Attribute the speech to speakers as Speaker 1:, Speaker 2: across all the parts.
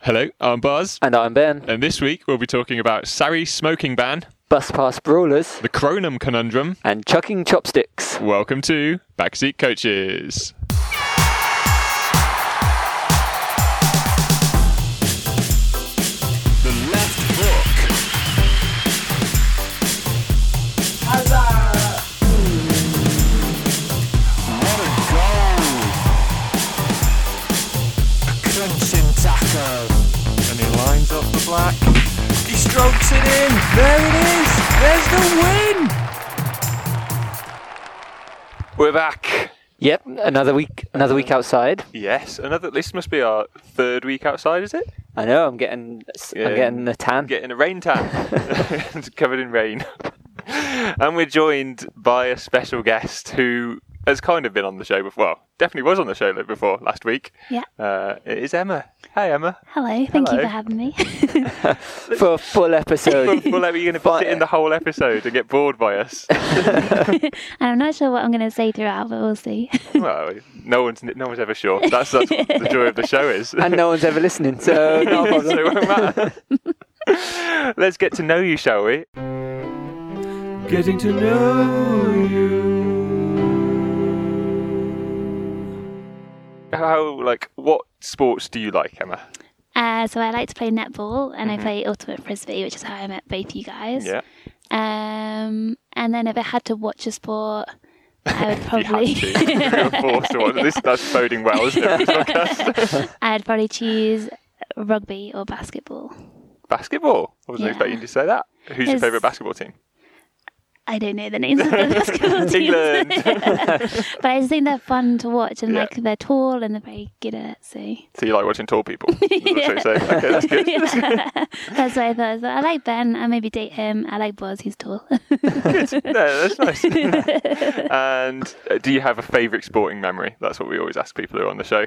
Speaker 1: Hello, I'm Buzz,
Speaker 2: And I'm Ben.
Speaker 1: and this week we'll be talking about Sari smoking ban,
Speaker 2: Bus pass brawlers
Speaker 1: the Cronum conundrum.
Speaker 2: and chucking chopsticks.
Speaker 1: Welcome to Backseat Coaches.
Speaker 3: The left hook. What a goal! A crunching tackle. And he lines up the black. He strokes it in. There it is. There's the win.
Speaker 1: We're back.
Speaker 2: Yep, another week, another week outside.
Speaker 1: Yes, another. This must be our third week outside, is it?
Speaker 2: I know I'm getting,
Speaker 1: Yeah.
Speaker 2: I'm getting a tan.
Speaker 1: Getting a rain tan, It's covered in rain, and we're joined by a special guest who has kind of been on the show before. Well, definitely was on the show before last week.
Speaker 4: Yeah.
Speaker 1: Uh, it is Emma. Hey, Emma.
Speaker 4: Hello. Thank
Speaker 1: Hello.
Speaker 4: you for having me.
Speaker 2: for a full
Speaker 1: Well,
Speaker 2: episode.
Speaker 1: well, Emma, you're going to
Speaker 2: But-
Speaker 1: sit in the whole episode and get bored by us.
Speaker 4: I'm not sure what I'm going to say throughout, but we'll see.
Speaker 1: Well, no one's no one's ever sure. That's, that's what the joy of the show is.
Speaker 2: and no one's ever listening, so no
Speaker 1: So
Speaker 2: problem.
Speaker 1: it won't matter. Let's get to know you, shall we?
Speaker 3: Getting to know you.
Speaker 1: How like what sports do you like, Emma?
Speaker 4: Uh, so I like to play netball and
Speaker 1: Mm-hmm.
Speaker 4: I play ultimate frisbee, which is how I met both you guys. Um, and then if I had to watch a sport, I would
Speaker 1: you had
Speaker 4: probably,
Speaker 1: to. You were forced to watch. This that's boding well, isn't it? for this podcast?
Speaker 4: I'd probably choose rugby or basketball.
Speaker 1: basketball. I wasn't
Speaker 4: Yeah.
Speaker 1: expecting you to say that. Who's your
Speaker 4: It's-
Speaker 1: favourite basketball team?
Speaker 4: I don't know the names of the basketball teams,
Speaker 1: England.
Speaker 4: but I just think they're fun to watch and
Speaker 1: Yeah.
Speaker 4: like they're tall and they're very good at it. So
Speaker 1: so you like watching tall people? That's what you're saying. Okay, that's good.
Speaker 4: that's what I thought. So I like Ben. I maybe date him. I like Buzz. He's tall.
Speaker 1: No, that's nice. and uh, do you have a favourite sporting memory? That's what we always ask people who are on the show.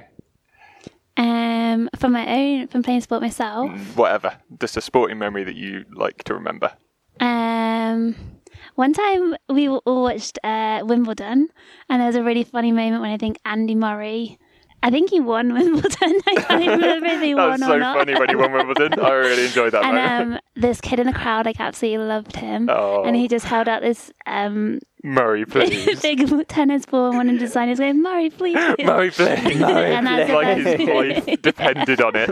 Speaker 4: Um, from my own, from playing sport myself.
Speaker 1: Whatever, just a sporting memory that you like to remember.
Speaker 4: Um, one time we w- all watched uh, Wimbledon, and there was a really funny moment when I think Andy Murray. I think he won Wimbledon. I can't even remember if he
Speaker 1: That was
Speaker 4: won
Speaker 1: so
Speaker 4: or not.
Speaker 1: funny when you won Wimbledon. I really enjoyed that moment.
Speaker 4: And um, this kid in the crowd, like, absolutely loved him.
Speaker 1: Oh.
Speaker 4: And he just held out this um,
Speaker 1: Murray, please.
Speaker 4: big tennis ball and one of the designers going, Murray, please.
Speaker 1: Murray, please.
Speaker 4: And that's
Speaker 1: like
Speaker 4: the
Speaker 1: his life depended on it.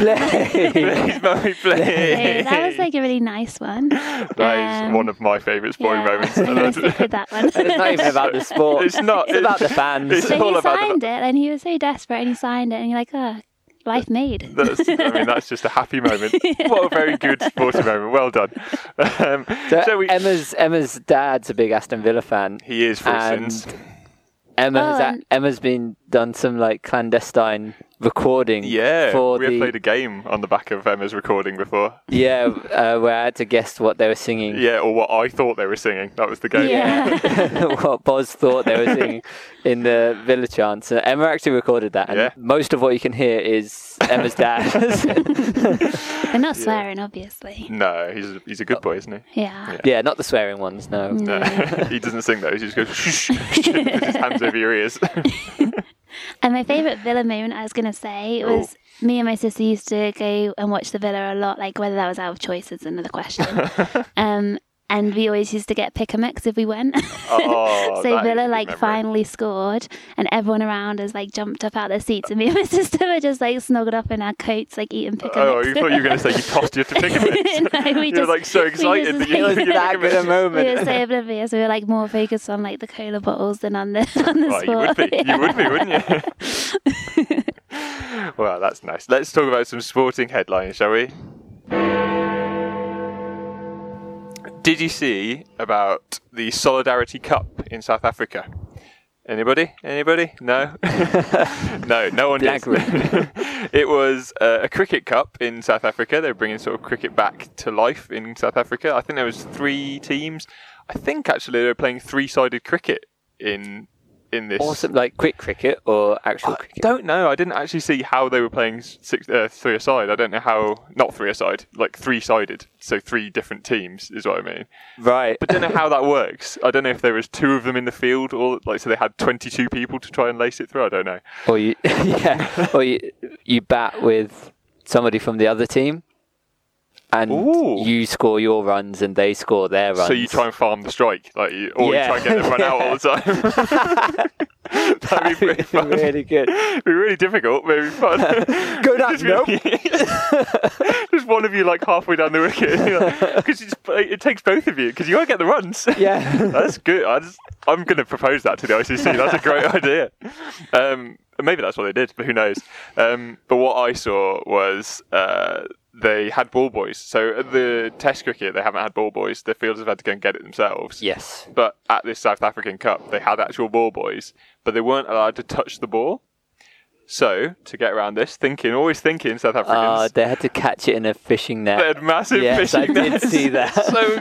Speaker 2: Play.
Speaker 1: please, Murray, please.
Speaker 4: Hey, that was like a really nice one.
Speaker 1: That is
Speaker 4: um,
Speaker 1: one of my favourite sporting
Speaker 4: Yeah,
Speaker 1: moments.
Speaker 4: I'm
Speaker 1: And
Speaker 4: going to
Speaker 1: that's-
Speaker 4: stick with that one.
Speaker 2: it's not even about the sport.
Speaker 1: It's not.
Speaker 2: It's about the fans.
Speaker 1: It's
Speaker 4: So
Speaker 1: all
Speaker 4: he
Speaker 1: about the-
Speaker 4: signed it, and he was so desperate, and he signed it, and you're like, oh, life made.
Speaker 1: That's, I mean, that's just a happy moment. What a very good sporting moment. Well done. Um,
Speaker 2: So
Speaker 1: shall we-
Speaker 2: Emma's Emma's dad's a big Aston Villa fan.
Speaker 1: he is, for
Speaker 2: And-
Speaker 1: instance.
Speaker 2: Emma
Speaker 4: Oh,
Speaker 2: has a-
Speaker 4: and-
Speaker 2: Emma's been done some like clandestine recording.
Speaker 1: Yeah,
Speaker 2: for
Speaker 1: we have
Speaker 2: the
Speaker 1: played a game on the back of Emma's recording before.
Speaker 2: yeah uh, where I had to guess what they were singing.
Speaker 1: Yeah, or what I thought they were singing. That was the game.
Speaker 4: yeah.
Speaker 2: what Boz thought they were singing in the Villa chants. And Emma actually recorded that, and
Speaker 1: Yeah.
Speaker 2: most of what you can hear is Emma's dad.
Speaker 4: We're not swearing, obviously.
Speaker 1: No, he's a, he's a good boy, isn't he?
Speaker 4: Yeah.
Speaker 2: yeah, not the swearing ones. No,
Speaker 1: No, he doesn't sing those. He just goes shh, shh, with his hands over your ears.
Speaker 4: And my favourite Villa moment, I was going to say,
Speaker 1: Oh.
Speaker 4: was me and my sister used to go and watch the Villa a lot. Like, whether that was out of choice is another question. um, and we always used to get pick a mix if we went.
Speaker 1: Oh, that
Speaker 4: so
Speaker 1: is a
Speaker 4: Villa
Speaker 1: good
Speaker 4: like
Speaker 1: memory.
Speaker 4: finally scored, and everyone around us like jumped up out of their seats, and me and my sister were just like snuggled up in our coats, like eating pick a
Speaker 1: Oh,
Speaker 4: mix.
Speaker 1: you thought you were going to say you tossed your ticket.
Speaker 4: no, we
Speaker 1: You were
Speaker 4: just
Speaker 1: like so
Speaker 4: we
Speaker 1: excited
Speaker 4: just,
Speaker 1: that you
Speaker 4: like-
Speaker 1: were going
Speaker 2: that good a
Speaker 4: we
Speaker 2: moment.
Speaker 4: were so oblivious. We were like more focused on like the cola bottles than on the on the
Speaker 1: Well, you would
Speaker 4: sport.
Speaker 1: be.
Speaker 4: Yeah.
Speaker 1: You would be, wouldn't you? well, that's nice. Let's talk about some sporting headlines, shall we? Did you see about the Solidarity Cup in South Africa? Anybody? Anybody? No? no, no one
Speaker 2: Blank
Speaker 1: did. it was uh, a cricket cup in South Africa. They're bringing sort of cricket back to life in South Africa. I think there was three teams. I think actually they were playing three-sided cricket in in this.
Speaker 2: awesome like quick cricket or actual
Speaker 1: I
Speaker 2: cricket.
Speaker 1: don't know. I didn't actually see how they were playing six, uh, three aside. I don't know how not three aside, like three sided. So three different teams is what I mean.
Speaker 2: Right,
Speaker 1: But don't know how that works. I don't know if there was two of them in the field or like so they had twenty two people to try and lace it through. I don't know.
Speaker 2: or you, yeah, or you, you bat with somebody from the other team, and
Speaker 1: Ooh.
Speaker 2: you score your runs and they score their runs.
Speaker 1: So you try and farm the strike, like you, or
Speaker 2: Yeah.
Speaker 1: you try and get them run out all the time. That'd be pretty fun.
Speaker 2: really good.
Speaker 1: It'd be really difficult, but it'd be fun.
Speaker 2: Go down.
Speaker 1: Just be
Speaker 2: nope.
Speaker 1: like- Just one of you like halfway down the wicket because it takes both of you because you gotta get the runs.
Speaker 2: Yeah.
Speaker 1: that's good. I just, I'm going to propose that to the ICC. That's a great idea. Um, maybe that's what they did, but who knows? Um, but what I saw was uh, they had ball boys. So at the Test cricket, they haven't had ball boys. The fielders have had to go and get it themselves.
Speaker 2: yes.
Speaker 1: But at this South African Cup, they had actual ball boys, but they weren't allowed to touch the ball. So to get around this, thinking, always thinking, South Africans.
Speaker 2: Uh, they had to catch it in a fishing net.
Speaker 1: They had massive
Speaker 2: Yes,
Speaker 1: fishing
Speaker 2: I did
Speaker 1: nets.
Speaker 2: see that.
Speaker 1: so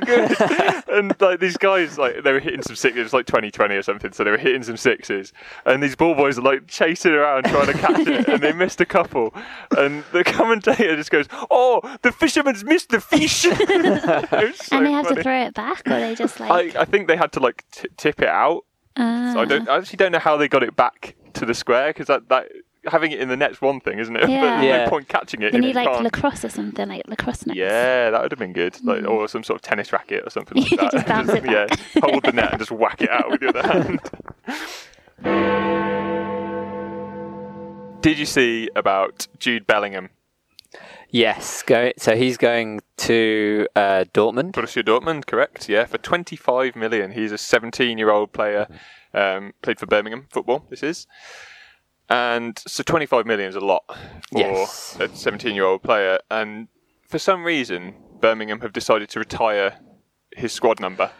Speaker 1: good. and like these guys, like they were hitting some sixes, it was like 2020 or something. So they were hitting some sixes, and these ball boys are like chasing around trying to catch it, and they missed a couple. And the commentator just goes, "Oh, the fisherman's missed the fish." It was so
Speaker 4: and they have
Speaker 1: funny.
Speaker 4: to throw it back, or they just
Speaker 1: I,
Speaker 4: like.
Speaker 1: I think they had to like t- tip it out.
Speaker 4: uh,
Speaker 1: So I don't. I actually don't know how they got it back to the square because that that. Having it in the net's one thing, isn't it? but
Speaker 4: Yeah.
Speaker 1: there's
Speaker 2: Yeah.
Speaker 1: no point catching it.
Speaker 4: they
Speaker 1: if
Speaker 4: need
Speaker 1: you
Speaker 4: like
Speaker 1: can't.
Speaker 4: lacrosse or something, like lacrosse nets.
Speaker 1: Yeah, that would have been good. Like, or some sort of tennis racket or something like that.
Speaker 4: Just bounce it
Speaker 1: yeah,
Speaker 4: back.
Speaker 1: hold the net and just whack it out with your other hand. Did you see about Jude Bellingham,
Speaker 2: Yes. Go, so he's going to uh, Dortmund.
Speaker 1: Borussia Dortmund? Correct. Yeah, for 25 million. He's a 17-year-old player. Um, played for Birmingham football. This is. And so 25 million is a lot for
Speaker 2: Yes.
Speaker 1: a 17-year-old player. And for some reason, Birmingham have decided to retire his squad number.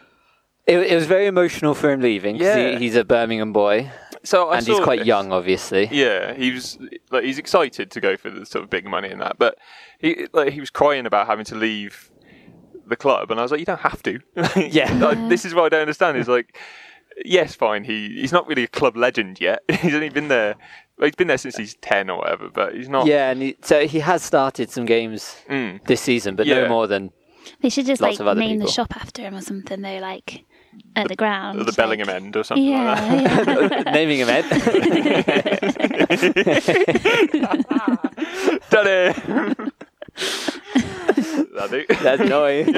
Speaker 2: It, it was very emotional for him leaving 'cause
Speaker 1: Yeah.
Speaker 2: he, he's a Birmingham boy
Speaker 1: So I
Speaker 2: and he's
Speaker 1: saw
Speaker 2: quite
Speaker 1: this.
Speaker 2: young, obviously.
Speaker 1: Yeah, he was like he's excited to go for the sort of big money and that, but he like he was crying about having to leave the club, and I was like, you don't have to.
Speaker 2: Yeah.
Speaker 1: like, this is what I don't understand. Is like, yes, fine. He he's not really a club legend yet. he's only been there. Like, he's been there since he's ten or whatever, but he's not.
Speaker 2: Yeah, and he, so he has started some games
Speaker 1: Mm.
Speaker 2: this season, but
Speaker 1: Yeah.
Speaker 2: no more than
Speaker 4: They should just
Speaker 2: Lots
Speaker 4: like
Speaker 2: of other
Speaker 4: name the
Speaker 2: people.
Speaker 4: shop after him or something. Though, like at the, ground,
Speaker 1: The
Speaker 4: like-
Speaker 1: Bellingham end or something like that.
Speaker 4: Yeah, yeah.
Speaker 2: naming him Ed.
Speaker 1: Done it. That'll do.
Speaker 2: That's annoying.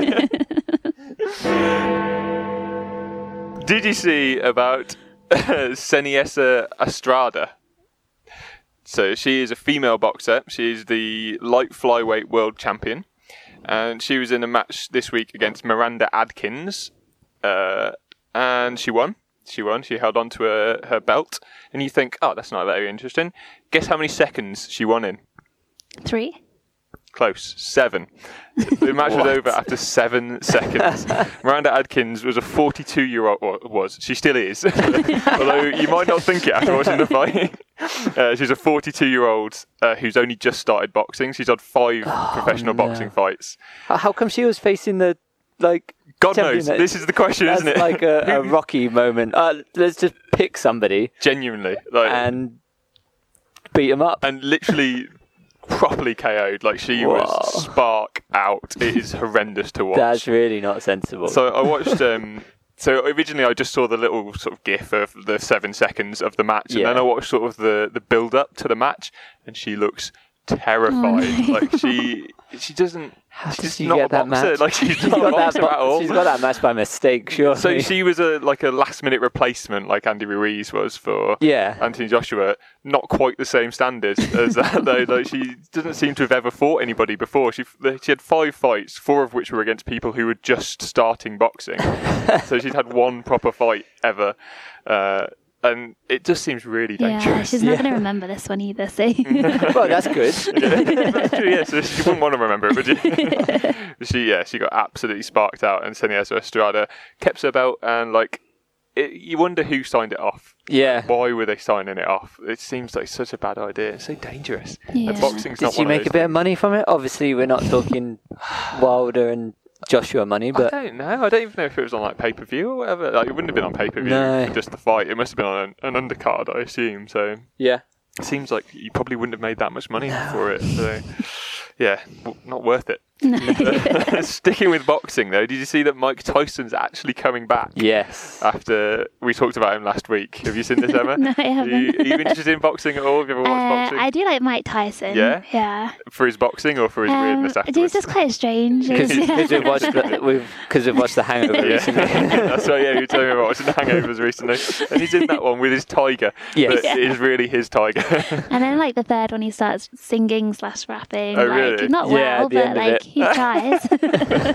Speaker 1: Did you see about Seniesa Estrada? So she is a female boxer. She is the light flyweight world champion, and she was in a match this week against Miranda Adkins, uh, and she won. She won. She held on to her, her belt, and you think, oh, that's not very interesting. Guess how many seconds she won in?
Speaker 4: three.
Speaker 1: Close. Seven. The match was over after seven seconds. Miranda Adkins was a 42 year old, well, was. She still is. Although you might not think it after watching the fight. Uh, she's a 42 year old uh, who's only just started boxing. She's had five professional
Speaker 2: Oh, no.
Speaker 1: boxing fights.
Speaker 2: How how come she was facing the like?
Speaker 1: God
Speaker 2: champion
Speaker 1: knows.
Speaker 2: that-
Speaker 1: This is the question,
Speaker 2: that's
Speaker 1: isn't it?
Speaker 2: like a, a rocky moment. Uh, let's just pick somebody
Speaker 1: Genuinely. Like, and,
Speaker 2: and beat him up.
Speaker 1: literally properly KO'd. Like she was
Speaker 2: Whoa.
Speaker 1: spark out. It is horrendous to watch.
Speaker 2: That's really not sensible.
Speaker 1: So I watched. Um, so originally, I just saw the little sort of GIF of the seven seconds of the match, and
Speaker 2: Yeah.
Speaker 1: then I watched sort of the the build up to the match, and she looks terrified. Like she she doesn't. she's
Speaker 2: Oh, did
Speaker 1: just
Speaker 2: you
Speaker 1: not
Speaker 2: get
Speaker 1: a
Speaker 2: that
Speaker 1: boxer.
Speaker 2: match?
Speaker 1: Like she's
Speaker 2: she's
Speaker 1: not a
Speaker 2: got that.
Speaker 1: boxer at all.
Speaker 2: ma- She's got that match by mistake, sure.
Speaker 1: So she was a like a last minute replacement, like Andy Ruiz was for
Speaker 2: Yeah.
Speaker 1: Anthony Joshua. Not quite the same standard as that though. Like she doesn't seem to have ever fought anybody before. She she had five fights, four of which were against people who were just starting boxing. so she'd had one proper fight ever, uh, and it just seems really
Speaker 4: Yeah,
Speaker 1: dangerous.
Speaker 4: she's not going to remember this one either. So Uh,
Speaker 2: well, that's good.
Speaker 1: That's true, yeah, so she wouldn't want to remember it, would you? she, yeah, she got absolutely sparked out, and Seniesa Estrada kept her belt, and like, it, you wonder who signed it off.
Speaker 2: Yeah.
Speaker 1: Why were they signing it off? It seems like such a bad idea. It's so dangerous.
Speaker 4: Yeah.
Speaker 1: And boxing's not
Speaker 2: Did she
Speaker 1: one
Speaker 2: make
Speaker 1: of
Speaker 2: a
Speaker 1: those
Speaker 2: bit of money from it? Obviously, we're not talking Wilder and Joshua money,
Speaker 1: things.
Speaker 2: but
Speaker 1: I don't know. I don't even know if it was on like pay per view or whatever. Like, it wouldn't have been on pay per view.
Speaker 2: No.
Speaker 1: Just the fight. It must have been on an, an undercard, I assume. So
Speaker 2: yeah.
Speaker 1: it seems like you probably wouldn't have made that much money for it. So yeah, w- not worth it.
Speaker 4: No.
Speaker 1: Sticking with boxing though, did you see that Mike Tyson's actually coming back?
Speaker 2: Yes.
Speaker 1: After we talked about him last week, have you seen this, Emma?
Speaker 4: No, I
Speaker 1: Are you,
Speaker 4: haven't.
Speaker 1: are you interested in boxing at all? Have you ever watched
Speaker 4: Uh,
Speaker 1: boxing
Speaker 4: I do like Mike Tyson.
Speaker 1: Yeah?
Speaker 4: Yeah.
Speaker 1: for his boxing or for his
Speaker 4: Um,
Speaker 1: weirdness
Speaker 4: dude,
Speaker 1: afterwards?
Speaker 4: it's just quite strange.
Speaker 2: Because
Speaker 4: It's-
Speaker 2: we've watched the- we've because we've watched The Hangover
Speaker 1: Yeah.
Speaker 2: recently.
Speaker 1: That's right, yeah, you were telling me about watching the hangovers recently. And he's in that one with his tiger.
Speaker 2: Yes.
Speaker 1: But it is really his tiger.
Speaker 4: and then like the third one, he starts singing slash rapping.
Speaker 1: Oh,
Speaker 4: like,
Speaker 1: really?
Speaker 4: Not
Speaker 2: Yeah,
Speaker 4: well,
Speaker 2: at the
Speaker 4: but
Speaker 2: end of
Speaker 4: like
Speaker 2: it.
Speaker 4: he tries.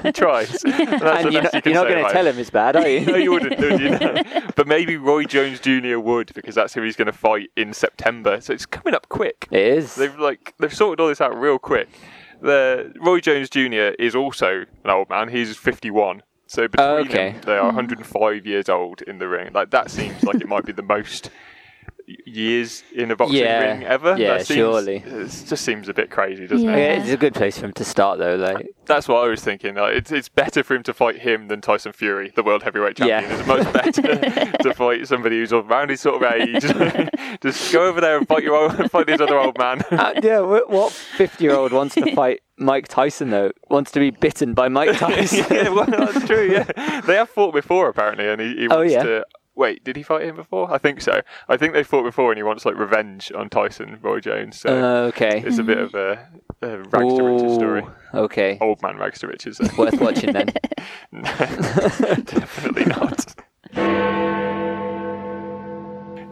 Speaker 1: he tries. And that's
Speaker 2: and
Speaker 1: the
Speaker 2: you,
Speaker 1: best you can
Speaker 2: you're
Speaker 1: say
Speaker 2: not going to
Speaker 1: about
Speaker 2: tell him it's bad, are you?
Speaker 1: No, you wouldn't, would you? No. But maybe Roy Jones Jr. would, because that's who he's going to fight in September. So it's coming up quick.
Speaker 2: It is.
Speaker 1: They've like they've sorted all this out real quick. The Roy Jones Jr. is also an old man. He's 51. So between
Speaker 2: Oh, okay.
Speaker 1: them, they
Speaker 4: Hmm.
Speaker 1: are 105 years old in the ring. Like that seems like it might be the most y- years in a boxing
Speaker 2: Yeah.
Speaker 1: ring ever.
Speaker 2: Yeah,
Speaker 1: that seems,
Speaker 2: surely.
Speaker 1: It just seems a bit crazy, doesn't
Speaker 4: Yeah.
Speaker 1: it?
Speaker 2: Yeah, it's a good place for him to start, though. Like,
Speaker 1: That's what I was thinking. Like, it's it's better for him to fight him than Tyson Fury, the world heavyweight champion.
Speaker 2: Yeah.
Speaker 1: It's much better to fight somebody who's around his sort of age. just go over there and fight your old, fight this other old man.
Speaker 2: Uh, yeah, wh- what fifty-year-old wants to fight Mike Tyson though? Wants to be bitten by Mike Tyson?
Speaker 1: yeah, well, that's true. Yeah, they have fought before apparently, and he, he
Speaker 2: Oh,
Speaker 1: wants
Speaker 2: yeah.
Speaker 1: to. Wait, did he fight him before? I think so. I think they fought before, and he wants like revenge on Tyson Roy Jones. So
Speaker 2: Uh, okay.
Speaker 1: it's a bit of a, a rags to riches story.
Speaker 2: Ooh, Okay.
Speaker 1: Old man rags to riches. though.
Speaker 2: Worth watching then.
Speaker 1: Definitely not.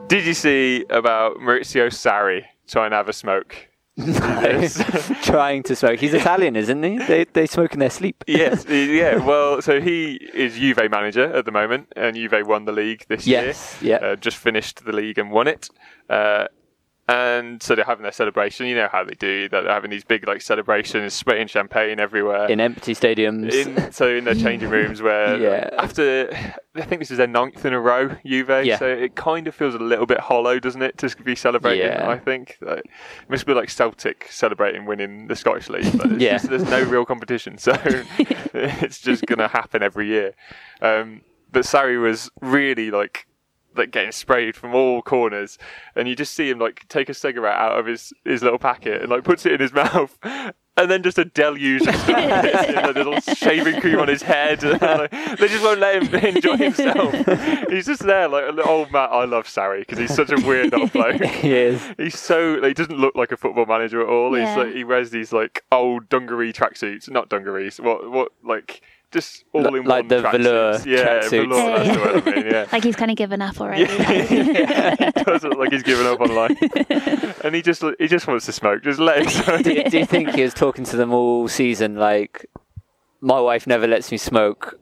Speaker 1: Did you see about Maurizio Sarri trying to have a smoke?
Speaker 2: Trying to smoke. He's Italian, isn't he? They they smoke in their sleep.
Speaker 1: yes, yeah. Well, so he is Juve manager at the moment, and Juve won the league this
Speaker 2: Yes,
Speaker 1: year.
Speaker 2: yeah.
Speaker 1: uh, just finished the league and won it. Uh, and so they're having their celebration. You know how they do that. They're having these big like celebrations, spraying champagne everywhere.
Speaker 2: In empty stadiums.
Speaker 1: In, so in their changing rooms, where
Speaker 2: Yeah.
Speaker 1: after I think this is their ninth in a row, Juve.
Speaker 2: Yeah.
Speaker 1: So it kind of feels a little bit hollow, doesn't it, to be celebrating?
Speaker 2: Yeah.
Speaker 1: I think Like, it must be like Celtic celebrating winning the Scottish League. But it's
Speaker 2: Yeah.
Speaker 1: just- there's no real competition, so it's just going to happen every year. Um, but Sarri was really like like getting sprayed from all corners and you just see him like take a cigarette out of his his little packet and like puts it in his mouth and then just a deluge of stuff hits him, like, little shaving cream on his head and, like, they just won't let him enjoy himself he's just there like oh Matt I love Sarri because he's such a weird old bloke
Speaker 2: he is.
Speaker 1: He's so like, he doesn't look like a football manager at all.
Speaker 4: Yeah.
Speaker 1: He's like he wears these like old dungaree tracksuits, not dungarees. What what like just all
Speaker 2: L-
Speaker 1: in
Speaker 2: like
Speaker 1: one
Speaker 2: the
Speaker 1: tracksuits.
Speaker 2: velour
Speaker 1: Yeah,
Speaker 2: tracksuits.
Speaker 1: velour. That's the word I mean. Yeah.
Speaker 4: like he's kind of given up already.
Speaker 1: Yeah, he does look like he's given up on life, and he just he just wants to smoke. Just let him smoke.
Speaker 2: do, do you think he was talking to them all season? Like, my wife never lets me smoke.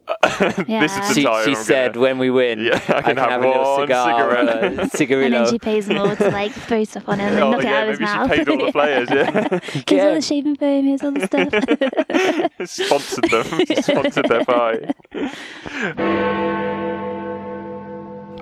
Speaker 4: Yeah.
Speaker 1: This is the
Speaker 2: She,
Speaker 1: time
Speaker 2: she
Speaker 1: I'm
Speaker 2: said,
Speaker 1: gonna-
Speaker 2: when we win,
Speaker 1: Yeah, I can have
Speaker 2: a little
Speaker 1: one
Speaker 2: cigar, uh, or
Speaker 1: cigarette."
Speaker 2: a
Speaker 4: and then
Speaker 2: cigarillo.
Speaker 4: she pays them all to like throw stuff on him and
Speaker 1: Oh,
Speaker 4: knock it
Speaker 1: yeah,
Speaker 4: out of his
Speaker 1: maybe she
Speaker 4: mouth.
Speaker 1: paid all the players. Yeah,
Speaker 4: Here's all
Speaker 2: Yeah.
Speaker 4: the shaving foam. Here's all the stuff.
Speaker 1: sponsored them, sponsored their pie.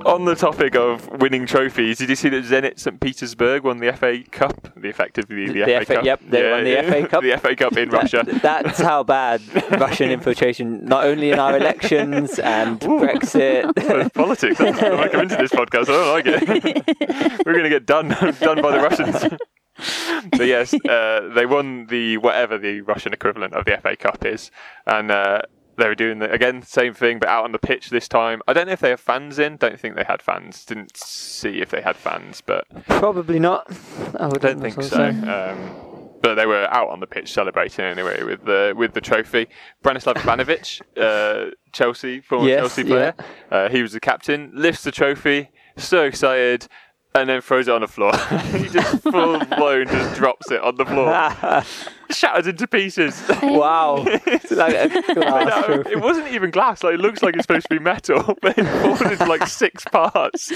Speaker 1: On the topic of winning trophies, did you see that Zenit St. Petersburg won the FA Cup? The effectively the,
Speaker 2: The
Speaker 1: FA,
Speaker 2: FA
Speaker 1: Cup.
Speaker 2: yep, they won the FA Cup.
Speaker 1: The FA Cup in Russia.
Speaker 2: That's how bad Russian infiltration, not only in our elections and Brexit.
Speaker 1: That's politics. That's why I come into this podcast. I don't like it. We're going to get done done by the Russians. but yes, uh, they won the whatever the Russian equivalent of the FA Cup is, and uh, they were doing the, again same thing, but out on the pitch this time. I don't know if they have fans in. Don't think they had fans. Didn't see if they had fans, but
Speaker 2: Probably not. Oh, I would
Speaker 1: don't think so. Um, but they were out on the pitch celebrating anyway with the with the trophy. Branislav Ivanovic, uh, Chelsea former
Speaker 2: Yes,
Speaker 1: Chelsea player, uh, he was the captain. Lifts the trophy, so excited, and then throws it on the floor. he just full blown just drops it on the floor, shatters into pieces.
Speaker 2: wow. It's like uh, a glass
Speaker 1: No,
Speaker 2: roof.
Speaker 1: it wasn't even glass. Like it looks like it's supposed to be metal, but it falls into like six parts,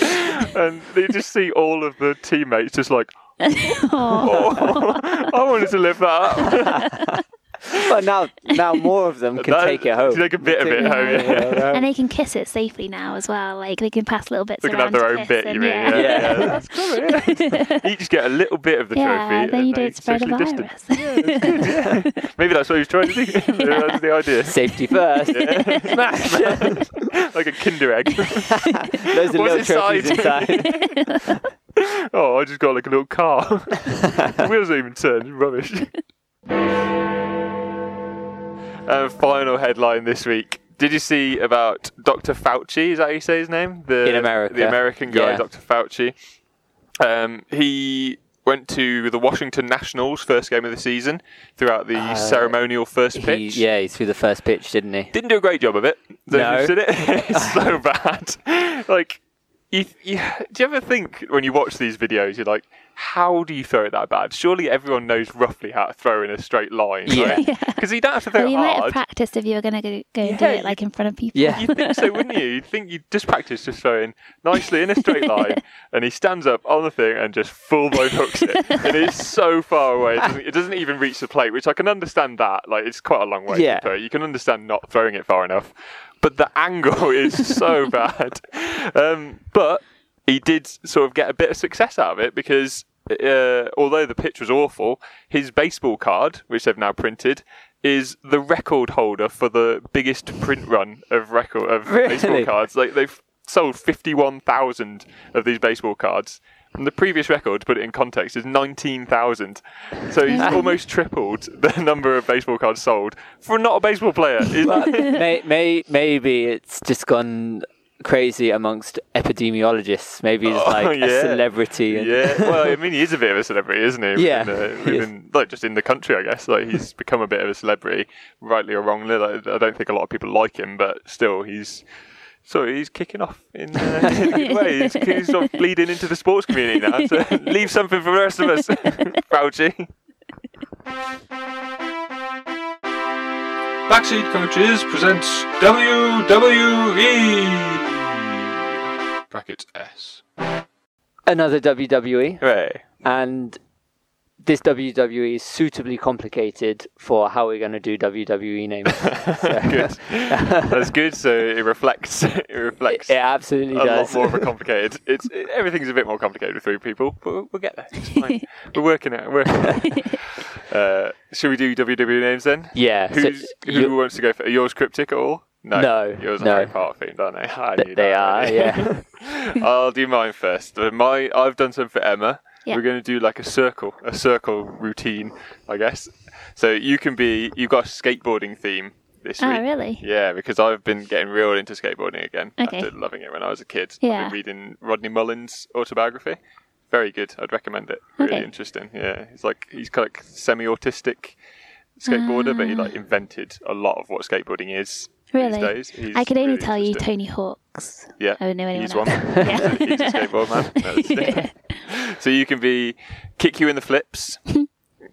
Speaker 1: and you just see all of the teammates just like, oh, I wanted to live that up.
Speaker 2: But now, now more of them can
Speaker 1: That-
Speaker 2: take it home.
Speaker 1: Take a bit of it home. Yeah.
Speaker 4: and they can kiss it safely now as well. Like they can pass little bits
Speaker 1: They can
Speaker 4: around.
Speaker 1: have their
Speaker 4: to
Speaker 1: own
Speaker 4: kiss
Speaker 1: bit. You
Speaker 4: and-
Speaker 1: mean? Yeah.
Speaker 2: Yeah.
Speaker 1: yeah, that's cool. Yeah. Each get a little bit of the
Speaker 4: Yeah,
Speaker 1: trophy.
Speaker 4: then you
Speaker 1: and they
Speaker 4: don't spread a
Speaker 1: socially
Speaker 4: virus.
Speaker 1: distance. Maybe that's what he was trying to do. that's the idea.
Speaker 2: Safety first.
Speaker 1: like a Kinder egg. What's
Speaker 2: Loads of little trophies
Speaker 1: inside?
Speaker 2: inside.
Speaker 1: oh, I just got like a little car. Wheels don't even turn. Rubbish. And final headline this week. Did you see about Dr. Fauci? Is that how you say his name? The,
Speaker 2: In America.
Speaker 1: The American guy,
Speaker 2: Yeah.
Speaker 1: Dr. Fauci. Um, he went to the Washington Nationals first game of the season throughout the ceremonial first
Speaker 2: Uh, He,
Speaker 1: pitch.
Speaker 2: yeah, he threw the first pitch, didn't he?
Speaker 1: Didn't do a great job of it. Don't
Speaker 2: No.
Speaker 1: you see it? it's so bad. Like, you, you, do you ever think when you watch these videos, you're like, how do you throw it that bad? Surely everyone knows roughly how to throw in a straight line,
Speaker 2: Yeah.
Speaker 1: right? Because you don't have to throw
Speaker 4: Well, you
Speaker 1: hard.
Speaker 4: might have practiced if you were going to go, go and do
Speaker 1: Yeah,
Speaker 4: it like in front of people.
Speaker 2: Yeah.
Speaker 1: You'd think so, wouldn't you? You'd think you'd just practice just throwing nicely in a straight line, and he stands up on the thing and just full blown hooks it. And it's so far away; it doesn't, it doesn't even reach the plate, which I can understand that. Like it's quite a long way.
Speaker 2: Yeah.
Speaker 1: to throw. you can understand not throwing it far enough, but the angle is so bad. Um, but he did sort of get a bit of success out of it because uh, although the pitch was awful, his baseball card, which they've now printed, is the record holder for the biggest print run of record of baseball
Speaker 2: Really?
Speaker 1: cards. Like they've sold fifty-one thousand of these baseball cards. And the previous record, to put it in context, is 19,000. So he's almost tripled the number of baseball cards sold for not a baseball player.
Speaker 2: But may, may, maybe it's just gone crazy amongst epidemiologists. Maybe he's like a
Speaker 1: Oh, yeah.
Speaker 2: celebrity. And,
Speaker 1: Yeah, well, I mean, he is a bit of a celebrity, isn't he?
Speaker 2: Yeah.
Speaker 1: Within, uh, within, like just in the country, I guess. Like he's become a bit of a celebrity, rightly or wrongly. Like, I don't think a lot of people like him, but still, he's so he's kicking off in, uh, in a good way. He's, he's sort of bleeding into the sports community now. So leave something for the rest of us, Fauci.
Speaker 3: Backseat Coaches presents
Speaker 1: E.
Speaker 3: WWE brackets S.
Speaker 2: Another WWE.
Speaker 1: Hooray.
Speaker 2: And this WWE is suitably complicated for how we're going to do WWE names.
Speaker 1: good. That's good. So it reflects. It reflects.
Speaker 2: it absolutely
Speaker 1: a
Speaker 2: does.
Speaker 1: lot more of a complicated. It's it, everything's a bit more complicated with three people, but we'll, we'll get there. It's fine. We're working it. Working it. out. Uh, should we do WWE names then?
Speaker 2: Yeah, so
Speaker 1: Who's, who
Speaker 2: you-
Speaker 1: wants to go? For, are yours cryptic at all? No.
Speaker 2: No,
Speaker 1: Yours are
Speaker 2: no.
Speaker 1: Harry Potter themed, aren't they? I knew
Speaker 2: they
Speaker 1: that
Speaker 2: are,
Speaker 1: already.
Speaker 2: yeah.
Speaker 1: I'll do mine first. Uh, My I've done some for Emma.
Speaker 4: Yeah.
Speaker 1: We're going to do like a circle, a circle routine, I guess. So you can be. You've got a skateboarding theme this
Speaker 4: Oh,
Speaker 1: week.
Speaker 4: really?
Speaker 1: Yeah, because I've been getting real into skateboarding again
Speaker 4: Okay.
Speaker 1: after loving it when I was a kid.
Speaker 4: Yeah.
Speaker 1: I've been reading Rodney Mullen's autobiography. Very good. I'd recommend it. Really
Speaker 4: Okay.
Speaker 1: interesting. Yeah, he's like he's kind of like semi-autistic skateboarder, but he like invented a lot of what skateboarding is.
Speaker 4: Ah. Really?
Speaker 1: These days. He's
Speaker 4: I could only
Speaker 1: really
Speaker 4: tell you
Speaker 1: interesting.
Speaker 4: Tony Hawk's.
Speaker 1: Yeah,
Speaker 4: I don't know anyone
Speaker 1: he's one.
Speaker 4: else.
Speaker 1: he's a skateboard man. That's it. So you can be kick you in the flips. you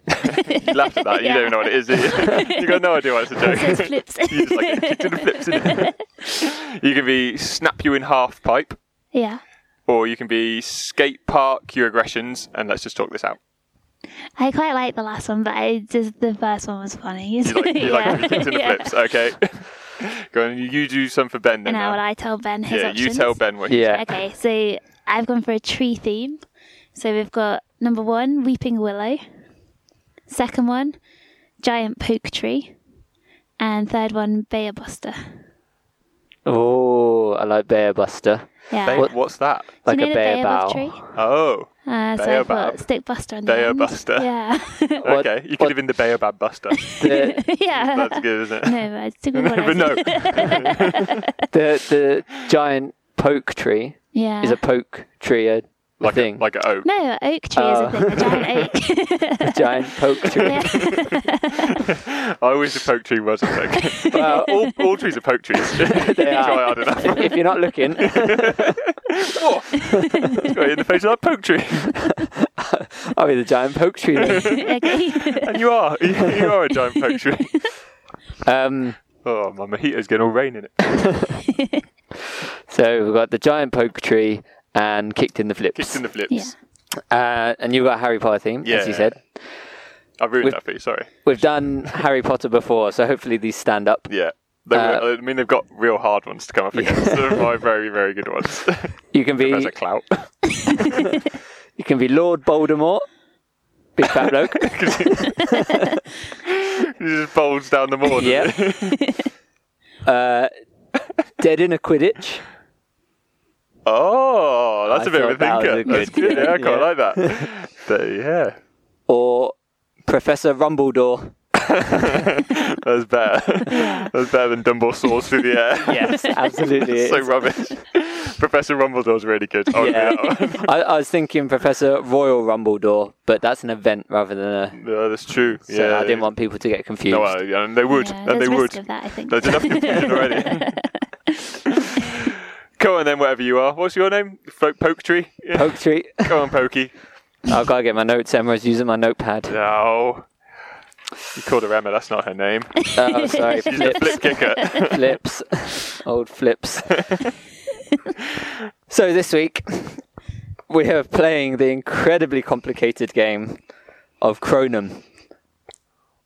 Speaker 1: laughed at that. You
Speaker 4: Yeah.
Speaker 1: don't know what it is. Do you? you got no idea what it's a joke.
Speaker 4: Says flips.
Speaker 1: You just like get kicked in the flips. innit? you can be snap you in half pipe,
Speaker 4: yeah.
Speaker 1: or you can be skate park your aggressions, and let's just talk this out.
Speaker 4: I quite like the last one, but I just the first one was funny.
Speaker 1: You like, you like to be kicked in the
Speaker 4: Yeah.
Speaker 1: flips. Okay. Go on. You, you do some for Ben then.
Speaker 4: And now
Speaker 1: now.
Speaker 4: what I tell Ben his
Speaker 1: yeah, you
Speaker 4: options.
Speaker 1: tell Ben what.
Speaker 2: yeah.
Speaker 4: Okay, so I've gone for a tree theme. So we've got number one, weeping willow. Second one, giant poke tree. And third one, bear buster.
Speaker 2: Oh, I like Bear Buster.
Speaker 4: Yeah.
Speaker 1: Ba-
Speaker 4: Do
Speaker 1: what's that?
Speaker 4: you
Speaker 2: Like
Speaker 4: know
Speaker 2: a
Speaker 4: the
Speaker 2: bear
Speaker 4: baobab
Speaker 2: bow.
Speaker 4: tree?
Speaker 1: Oh,
Speaker 4: Uh, so I
Speaker 1: Baobab.
Speaker 4: put stick buster on the end.
Speaker 1: Baobuster.
Speaker 4: Yeah.
Speaker 2: What-
Speaker 1: okay. You
Speaker 2: what-
Speaker 1: could live in the Baobab Buster.
Speaker 2: The,
Speaker 4: yeah.
Speaker 1: That's good, isn't it?
Speaker 4: No, but I took what I
Speaker 1: but no,
Speaker 4: said.
Speaker 2: the the giant poke tree
Speaker 4: Yeah.
Speaker 2: is a poke tree a, a
Speaker 1: like a,
Speaker 2: thing
Speaker 1: like an oak.
Speaker 4: no, an oak tree is a
Speaker 2: Oh.
Speaker 4: thing, a giant
Speaker 2: a giant poke
Speaker 4: oak.
Speaker 2: tree.
Speaker 4: yeah.
Speaker 1: I wish the poke tree was a oak.
Speaker 2: Well,
Speaker 1: all, all trees are poke trees. If you
Speaker 2: They are.
Speaker 1: try hard enough. Oh,
Speaker 2: if, if you're not looking,
Speaker 1: It's got you in the face of that poke tree.
Speaker 2: I'll be the giant poke tree. then.
Speaker 4: okay.
Speaker 1: And you are. You you are a giant poke tree.
Speaker 2: Um,
Speaker 1: Oh, my mojito's getting all rain in it.
Speaker 2: so we've got the giant poke tree and kicked in the flips.
Speaker 1: Kicked in the flips.
Speaker 4: Yeah.
Speaker 2: uh, and you've got Harry Potter theme, as you
Speaker 1: Yeah.
Speaker 2: said.
Speaker 1: I ruined
Speaker 2: With-
Speaker 1: that for you, sorry.
Speaker 2: We've done Harry Potter before, so hopefully these stand up.
Speaker 1: Yeah. They
Speaker 2: Uh,
Speaker 1: were, I mean, they've got real hard ones to come up against. They're my very, very good ones.
Speaker 2: You can be
Speaker 1: As a clout.
Speaker 2: you can be Lord Voldemort, big fat bloke.
Speaker 1: He just folds down the morning.
Speaker 2: yeah. Uh, dead in a Quidditch.
Speaker 1: Oh, that's
Speaker 2: I
Speaker 1: a bit of a
Speaker 2: thought that
Speaker 1: thinker.
Speaker 2: was a
Speaker 1: that's
Speaker 2: good-
Speaker 1: good. Yeah, I quite
Speaker 2: yeah.
Speaker 1: like that. So, yeah.
Speaker 2: or Professor Rumbledore.
Speaker 1: that was better.
Speaker 4: Yeah.
Speaker 1: That was better than Dumbledore soars through the air.
Speaker 2: yes, absolutely.
Speaker 1: so
Speaker 2: It's-
Speaker 1: rubbish. Professor Rumbledore's really good. I'll do
Speaker 2: Yeah.
Speaker 1: that one.
Speaker 2: I, I was thinking Professor Royal Rumbledore, but that's an event rather than a.
Speaker 1: Yeah, that's true.
Speaker 2: So
Speaker 1: yeah,
Speaker 2: I didn't want people to get confused.
Speaker 1: No, uh, yeah, and they would,
Speaker 4: Yeah,
Speaker 1: and
Speaker 4: there's
Speaker 1: they
Speaker 4: risk
Speaker 1: would.
Speaker 4: Of that, I think.
Speaker 1: There's enough confusion already. Come on then, whatever you are. What's your name? Folk Poke Tree. Yeah.
Speaker 2: Oak tree.
Speaker 1: Come on, Pokey.
Speaker 2: I've got to get my notes. Emma's using my notepad.
Speaker 1: No. You called her Emma. That's not her name.
Speaker 2: Oh, sorry.
Speaker 1: She's a
Speaker 2: Flips.
Speaker 1: flip kicker.
Speaker 2: flips. Old flips. so this week, we are playing the incredibly complicated game of Cronum.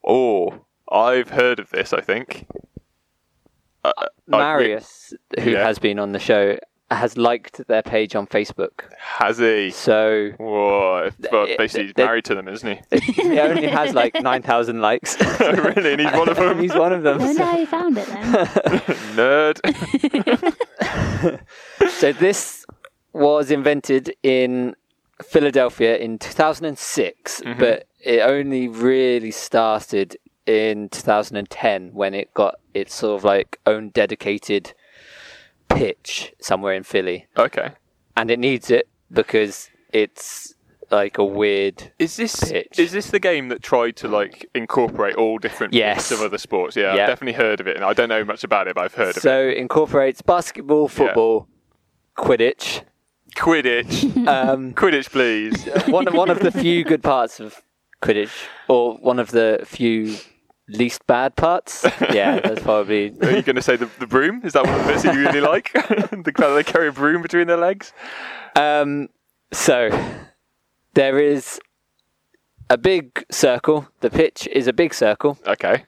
Speaker 1: oh, I've heard of this. I think. Uh, uh, we-
Speaker 2: Marius, who
Speaker 1: Yeah.
Speaker 2: has been on the show, has liked their page on Facebook.
Speaker 1: has he?
Speaker 2: So
Speaker 1: Whoa! Well,
Speaker 2: Th-
Speaker 1: basically, he's
Speaker 2: th-
Speaker 1: married to them, isn't he? Oh,
Speaker 2: he only has like 9,000 likes.
Speaker 1: really? And he's one of them.
Speaker 2: He's one of them.
Speaker 4: I wonder how he found it then.
Speaker 1: Nerd.
Speaker 2: So this was invented in Philadelphia in 2006, but it only really started in 2010 when it got its sort of like own dedicated pitch somewhere in Philly,
Speaker 1: okay.
Speaker 2: and it needs it because it's like a weird.
Speaker 1: Is this
Speaker 2: Pitch.
Speaker 1: is this the game that tried to like incorporate all different
Speaker 2: Yes.
Speaker 1: bits of other sports? Yeah,
Speaker 2: Yeah.
Speaker 1: I've definitely heard of it, and I don't know much about it, but I've heard of it.
Speaker 2: So incorporates basketball, football, Quidditch.
Speaker 1: Quidditch,
Speaker 2: Um,
Speaker 1: Quidditch, please.
Speaker 2: one of one of the few good parts of Quidditch, or one of the few least bad parts. Yeah, that's probably.
Speaker 1: Are you going to say the, the broom? Is that one of the bits that you really like? the fact that they carry a broom between their legs.
Speaker 2: Um, so there is a big circle. The pitch is a big circle.
Speaker 1: Okay,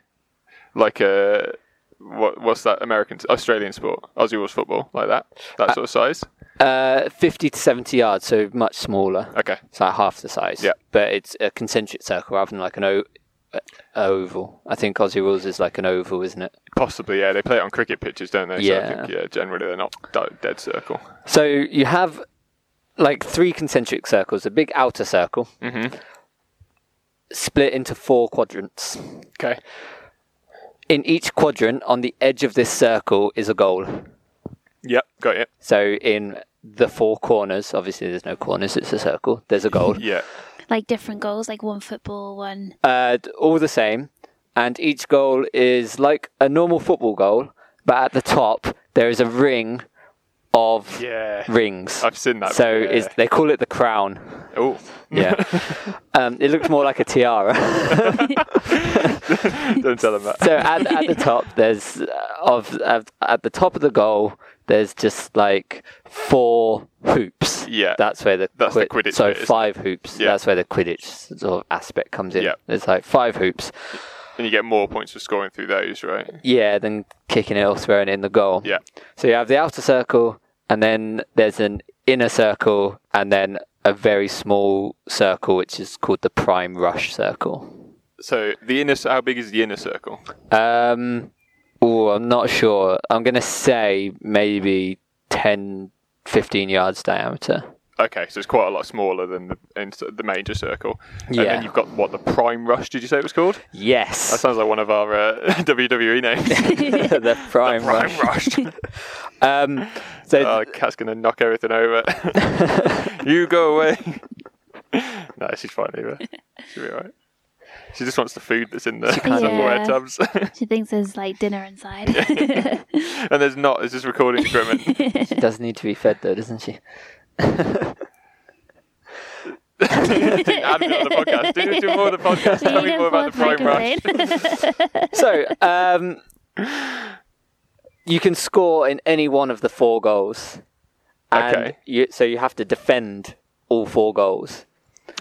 Speaker 1: like a what? What's that American Australian sport? Aussie rules football, like that. That sort of size.
Speaker 2: Uh, 50 to 70 yards, so much smaller.
Speaker 1: Okay.
Speaker 2: It's like half the size.
Speaker 1: Yeah.
Speaker 2: But it's a concentric circle rather than like an o- uh, oval. I think Aussie rules is like an oval, isn't it?
Speaker 1: Possibly, yeah. They play it on cricket pitches, don't they? So
Speaker 2: Yeah.
Speaker 1: I think, yeah. Generally, they're not di- dead circle.
Speaker 2: So you have like three concentric circles, a big outer circle,
Speaker 1: Mm-hmm.
Speaker 2: split into four quadrants.
Speaker 1: Okay.
Speaker 2: In each quadrant, on the edge of this circle, is a goal.
Speaker 1: Yep. Got it.
Speaker 2: So in the four corners, obviously there's no corners, it's a circle, there's a goal.
Speaker 1: Yeah.
Speaker 4: like different goals, like one football, one.
Speaker 2: uh, all the same, and each goal is like a normal football goal, but at the top, there is a ring of
Speaker 1: Yeah.
Speaker 2: rings.
Speaker 1: I've seen that.
Speaker 2: So
Speaker 1: yeah.
Speaker 2: is, they call it the crown.
Speaker 1: Oh,
Speaker 2: Yeah. um, it looks more like a tiara.
Speaker 1: don't tell them that.
Speaker 2: so at, at the top, there's uh, of at, at the top of the goal, there's just like four hoops.
Speaker 1: Yeah.
Speaker 2: That's where the
Speaker 1: That's the Quidditch
Speaker 2: So
Speaker 1: bit, isn't it?
Speaker 2: five hoops.
Speaker 1: Yeah.
Speaker 2: That's where the Quidditch sort of aspect comes in.
Speaker 1: Yeah.
Speaker 2: There's like five hoops.
Speaker 1: And you get more points for scoring through those, right?
Speaker 2: Yeah. Then kicking it or throwing it in the goal.
Speaker 1: Yeah.
Speaker 2: So you have the outer circle, and then there's an inner circle, and then a very small circle, which is called the prime rush circle.
Speaker 1: So the inner, how big is the inner circle?
Speaker 2: Um, oh, I'm not sure. I'm going to say maybe 10, 15 yards diameter.
Speaker 1: Okay, so it's quite a lot smaller than the ins- the major circle. And
Speaker 2: Yeah.
Speaker 1: then you've got what the prime rush? Did you say it was called? That
Speaker 2: Yes,
Speaker 1: sounds like one of our uh, WWE names.
Speaker 2: the prime
Speaker 1: prime
Speaker 2: rush.
Speaker 1: rush.
Speaker 2: Um, so
Speaker 1: Oh, cat's gonna knock everything over. you go away. no, she's fine either. She'll be alright. She just wants the food that's in the
Speaker 4: can't
Speaker 1: Tupperware
Speaker 4: Yeah.
Speaker 1: tubs.
Speaker 4: She thinks there's like dinner inside.
Speaker 1: and there's not. It's just recording equipment.
Speaker 2: she does need to be fed, though, doesn't she?
Speaker 1: Add me on the podcast. Do, do more of the podcast.
Speaker 4: There
Speaker 1: Tell me
Speaker 4: you go,
Speaker 1: more about the
Speaker 4: fourth
Speaker 1: prime rush.
Speaker 4: microphone.
Speaker 2: So, um, you can score in any one of the four goals. And
Speaker 1: Okay.
Speaker 2: You, so you have to defend all four goals.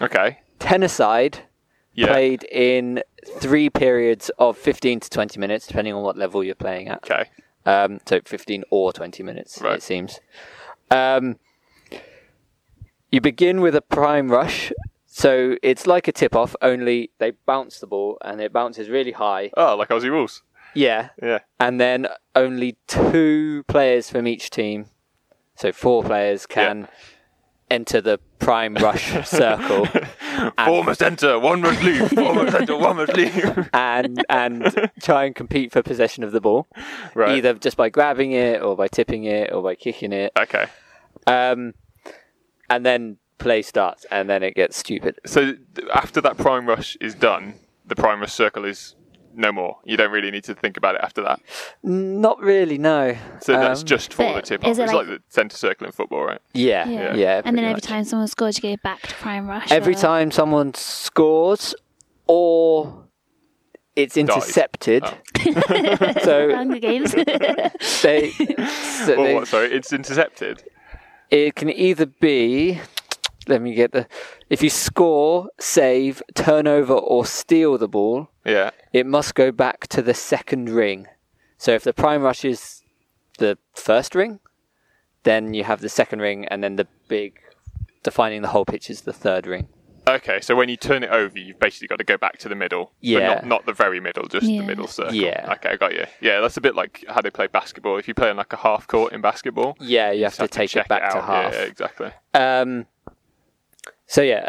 Speaker 1: Okay.
Speaker 2: Ten aside,
Speaker 1: Yeah.
Speaker 2: played in three periods of 15 to 20 minutes, depending on what level you're playing at.
Speaker 1: Okay.
Speaker 2: Um, so 15 or 20 minutes,
Speaker 1: Right.
Speaker 2: it seems. Um, you begin with a prime rush. So it's like a tip off, only they bounce the ball and it bounces really high.
Speaker 1: Oh, like Aussie rules.
Speaker 2: Yeah.
Speaker 1: Yeah.
Speaker 2: And then only two players from each team, so four players, can enter the prime rush circle
Speaker 1: Four must enter, one must leave. Four must enter, one must leave.
Speaker 2: and and try and compete for possession of the ball,
Speaker 1: right.
Speaker 2: either just by grabbing it or by tipping it or by kicking it.
Speaker 1: Okay.
Speaker 2: Um, and then play starts, and then it gets stupid.
Speaker 1: So th- after that prime rush is done, the prime rush circle is no more. You don't really need to think about it after that.
Speaker 2: Not really, no.
Speaker 1: So that's
Speaker 2: Um,
Speaker 1: just for
Speaker 4: But
Speaker 1: the tip off.
Speaker 4: is
Speaker 1: It's
Speaker 4: it
Speaker 1: like,
Speaker 4: like-
Speaker 1: the centre circle in football, right?
Speaker 2: yeah, yeah.
Speaker 4: Yeah.
Speaker 2: pretty
Speaker 4: and then every
Speaker 2: much.
Speaker 4: time someone scores, you go back to prime rush.
Speaker 2: every
Speaker 4: or-
Speaker 2: time someone scores or it's intercepted,
Speaker 1: Oh.
Speaker 2: so
Speaker 4: Hunger Games.
Speaker 2: they, so
Speaker 1: Or
Speaker 2: they-
Speaker 1: what? Sorry, it's intercepted.
Speaker 2: it can either be. Let me get the. If you score, save, turnover, or steal the ball,
Speaker 1: Yeah.
Speaker 2: it must go back to the second ring. So if the prime rush is the first ring, then you have the second ring, and then the big defining the whole pitch is the third ring.
Speaker 1: Okay, so when you turn it over, you've basically got to go back to the middle. But
Speaker 2: Yeah.
Speaker 1: not, not the very middle, just
Speaker 4: Yeah.
Speaker 1: the middle circle.
Speaker 2: Yeah.
Speaker 1: Okay, I got you. Yeah, that's a bit like how they play basketball. If you play on like a half court in basketball, you
Speaker 2: Yeah, you have
Speaker 1: just
Speaker 2: to take
Speaker 1: check
Speaker 2: it back to
Speaker 1: out. Yeah,
Speaker 2: half.
Speaker 1: Yeah, exactly.
Speaker 2: Um, so yeah,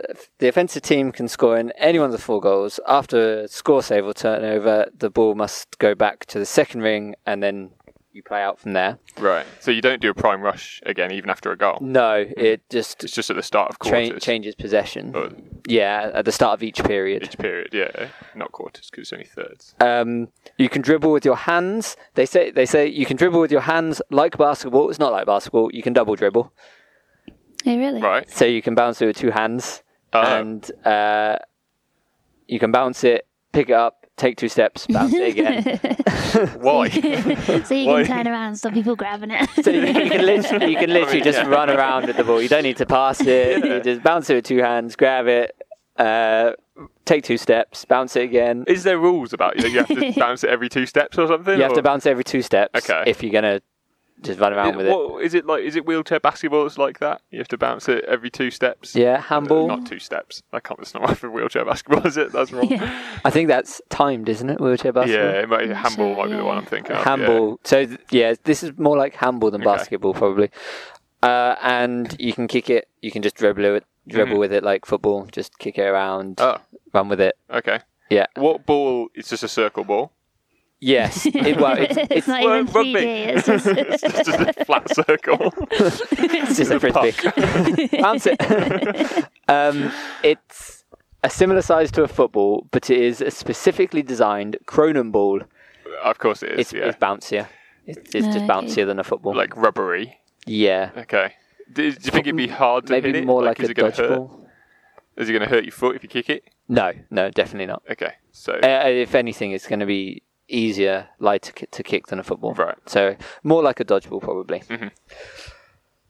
Speaker 2: uh, the offensive team can score in any one of the four goals. After a score save or turnover, the ball must go back to the second ring, and then you play out from there.
Speaker 1: Right. So you don't do a prime rush again, even after a goal.
Speaker 2: No, it just
Speaker 1: It's Hmm. just at the start of
Speaker 2: tra-
Speaker 1: quarters.
Speaker 2: changes possession.
Speaker 1: Or
Speaker 2: Yeah, at the start of each period.
Speaker 1: each period, yeah. Not quarters, because it's only thirds.
Speaker 2: Um, you can dribble with your hands. They say they say you can dribble with your hands like basketball. It's not like basketball. You can double dribble,
Speaker 4: oh, really?
Speaker 1: Right.
Speaker 2: so you can bounce it with two hands,
Speaker 1: Oh.
Speaker 2: and uh, you can bounce it, pick it up, take two steps, bounce it again.
Speaker 1: Why?
Speaker 4: So you
Speaker 1: Why-
Speaker 4: can turn around and stop people grabbing it.
Speaker 2: So you can, you can literally, you can literally just
Speaker 1: yeah.
Speaker 2: run around with the ball. You don't need to pass it.
Speaker 1: Yeah.
Speaker 2: You just bounce it with two hands, grab it, uh, take two steps, bounce it again.
Speaker 1: Is there rules about you? You have to bounce it every two steps or something?
Speaker 2: You have
Speaker 1: or-
Speaker 2: to bounce every two steps
Speaker 1: Okay.
Speaker 2: if you're gonna just run around with it.
Speaker 1: What, is it like? Is it wheelchair basketball that's like that? You have to bounce it every two steps? Uh,
Speaker 2: Yeah, handball.
Speaker 1: Not two steps. I can't. That's not right for wheelchair basketball, is it? That's wrong. Yeah,
Speaker 2: I think that's timed, isn't it? Wheelchair basketball.
Speaker 1: it might, handball might be the
Speaker 4: Yeah.
Speaker 1: one I'm thinking. of,
Speaker 2: handball. So th- yeah, this is more like handball than
Speaker 1: Okay.
Speaker 2: basketball probably. Uh, and you can kick it. You can just dribble it, dribble
Speaker 1: Mm-hmm.
Speaker 2: with it like football. Just kick it around,
Speaker 1: Yeah.
Speaker 2: run with it.
Speaker 1: Oh, okay.
Speaker 2: Yeah.
Speaker 1: What ball? It's just a circle ball.
Speaker 2: Yes. It, well, it's,
Speaker 4: It's not
Speaker 1: Well,
Speaker 4: even
Speaker 1: rugby.
Speaker 4: 3D. It's just
Speaker 1: It's just a flat circle.
Speaker 2: It's just a
Speaker 1: puck.
Speaker 2: frisbee. Bounce it. um, it's a similar size to a football, but it is a specifically designed Cronin ball.
Speaker 1: of course, it is.
Speaker 2: It's,
Speaker 1: yeah,
Speaker 2: it's bouncier. It's, it's just
Speaker 4: Okay.
Speaker 2: bouncier than a football.
Speaker 1: like rubbery.
Speaker 2: yeah.
Speaker 1: Okay. Do, do you think it'd be hard to
Speaker 2: Maybe
Speaker 1: hit it?
Speaker 2: more like,
Speaker 1: is
Speaker 2: a
Speaker 1: it gonna hurt?
Speaker 2: dodgeball.
Speaker 1: Is it going to hurt your foot if you kick it?
Speaker 2: No, no, definitely not.
Speaker 1: Okay. So
Speaker 2: Uh, if anything, it's going to be easier, lighter ki- to kick than a football.
Speaker 1: Right. Mm-hmm.
Speaker 2: So more like a dodgeball, probably.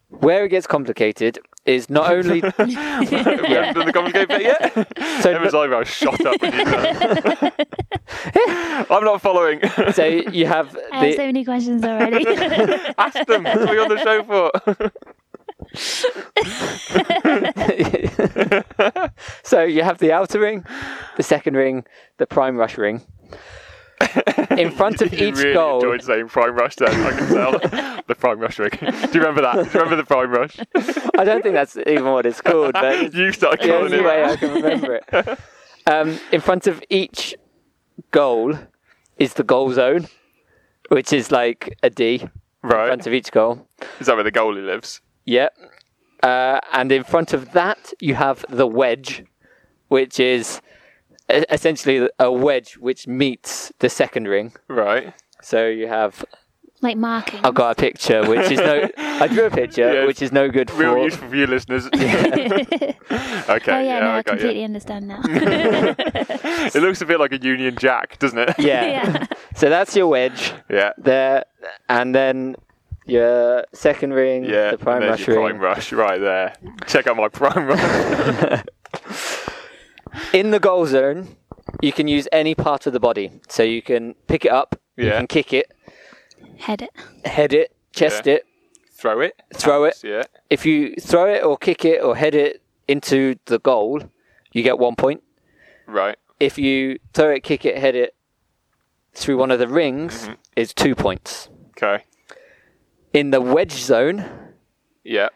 Speaker 2: Where it gets complicated is not only
Speaker 1: we haven't done the complicated bit yet.
Speaker 2: so
Speaker 1: Emma's eyebrows shot up. When you said that. I'm not following.
Speaker 2: so you have
Speaker 4: I have so
Speaker 2: the,
Speaker 4: many questions already.
Speaker 1: Ask them. What are we on the show for?
Speaker 2: so you have the outer ring, the second ring, the prime rush ring. In front of
Speaker 1: you
Speaker 2: each
Speaker 1: really
Speaker 2: goal,
Speaker 1: enjoyed saying prime rush then, I can tell. the prime rush rig. Do you remember that? Do you remember the prime rush?
Speaker 2: I don't think that's even what it's called, but it's
Speaker 1: you started
Speaker 2: the
Speaker 1: calling
Speaker 2: only
Speaker 1: it.
Speaker 2: way I can remember it. Um, in front of each goal is the goal zone, which is like a D in
Speaker 1: Right.
Speaker 2: front of each goal.
Speaker 1: Is that where the goalie lives?
Speaker 2: Yep. Uh, and in front of that, you have the wedge, which is e- essentially a wedge which meets the second ring.
Speaker 1: Right.
Speaker 2: So you have.
Speaker 4: like marking.
Speaker 2: I've got a picture which is no. I drew a picture
Speaker 1: Yeah.
Speaker 2: which is no good for.
Speaker 1: Real useful for you listeners. okay,
Speaker 4: oh, yeah,
Speaker 1: yeah,
Speaker 4: no,
Speaker 1: I
Speaker 4: I
Speaker 1: got
Speaker 4: completely
Speaker 1: you.
Speaker 4: understand now.
Speaker 1: It looks a bit like a Union Jack, doesn't it?
Speaker 2: Yeah.
Speaker 4: yeah.
Speaker 2: So that's your wedge
Speaker 1: Yeah.
Speaker 2: there, and then your second ring,
Speaker 1: Yeah,
Speaker 2: the prime
Speaker 1: and there's
Speaker 2: rush
Speaker 1: your
Speaker 2: ring.
Speaker 1: prime rush right there. Check out my prime rush.
Speaker 2: In the goal zone, you can use any part of the body. So you can pick it up, you
Speaker 1: Yeah.
Speaker 2: can kick it,
Speaker 4: Head it.
Speaker 2: head it, chest
Speaker 1: Yeah.
Speaker 2: it,
Speaker 1: Throw it.
Speaker 2: throw it.
Speaker 1: Yeah.
Speaker 2: if you throw it or kick it or head it into the goal, you get one point.
Speaker 1: Right.
Speaker 2: If you throw it, kick it, head it through one of the rings,
Speaker 1: Mm-hmm.
Speaker 2: it's two points.
Speaker 1: Okay.
Speaker 2: In the wedge zone,
Speaker 1: Yeah.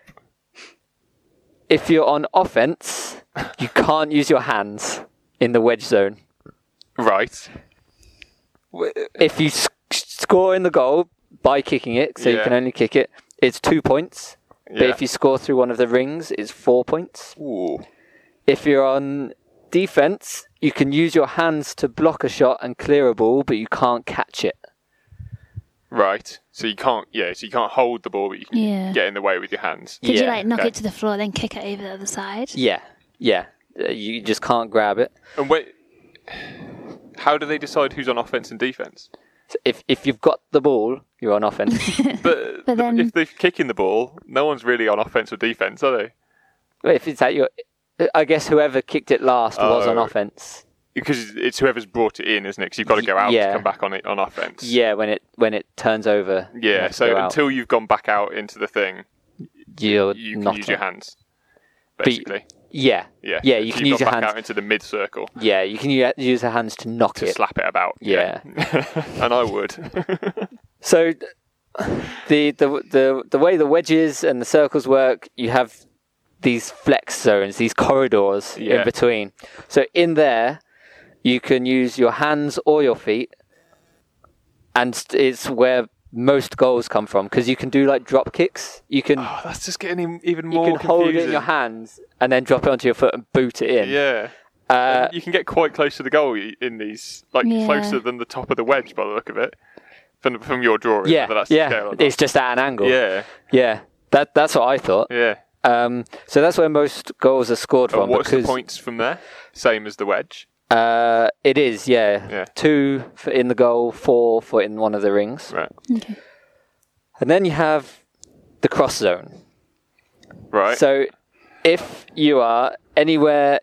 Speaker 2: if you're on offense, you can't use your hands in the wedge zone.
Speaker 1: Right.
Speaker 2: If you sc- score in the goal by kicking it, so you
Speaker 1: Yeah.
Speaker 2: can only kick it, it's two points. But
Speaker 1: Yeah.
Speaker 2: if you score through one of the rings, it's four points.
Speaker 1: Ooh.
Speaker 2: If you're on defense, you can use your hands to block a shot and clear a ball, but you can't catch it.
Speaker 1: Right. So you can't. Yeah. So you can't hold the ball, but you can
Speaker 4: Yeah.
Speaker 1: get in the way with your hands.
Speaker 4: Could you
Speaker 2: Yeah,
Speaker 4: like knock
Speaker 1: okay.
Speaker 4: it to the floor, then kick it over the other side?
Speaker 2: Yeah, yeah. Uh, You just can't grab it.
Speaker 1: And wait. How do they decide who's on offense and defense?
Speaker 2: So if if you've got the ball, you're on offense.
Speaker 1: But,
Speaker 4: But then-
Speaker 1: if they're kicking the ball, no one's really on offense or defense, are they?
Speaker 2: Well, if it's at your, I guess whoever kicked it last was on
Speaker 1: Oh.
Speaker 2: offense.
Speaker 1: Because it's whoever's brought it in, isn't it? Because you've got to go out
Speaker 2: Yeah.
Speaker 1: to come back on it on offense.
Speaker 2: Yeah, when it when it turns over. you
Speaker 1: Yeah,
Speaker 2: have to
Speaker 1: so
Speaker 2: go out.
Speaker 1: until you've gone back out into the thing,
Speaker 2: you're
Speaker 1: you can
Speaker 2: not
Speaker 1: use
Speaker 2: on-
Speaker 1: your hands.
Speaker 2: you-
Speaker 1: Basically.
Speaker 2: Yeah,
Speaker 1: yeah.
Speaker 2: yeah.
Speaker 1: So
Speaker 2: You can
Speaker 1: you've
Speaker 2: use
Speaker 1: gone
Speaker 2: your
Speaker 1: back
Speaker 2: hands.
Speaker 1: out into the mid circle
Speaker 2: Yeah, you can u- use your hands to knock
Speaker 1: to
Speaker 2: it.
Speaker 1: slap it about.
Speaker 2: Yeah. Oh,
Speaker 1: and I would.
Speaker 2: So th- the, the the the way the wedges and the circles work, you have these flex zones, these corridors
Speaker 1: Yeah.
Speaker 2: in between. So in there, you can use your hands or your feet, and st- it's where most goals come from because you can do like drop kicks. You can
Speaker 1: Oh, that's just getting em- even
Speaker 2: you
Speaker 1: more
Speaker 2: can
Speaker 1: confusing.
Speaker 2: hold it in your hands and then drop it onto your foot and boot it in.
Speaker 1: Yeah.
Speaker 2: Uh,
Speaker 1: you can get quite close to the goal y- in these, like
Speaker 4: Yeah.
Speaker 1: closer than the top of the wedge by the look of it, from, from your drawing.
Speaker 2: yeah,
Speaker 1: whether that's the scale
Speaker 2: yeah.
Speaker 1: or not.
Speaker 2: It's just at an angle.
Speaker 1: yeah,
Speaker 2: yeah. That that's what I thought.
Speaker 1: yeah.
Speaker 2: Um, so that's where most goals are scored from.
Speaker 1: And what's the
Speaker 2: because,
Speaker 1: points from there? Same as the wedge.
Speaker 2: Uh, it is, yeah.
Speaker 1: Yeah.
Speaker 2: Two for in the goal, four for in one of the rings,
Speaker 1: Right.
Speaker 4: Okay.
Speaker 2: and then you have the cross zone.
Speaker 1: Right.
Speaker 2: So if you are anywhere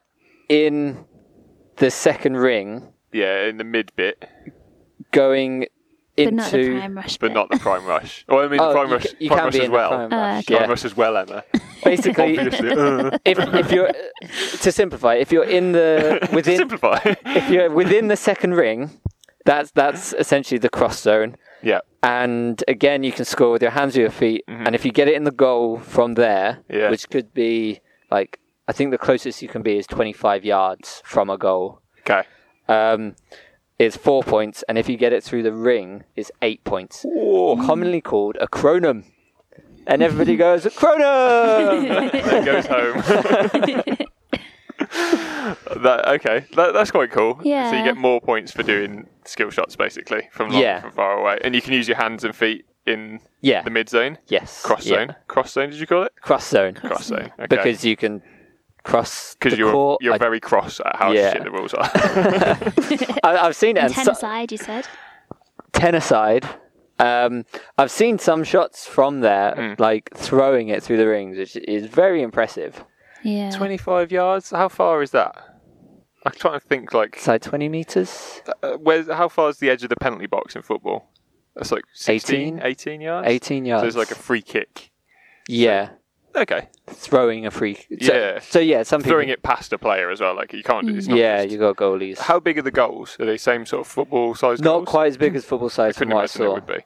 Speaker 2: in the second ring,
Speaker 1: yeah, in the mid bit,
Speaker 2: going
Speaker 4: But not the
Speaker 2: into
Speaker 4: prime rush.
Speaker 1: but
Speaker 4: bit.
Speaker 1: not the prime rush. Well, I mean,
Speaker 2: Oh,
Speaker 1: the prime
Speaker 2: you
Speaker 1: rush,
Speaker 2: ca- you
Speaker 1: prime
Speaker 2: can
Speaker 1: rush
Speaker 2: be
Speaker 1: as
Speaker 2: in the
Speaker 1: well.
Speaker 2: prime
Speaker 4: rush. Uh, okay.
Speaker 1: Prime
Speaker 2: Yeah.
Speaker 1: rush as well, Emma.
Speaker 2: basically
Speaker 1: Obviously. Uh,
Speaker 2: if if you're to simplify, if you're in the within
Speaker 1: simplify.
Speaker 2: if you're within the second ring, that's that's essentially the cross zone.
Speaker 1: yeah.
Speaker 2: And again, you can score with your hands or your feet. And if you get it in the goal from there,
Speaker 1: Mm-hmm. Yeah.
Speaker 2: which could be like, I think the closest you can be is 25 yards from a goal,
Speaker 1: Okay.
Speaker 2: um, is four points. And if you get it through the ring, is eight points. Commonly called a cronum. And everybody goes, cronum!
Speaker 1: Then goes home. that okay. That, that's quite cool. So you
Speaker 4: Yeah.
Speaker 1: get more points for doing skill shots basically from long,
Speaker 2: Yeah.
Speaker 1: from far away, and you can use your hands and feet in
Speaker 2: yeah.
Speaker 1: the mid zone,
Speaker 2: yes.
Speaker 1: cross
Speaker 2: yeah.
Speaker 1: zone, cross zone. Did you call it
Speaker 2: Cross zone.
Speaker 1: cross zone? Okay.
Speaker 2: Because you can cross the
Speaker 1: because you're
Speaker 2: court.
Speaker 1: you're
Speaker 2: I-
Speaker 1: very cross at how
Speaker 2: Yeah.
Speaker 1: shit the rules are.
Speaker 2: I, I've seen it. and
Speaker 4: Ten
Speaker 2: so-
Speaker 4: aside, you said.
Speaker 2: ten aside, um, I've seen some shots from there,
Speaker 1: Hmm.
Speaker 2: like throwing it through the rings, which is very impressive.
Speaker 4: Yeah.
Speaker 1: Twenty five yards. How far is that? I'm trying to think. Like,
Speaker 2: It's like 20 meters,
Speaker 1: uh, where's how far is the edge of the penalty box in football? That's like 16,
Speaker 2: 18?
Speaker 1: 18, yards.
Speaker 2: 18 yards.
Speaker 1: So it's like a free kick.
Speaker 2: yeah,
Speaker 1: Okay.
Speaker 2: throwing a free. So,
Speaker 1: Yeah.
Speaker 2: So yeah, some people.
Speaker 1: throwing it past a player as well. Like you can't do this.
Speaker 2: Yeah, you got goalies.
Speaker 1: How big are the goals? Are they same sort of football size?
Speaker 2: Not
Speaker 1: goals?
Speaker 2: quite as big as football size from
Speaker 1: Couldn't
Speaker 2: what I
Speaker 1: imagine it
Speaker 2: saw.
Speaker 1: would be.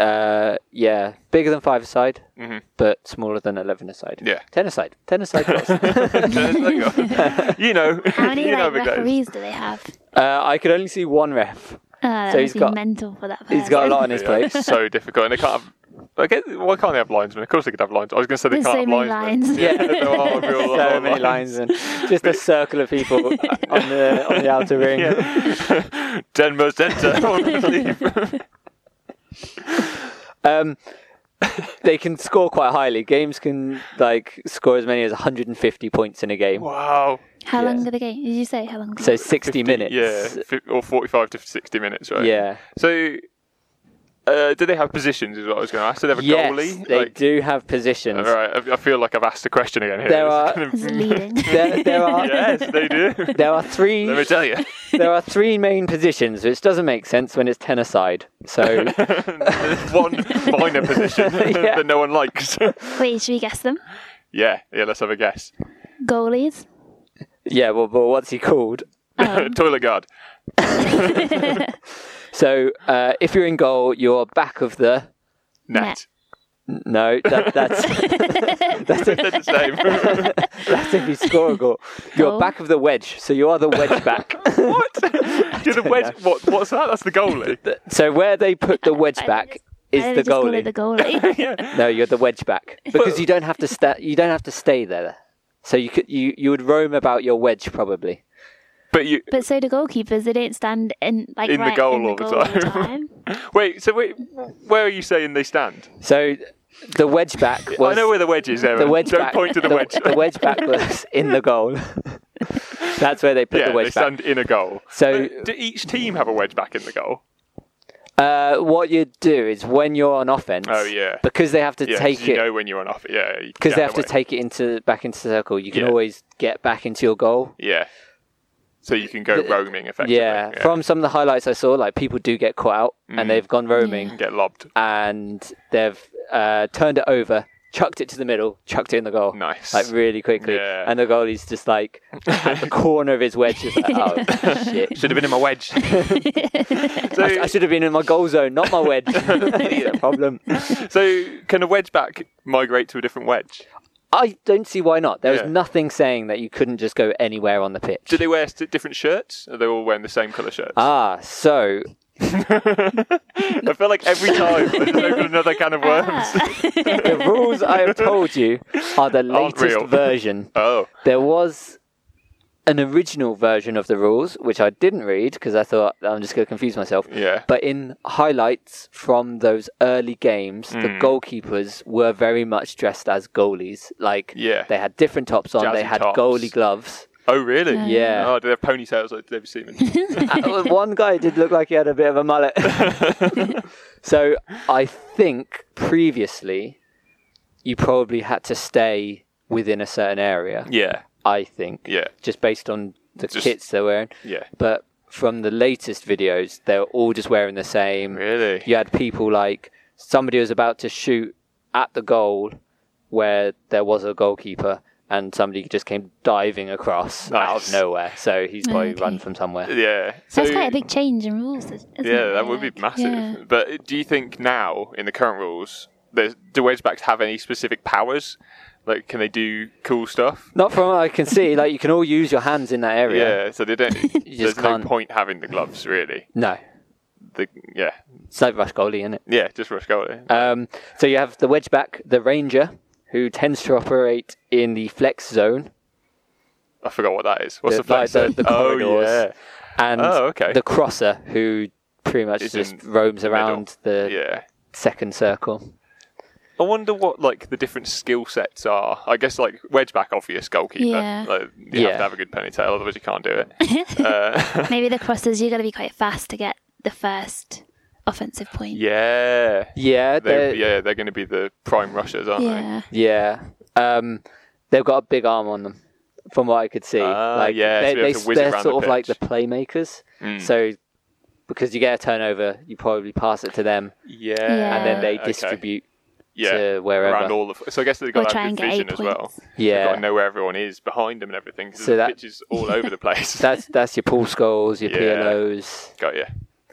Speaker 2: Uh, yeah, bigger than five aside,
Speaker 1: Mhm.
Speaker 2: but smaller than 11 aside.
Speaker 1: Yeah.
Speaker 2: ten aside, ten aside. goals.
Speaker 1: you know,
Speaker 4: How many
Speaker 1: you know the
Speaker 4: like,
Speaker 1: goals.
Speaker 4: referees do they have?
Speaker 2: uh, I could only see one ref.
Speaker 4: Oh, that
Speaker 2: So
Speaker 4: must
Speaker 2: he's
Speaker 4: be
Speaker 2: got-
Speaker 4: mental for that.
Speaker 2: He's got a
Speaker 4: person.
Speaker 2: lot on his
Speaker 1: Yeah,
Speaker 2: plate.
Speaker 1: it's so difficult, and they can't. Have, I guess, why can't they have linesmen? Of course they could have lines. I was going to say they
Speaker 4: There's
Speaker 1: can't
Speaker 4: so
Speaker 1: have
Speaker 4: many
Speaker 1: linesmen.
Speaker 4: lines.
Speaker 2: Yeah.
Speaker 1: there are real
Speaker 2: so many
Speaker 1: lines.
Speaker 2: lines and just a circle of people on the on the outer ring.
Speaker 1: Yeah. Denver's Denver. I believe.
Speaker 2: Um, they can score quite highly. Games can like score as many as 150 points in a game.
Speaker 1: Wow.
Speaker 4: How
Speaker 2: Yeah.
Speaker 4: long are the game? Did you say how long?
Speaker 2: So 60 minutes.
Speaker 1: Yeah, fi- or forty-five to sixty minutes, right?
Speaker 2: Yeah.
Speaker 1: So, uh, do they have positions? Is what I was going to ask. Do they have a
Speaker 2: Yes,
Speaker 1: goalie?
Speaker 2: they
Speaker 1: Like-
Speaker 2: do have positions.
Speaker 1: All right, I, I feel like I've asked the question again here.
Speaker 2: There
Speaker 1: This
Speaker 2: are-
Speaker 1: is
Speaker 4: Is it
Speaker 1: gonna-
Speaker 4: leading?
Speaker 2: There, there are
Speaker 1: yes, they do.
Speaker 2: there are
Speaker 1: Let me
Speaker 2: three
Speaker 1: tell you.
Speaker 2: there are three main positions, which doesn't make sense when it's ten aside. So
Speaker 1: There's one minor position
Speaker 2: Yeah.
Speaker 1: that no one likes.
Speaker 4: Wait, should we guess them?
Speaker 1: yeah, yeah. Let's have a guess.
Speaker 4: Goalies.
Speaker 2: yeah, well, but what's he called?
Speaker 1: Toilet guard.
Speaker 2: So uh, if you're in goal, you're back of the
Speaker 1: Net.
Speaker 4: Net.
Speaker 2: No, that, that's that's
Speaker 1: They're
Speaker 2: a,
Speaker 1: the same.
Speaker 2: that's if you score a goal. You're
Speaker 4: Oh.
Speaker 2: back of the wedge, so you are the wedge back.
Speaker 1: what? Do the
Speaker 2: don't
Speaker 1: wedge?
Speaker 2: know.
Speaker 1: What, what's that? That's the goalie.
Speaker 2: so where they put the wedge
Speaker 4: I
Speaker 2: back
Speaker 4: just-
Speaker 2: is
Speaker 4: I
Speaker 2: the
Speaker 4: just call
Speaker 2: goalie.
Speaker 4: it the goalie.
Speaker 1: yeah.
Speaker 2: No, you're the wedge back because you don't have to sta- You don't have to stay there. So you could you you would roam about your wedge probably.
Speaker 1: But you
Speaker 4: but so do goalkeepers. They don't stand in like
Speaker 1: In the
Speaker 4: right
Speaker 1: goal
Speaker 4: in the
Speaker 1: all the
Speaker 4: goal all the
Speaker 1: time.
Speaker 4: time.
Speaker 1: wait. So wait, where are you saying they stand?
Speaker 2: So the wedge back was
Speaker 1: I know where the wedge is, Aaron.
Speaker 2: the wedge
Speaker 1: Don't
Speaker 2: back.
Speaker 1: point to the, wedge.
Speaker 2: The wedge back was in the goal. That's where they put
Speaker 1: yeah,
Speaker 2: the
Speaker 1: they
Speaker 2: wedge back.
Speaker 1: stand in a goal.
Speaker 2: So-
Speaker 1: do each team have a wedge back in the goal?
Speaker 2: Uh, what you do is when you're on offense.
Speaker 1: Oh, yeah.
Speaker 2: Because they have to
Speaker 1: Yeah, 'cause
Speaker 2: take
Speaker 1: you
Speaker 2: it
Speaker 1: know when you're on off. Yeah, you
Speaker 2: because
Speaker 1: get
Speaker 2: they have
Speaker 1: the
Speaker 2: to
Speaker 1: wedge.
Speaker 2: take it into back into the circle. You can
Speaker 1: Yeah.
Speaker 2: always get back into your goal.
Speaker 1: Yeah, so you can go roaming effectively.
Speaker 2: Yeah. From some of the highlights I saw, like people do get caught out
Speaker 1: Mm.
Speaker 2: and they've gone roaming.
Speaker 1: get lobbed.
Speaker 2: and they've uh, turned it over, chucked it to the middle, chucked it in the goal.
Speaker 1: Nice.
Speaker 2: Like really quickly.
Speaker 1: Yeah.
Speaker 2: And the goalie's just like at the corner of his wedge. Just like, oh, shit.
Speaker 1: Should have been in my wedge. so,
Speaker 2: I should have been in my goal zone, not my wedge. That's a problem.
Speaker 1: so can a wedge back migrate to a different wedge?
Speaker 2: I don't see why not. There was
Speaker 1: Yeah.
Speaker 2: nothing saying that you couldn't just go anywhere on the pitch.
Speaker 1: Do they wear st- different shirts? Are they all wearing the same colour shirts?
Speaker 2: ah, so
Speaker 1: I feel like every time I just open another can of worms.
Speaker 4: Ah.
Speaker 2: the rules I have told you are the
Speaker 1: Aren't real.
Speaker 2: latest version.
Speaker 1: oh,
Speaker 2: There was an original version of the rules, which I didn't read because I thought I'm just going to confuse myself.
Speaker 1: Yeah.
Speaker 2: But in highlights from those early games, the
Speaker 1: Hmm.
Speaker 2: goalkeepers were very much dressed as goalies. Like,
Speaker 1: Yeah.
Speaker 2: they had different tops on, they
Speaker 1: Jazzy
Speaker 2: had
Speaker 1: tops.
Speaker 2: goalie gloves.
Speaker 1: oh, really?
Speaker 2: Yeah.
Speaker 1: Oh, do they have ponytails like David Seaman?
Speaker 2: Uh, One guy did look like he had a bit of a mullet. so I think previously you probably had to stay within a certain area.
Speaker 1: yeah,
Speaker 2: I think.
Speaker 1: Yeah.
Speaker 2: Just based on the
Speaker 1: Just-
Speaker 2: kits they're wearing.
Speaker 1: yeah.
Speaker 2: But from the latest videos, they were all just wearing the same.
Speaker 1: Really?
Speaker 2: You had people like somebody was about to shoot at the goal where there was a goalkeeper, and somebody just came diving across out
Speaker 1: Nice.
Speaker 2: of nowhere. So he's probably
Speaker 4: Okay.
Speaker 2: run from somewhere.
Speaker 1: Yeah. So,
Speaker 4: That's quite a big change in rules. Isn't
Speaker 1: yeah,
Speaker 4: it?
Speaker 1: that would be
Speaker 4: Like,
Speaker 1: massive.
Speaker 4: yeah.
Speaker 1: But do you think now, in the current rules, there's, do wedge backs have any specific powers? Like, can they do cool stuff?
Speaker 2: Not from what I can see. Like you can all use your hands in that area.
Speaker 1: Yeah, so they don't. there's
Speaker 2: just
Speaker 1: no
Speaker 2: can't.
Speaker 1: point having the gloves, really.
Speaker 2: No,
Speaker 1: The, yeah,
Speaker 2: it's like rush goalie, isn't it?
Speaker 1: yeah, just rush eh? goalie.
Speaker 2: Um, so you have the wedge back, the ranger, who tends to operate in the flex zone.
Speaker 1: I forgot what that is. What's
Speaker 2: the-
Speaker 1: the flex?
Speaker 2: like the-
Speaker 1: zone?
Speaker 2: the
Speaker 1: Oh,
Speaker 2: corridors.
Speaker 1: yeah.
Speaker 2: and
Speaker 1: Oh, okay.
Speaker 2: the crosser who pretty much
Speaker 1: Is in
Speaker 2: just roams around the
Speaker 1: Yeah.
Speaker 2: second circle.
Speaker 1: I wonder what like the different skill sets are. I guess like wedge back, obvious goalkeeper.
Speaker 4: Yeah.
Speaker 1: Like, you have
Speaker 2: Yeah.
Speaker 1: to have a good ponytail, otherwise you can't do it. uh,
Speaker 4: Maybe the crossers, you got to be quite fast to get the first offensive point.
Speaker 1: yeah.
Speaker 2: Yeah,
Speaker 1: They,
Speaker 2: they're-
Speaker 1: yeah, they're going to be the prime rushers, aren't
Speaker 4: Yeah.
Speaker 2: yeah. Um, they've got a big arm on them, from what I could see.
Speaker 1: Ah, yeah, to
Speaker 2: they,
Speaker 1: be able to whiz it
Speaker 2: are
Speaker 1: around
Speaker 2: sort
Speaker 1: the
Speaker 2: of like the
Speaker 1: pitch. Hmm.
Speaker 2: playmakers. So because you get a turnover, you probably pass it to them,
Speaker 1: they? Yeah.
Speaker 4: Yeah.
Speaker 2: and then they
Speaker 1: Okay.
Speaker 2: distribute.
Speaker 1: yeah.
Speaker 2: to wherever.
Speaker 1: Around all of, so I guess they've
Speaker 4: Or
Speaker 1: got
Speaker 4: try
Speaker 1: that
Speaker 4: and
Speaker 1: good
Speaker 4: get
Speaker 1: vision
Speaker 4: eight
Speaker 1: as well.
Speaker 4: points.
Speaker 1: They've got
Speaker 2: Yeah,
Speaker 1: to know where everyone is behind them and everything. 'cause
Speaker 2: So
Speaker 1: the
Speaker 2: that-
Speaker 1: pitch is all over the place.
Speaker 2: that's that's your Paul Scholes, your
Speaker 1: Yeah.
Speaker 2: PLOs,
Speaker 1: got you.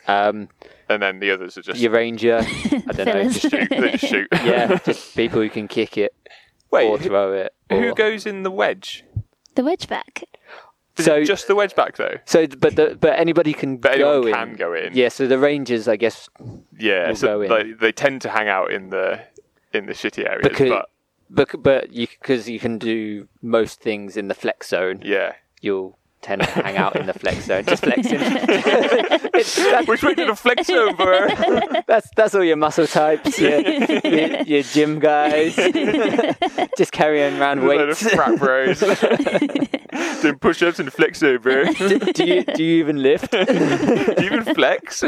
Speaker 2: um,
Speaker 1: And then the others are just
Speaker 2: your Ranger. I don't know.
Speaker 4: Fillers.
Speaker 2: Just,
Speaker 1: shoot. They just shoot.
Speaker 2: yeah, just people who can kick it or
Speaker 1: Wait, who,
Speaker 2: throw it.
Speaker 1: who
Speaker 2: or-
Speaker 1: goes in the wedge?
Speaker 4: The wedge back.
Speaker 1: Is
Speaker 2: So-
Speaker 1: it just the wedge back though?
Speaker 2: So, th- but the, but anybody can
Speaker 1: But
Speaker 2: go
Speaker 1: anyone
Speaker 2: in.
Speaker 1: can go in.
Speaker 2: Yeah. So the Rangers, I guess,
Speaker 1: Yeah,
Speaker 2: will
Speaker 1: so
Speaker 2: go in.
Speaker 1: they, they tend to hang out in the in the shitty areas,
Speaker 2: because
Speaker 1: but
Speaker 2: bec- but you because you can do most things in the flex zone,
Speaker 1: yeah.
Speaker 2: you'll tend to hang out in the flex zone, just flexing. It's- that-
Speaker 1: Which way did the flex over?
Speaker 2: that's that's all your muscle types, your, your, your gym guys, just carrying around
Speaker 1: Load of
Speaker 2: weights.
Speaker 1: frat bros. Doing push-ups and flex over. Do
Speaker 2: Do, do you do you even lift?
Speaker 1: you even flex?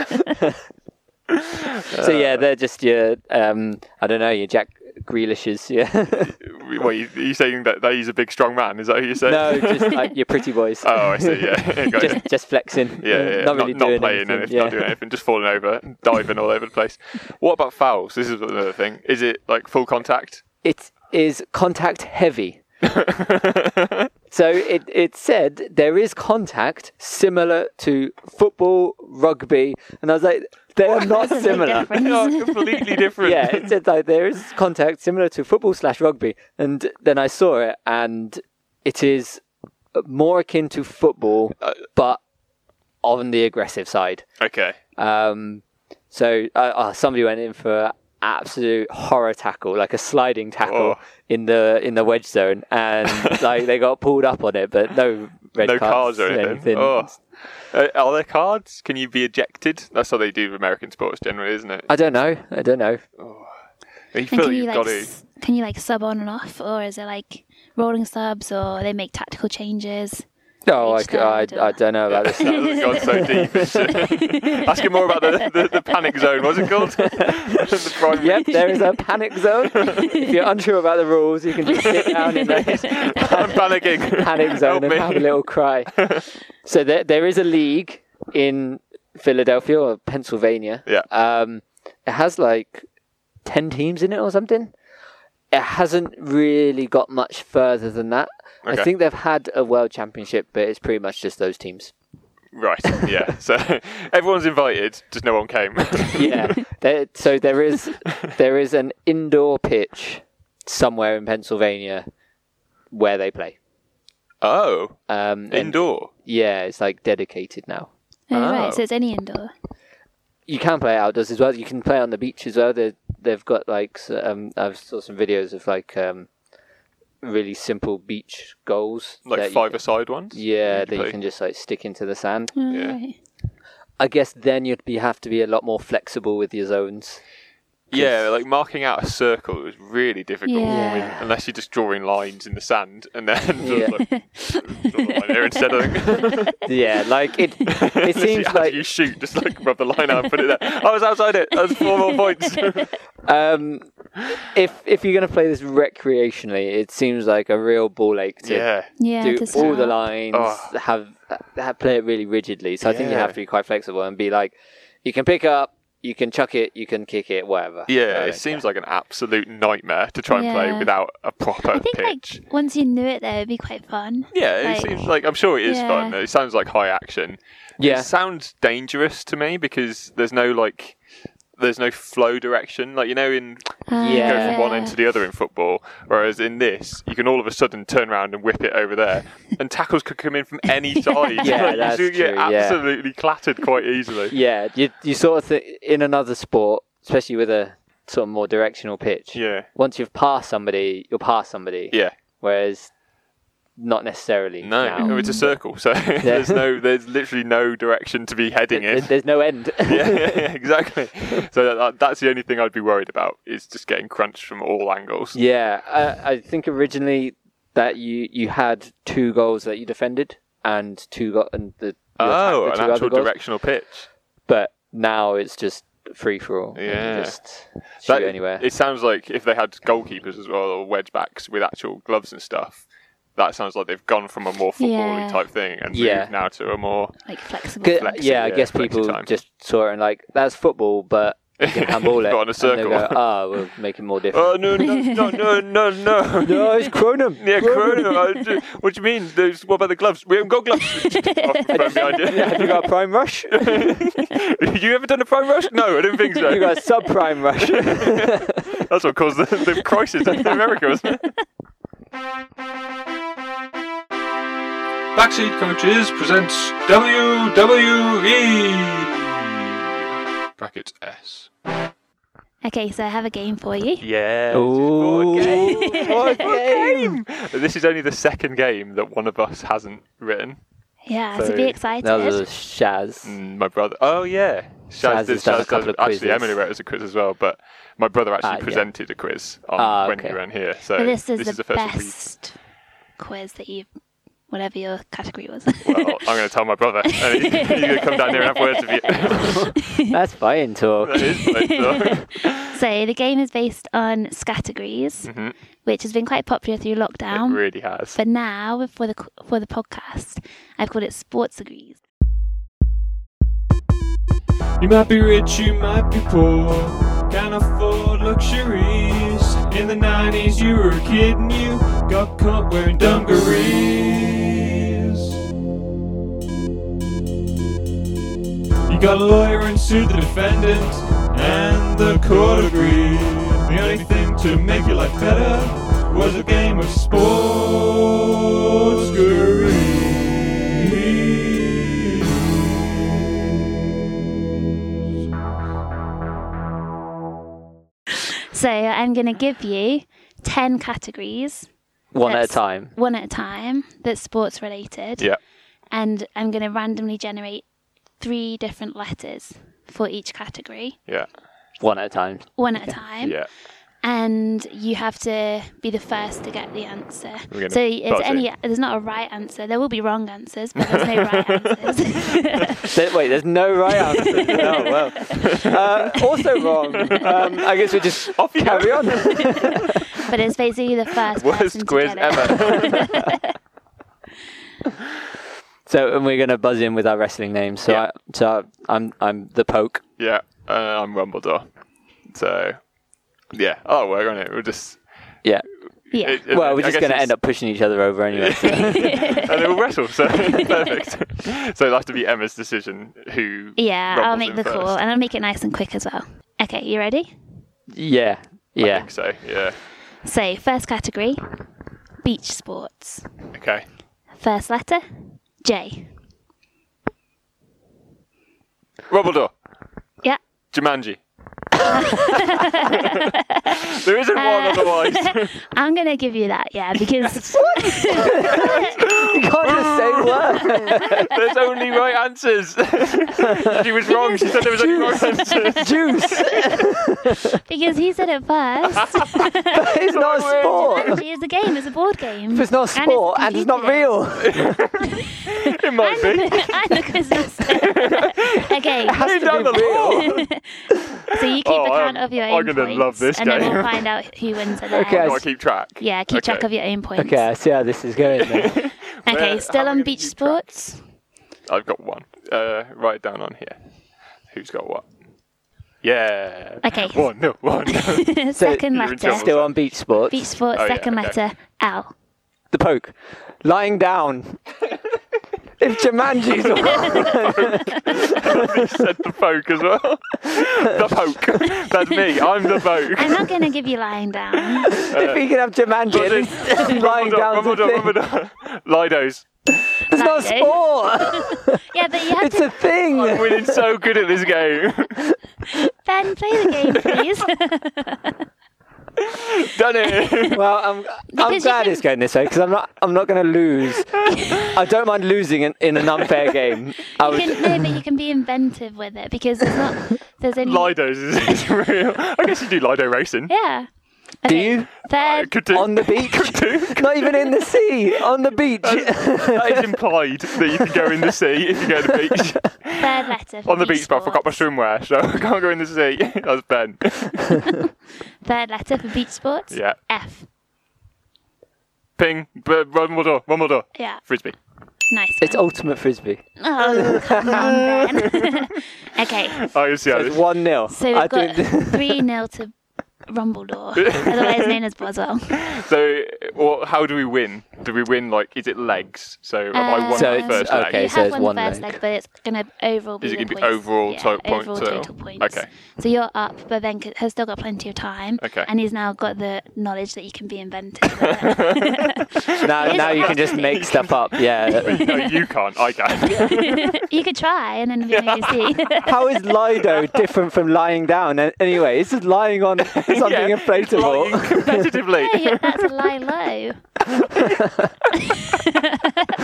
Speaker 2: so yeah,
Speaker 1: Uh.
Speaker 2: they're just your um, I don't know, your Jack Grealishes, yeah.
Speaker 1: What you, are you saying that, that he's a big strong man? Is that what you're saying?
Speaker 2: no, just like your pretty boys.
Speaker 1: Oh, I see. Yeah, Got you.
Speaker 2: just just flexing.
Speaker 1: yeah, yeah, yeah.
Speaker 2: Not really doing
Speaker 1: playing
Speaker 2: anything.
Speaker 1: not doing anything, just falling over, diving all over the place. What about fouls? This is another thing. Is it like full contact?
Speaker 2: It is contact heavy. So it, it said there is contact similar to football, rugby, and I was like, they are not
Speaker 4: That's a big
Speaker 2: similar.
Speaker 4: difference.
Speaker 1: They are completely different.
Speaker 2: Yeah, it said like there is contact similar to football slash rugby, and then I saw it, and it is more akin to football, but on the aggressive side.
Speaker 1: Okay.
Speaker 2: Um, so uh, uh, somebody went in for absolute horror tackle, like a sliding tackle
Speaker 1: Oh.
Speaker 2: in the in the wedge zone, and like they got pulled up on it, but no red
Speaker 1: no
Speaker 2: cards,
Speaker 1: cards or anything. Oh. Uh, are there cards? Can you be ejected? That's how they do with American sports generally, isn't it?
Speaker 2: I don't know. I don't know.
Speaker 1: You
Speaker 4: And
Speaker 1: feel
Speaker 4: can
Speaker 1: like
Speaker 4: you
Speaker 1: you've
Speaker 4: like
Speaker 1: got to.
Speaker 4: s- can you like sub on and off, or is it like rolling subs, or they make tactical changes?
Speaker 2: No, Oh, I,
Speaker 4: Each
Speaker 2: c- I-
Speaker 4: side,
Speaker 2: I
Speaker 4: uh,
Speaker 2: don't know about this.
Speaker 1: That doesn't go so deep. Ask him more about the, the, the panic zone. What's it called? the prime
Speaker 2: Yep, there is a panic zone. if you're unsure about the rules, you can just sit down in the
Speaker 1: I'm panicking.
Speaker 2: panic zone
Speaker 1: Help
Speaker 2: and
Speaker 1: me.
Speaker 2: have a little cry. so there, there is a league in Philadelphia or Pennsylvania.
Speaker 1: Yeah.
Speaker 2: Um, it has like ten teams in it or something. It hasn't really got much further than that.
Speaker 1: Okay.
Speaker 2: I think they've had a world championship, but it's pretty much just those teams.
Speaker 1: Right. Yeah. So everyone's invited, just no one came.
Speaker 2: yeah. There, so there is there is an indoor pitch somewhere in Pennsylvania where they play.
Speaker 1: oh,
Speaker 2: Um, and-
Speaker 1: indoor.
Speaker 2: yeah, it's like dedicated now.
Speaker 4: Oh,
Speaker 1: Oh.
Speaker 4: Right, so it's any indoor.
Speaker 2: You can play outdoors as well. You can play on the beach as well. They they've got like s- um, I've saw some videos of like um, really simple beach goals that
Speaker 1: Like
Speaker 2: you can-
Speaker 1: five-a-side ones.
Speaker 2: yeah, that
Speaker 1: play.
Speaker 2: you can just like stick into the sand.
Speaker 4: Oh,
Speaker 1: Yeah.
Speaker 4: right.
Speaker 2: I guess then you'd be have to be a lot more flexible with your zones.
Speaker 1: Yeah, like marking out a circle was really difficult
Speaker 4: Yeah.
Speaker 1: with- unless you're just drawing lines in the sand and then
Speaker 2: Yeah.
Speaker 1: just like, draw a line there instead. I think.
Speaker 2: yeah, like it. It
Speaker 1: Literally,
Speaker 2: seems
Speaker 1: as
Speaker 2: like
Speaker 1: you shoot, just like rub the line out and put it there. I was outside it. That's four more points.
Speaker 2: Um, if if you're gonna play this recreationally, it seems like a real ball ache to
Speaker 1: yeah,
Speaker 4: Yeah,
Speaker 2: do
Speaker 4: just
Speaker 2: all the
Speaker 4: not-
Speaker 2: lines,
Speaker 1: Oh.
Speaker 2: have, have play it really rigidly. So I think you
Speaker 1: Yeah.
Speaker 2: have to be quite flexible and be like, you can pick up, you can chuck it, you can kick it, whatever.
Speaker 1: yeah. It seems like an absolute nightmare to try and play
Speaker 4: Yeah.
Speaker 1: without a proper
Speaker 4: I think
Speaker 1: pitch.
Speaker 4: like once you knew it, though, it'd be quite fun.
Speaker 1: yeah, it
Speaker 4: like-
Speaker 1: seems like I'm sure it is
Speaker 4: Yeah.
Speaker 1: fun. It sounds like high action.
Speaker 2: yeah.
Speaker 1: It sounds dangerous to me because there's no like there's no flow direction. Like you know in
Speaker 4: Uh,
Speaker 1: you go
Speaker 2: Yeah.
Speaker 1: from one end to the other in football, whereas in this you can all of a sudden turn around and whip it over there, and tackles could come in from any side.
Speaker 2: Yeah,
Speaker 1: Like,
Speaker 2: that's
Speaker 1: you get
Speaker 2: true, yeah.
Speaker 1: absolutely clattered quite easily.
Speaker 2: yeah, you you sort of th- in another sport, especially with a sort of more directional pitch.
Speaker 1: Yeah.
Speaker 2: Once you've passed somebody, you'll pass somebody.
Speaker 1: Yeah.
Speaker 2: Whereas, not necessarily. now.
Speaker 1: No, it's a circle, so there's no, there's literally no direction to be heading
Speaker 2: There-
Speaker 1: in.
Speaker 2: there's no end.
Speaker 1: yeah, yeah, yeah, exactly. So that- that, that's the only thing I'd be worried about is just getting crunched from all angles.
Speaker 2: Yeah, I, I think originally that you you had two goals that you defended and two got and the you attacked
Speaker 1: oh,
Speaker 2: the
Speaker 1: an
Speaker 2: two other
Speaker 1: actual
Speaker 2: goals,
Speaker 1: directional pitch.
Speaker 2: But now it's just free for all. You
Speaker 1: Yeah.
Speaker 2: just shoot
Speaker 1: That-
Speaker 2: anywhere.
Speaker 1: It sounds like if they had goalkeepers as well or wedge backs with actual gloves and stuff, that sounds like they've gone from a more football
Speaker 4: Yeah.
Speaker 1: type thing and
Speaker 2: Yeah.
Speaker 1: moved now to a more
Speaker 4: Like flexible.
Speaker 2: 'Cause-
Speaker 1: flexi-
Speaker 2: yeah, I
Speaker 1: yeah,
Speaker 2: guess
Speaker 1: flexi
Speaker 2: people
Speaker 1: time.
Speaker 2: just saw it and like that's football, but you can handball it.
Speaker 1: Got on a
Speaker 2: and they'll
Speaker 1: circle.
Speaker 2: Go, oh, we'll make it more different.
Speaker 1: Oh no no no no no no.
Speaker 2: no, it's Cronum.
Speaker 1: Yeah, Corona. I do- What do you mean? There's, what about the gloves? We haven't got gloves. Off phone behind
Speaker 2: Have you got a prime rush? you
Speaker 1: you. you ever done a prime rush? No, I don't think so.
Speaker 2: got a sub prime rush.
Speaker 1: That's what caused the, the crisis in America, wasn't it?
Speaker 3: Backseat Coaches presents
Speaker 1: E.
Speaker 3: WWE brackets S.
Speaker 4: Okay, so I have a game for you.
Speaker 1: Yeah.
Speaker 2: Ooh, what game?
Speaker 1: This is only the second game that one of us hasn't written.
Speaker 4: Yeah,
Speaker 1: So-
Speaker 4: so be excited.
Speaker 2: That was a Shaz.
Speaker 1: Mm, My brother. Oh yeah. Shaz,
Speaker 2: Shaz has done a couple of
Speaker 1: actually,
Speaker 2: quizzes.
Speaker 1: Emily wrote us a quiz as well, but my brother actually
Speaker 2: Ah, yeah.
Speaker 1: presented a quiz on
Speaker 2: Ah,
Speaker 1: when
Speaker 2: okay.
Speaker 1: you ran here. So
Speaker 4: But this is the
Speaker 1: the first one we-
Speaker 4: best quiz that you've, whatever your category was.
Speaker 1: Well, Oh, I'm going to tell my brother. And he- he's going to come down here and have words with you.
Speaker 2: That's fine talk.
Speaker 1: that is my stuff.
Speaker 4: Um, so the game is based on categories, which has been quite popular through
Speaker 1: It
Speaker 4: lockdown.
Speaker 1: Mm-hmm. really has.
Speaker 4: But now for the for the podcast, I've called it sports degrees.
Speaker 3: You might be rich, you might be poor, can't afford luxuries. In the 90s, you were a kid and you got caught wearing dungarees. You got a lawyer and sued the defendant, and the court agreed. The only thing to make your life better was a game of sports
Speaker 4: So I'm going to give you 10 categories,
Speaker 2: One at a
Speaker 4: That's-
Speaker 2: time.
Speaker 4: one at a time, that's sports related.
Speaker 1: Yeah.
Speaker 4: And I'm going to randomly generate three different letters for each category,
Speaker 1: Yeah.
Speaker 2: One at a time.
Speaker 4: one at a time.
Speaker 1: Yeah.
Speaker 4: And you have to be the first to get the answer.
Speaker 1: We're gonna
Speaker 4: So it's
Speaker 1: buzz
Speaker 4: any,
Speaker 1: in.
Speaker 4: there's not a right answer. There will be wrong answers, but there's no right answers.
Speaker 2: There- wait, there's no right answer. oh, well. Uh, also wrong. Um, I guess we just
Speaker 1: Off you
Speaker 2: carry on.
Speaker 4: but it's basically the first person to
Speaker 1: Worst quiz
Speaker 4: get it.
Speaker 1: ever.
Speaker 2: so, and we're going to buzz in with our wrestling names. So,
Speaker 1: Yeah.
Speaker 2: I, so I, I'm I'm the poke.
Speaker 1: yeah. Uh, I'm Rumbledore. So, yeah. Oh, I'll work on it. We'll just.
Speaker 2: Yeah.
Speaker 4: Yeah.
Speaker 1: it- it-
Speaker 2: well, we're
Speaker 1: I
Speaker 2: just
Speaker 1: guess
Speaker 2: going to
Speaker 1: it's-
Speaker 2: end up pushing each other over anyway. so-
Speaker 1: and they will wrestle. So perfect. so it'll have to be Emma's decision. Who?
Speaker 4: yeah, I'll
Speaker 1: rumbles
Speaker 4: make
Speaker 1: in
Speaker 4: the
Speaker 1: first.
Speaker 4: call and I'll make it nice and quick as well. Okay, you ready?
Speaker 2: yeah.
Speaker 1: I
Speaker 2: Yeah.
Speaker 1: think so. Yeah.
Speaker 4: So, first category beach sports.
Speaker 1: Okay.
Speaker 4: First letter J.
Speaker 1: Rumbledore.
Speaker 4: Yeah.
Speaker 1: Jumanji. there isn't one otherwise.
Speaker 4: I'm going to give you that, yeah, because
Speaker 2: You can't just say word.
Speaker 1: There's only right answers. she was wrong. She said there was only right answers.
Speaker 2: Juice.
Speaker 4: because he said it first.
Speaker 2: It's not a sport.
Speaker 4: Actually, it's a game, it's a board game.
Speaker 2: It's not a
Speaker 4: a
Speaker 2: sport and it's not
Speaker 4: computer game.
Speaker 2: real.
Speaker 1: It might be.
Speaker 4: I'm the quiz master. okay,
Speaker 2: It has
Speaker 1: You've done
Speaker 2: to
Speaker 1: them
Speaker 2: be real.
Speaker 1: all.
Speaker 4: so you keep
Speaker 1: Oh,
Speaker 4: account
Speaker 1: I'm-
Speaker 4: of your
Speaker 1: I'm
Speaker 4: own
Speaker 1: gonna
Speaker 4: points,
Speaker 1: love this
Speaker 4: and then
Speaker 1: game.
Speaker 4: we'll find out who wins at the
Speaker 2: Okay,
Speaker 4: end.
Speaker 1: Gotta keep track.
Speaker 4: Yeah, keep track
Speaker 1: Okay.
Speaker 4: of your own points.
Speaker 2: Okay, I see how this is going. Then.
Speaker 4: Okay,
Speaker 1: Where- how
Speaker 4: still
Speaker 1: am I
Speaker 4: on
Speaker 1: gonna
Speaker 4: beach
Speaker 1: keep track?
Speaker 4: sports.
Speaker 1: I've got one. Uh, write it down on here. Who's got what? Yeah.
Speaker 4: Okay.
Speaker 1: One, no, one. No.
Speaker 4: second
Speaker 1: in
Speaker 2: you're
Speaker 4: letter.
Speaker 1: trouble.
Speaker 2: Still on beach sports.
Speaker 4: Beach sports,
Speaker 1: Oh, yeah,
Speaker 4: second
Speaker 1: okay.
Speaker 4: letter L.
Speaker 2: The poke. Lying down. if Jumanji's
Speaker 1: said the poke as well. the poke. That's me. I'm the poke.
Speaker 4: I'm not going to give you lying down.
Speaker 2: if he can have Jumanji, at least lying down's a
Speaker 1: Rumbledore,
Speaker 2: thing.
Speaker 1: Rumbledore, Lido's.
Speaker 2: It's not a
Speaker 4: Lido.
Speaker 2: sport.
Speaker 4: Yeah, but you have
Speaker 2: It's
Speaker 4: to
Speaker 2: a thing.
Speaker 1: We're so good at this game.
Speaker 4: Ben play the game, please.
Speaker 1: Done it.
Speaker 2: Well, I'm, I'm
Speaker 4: you
Speaker 2: glad
Speaker 4: can-
Speaker 2: it's going this way because I'm not I'm not going to lose. I don't mind losing in, in an unfair game. I
Speaker 4: you
Speaker 2: would,
Speaker 4: can, no, but you can be inventive with it because there's not there's only
Speaker 1: Lido's is, is real. I guess you do Lido racing.
Speaker 4: yeah.
Speaker 2: do
Speaker 4: Okay,
Speaker 2: you
Speaker 4: Third,
Speaker 1: Could do.
Speaker 2: on the beach? not even in the sea. On the beach.
Speaker 1: that is implied that you can go in the sea if you go to the beach.
Speaker 4: third letter. for
Speaker 1: on the beach, but I forgot my
Speaker 4: sports.
Speaker 1: swimwear, so I can't go in the sea. That's Ben.
Speaker 4: Third letter for beach sports.
Speaker 1: Yeah.
Speaker 4: F.
Speaker 1: Ping, b- Rumbledore, Rumbledore,
Speaker 4: Yeah.
Speaker 1: Frisbee.
Speaker 4: Nice.
Speaker 2: It's
Speaker 4: one.
Speaker 2: ultimate frisbee.
Speaker 4: Oh, come on, Ben. okay,
Speaker 1: I see how
Speaker 2: It's
Speaker 1: this.
Speaker 2: one 0
Speaker 4: so we've got three nil to Rumbledore, otherwise known as Boswell.
Speaker 1: So, well, how do we win? Do we win like is it legs? So have I won
Speaker 2: Uh, So
Speaker 1: the
Speaker 2: it's-
Speaker 1: first leg?
Speaker 2: okay,
Speaker 4: you
Speaker 2: so
Speaker 4: have
Speaker 2: it's
Speaker 4: won
Speaker 2: one
Speaker 4: the first
Speaker 2: leg.
Speaker 4: leg. but it's going to overall be
Speaker 1: Is it
Speaker 4: the
Speaker 1: gonna be
Speaker 4: points.
Speaker 1: overall
Speaker 4: yeah,
Speaker 1: to- points
Speaker 4: overall
Speaker 1: total?
Speaker 4: total points.
Speaker 1: Okay.
Speaker 4: So you're up, but Ben c- has still got plenty of time.
Speaker 1: Okay.
Speaker 4: And he's now got the knowledge that you can be inventive. with it.
Speaker 2: Now, now you can just make stuff up. Yeah.
Speaker 1: No, you can't. I can.
Speaker 4: you could try, and then you know you see.
Speaker 2: How is Lido different from lying down? A- Anyway, this is lying on something
Speaker 1: Yeah, it's
Speaker 2: inflatable.
Speaker 1: Lying competitively.
Speaker 4: Hey, that's lie low.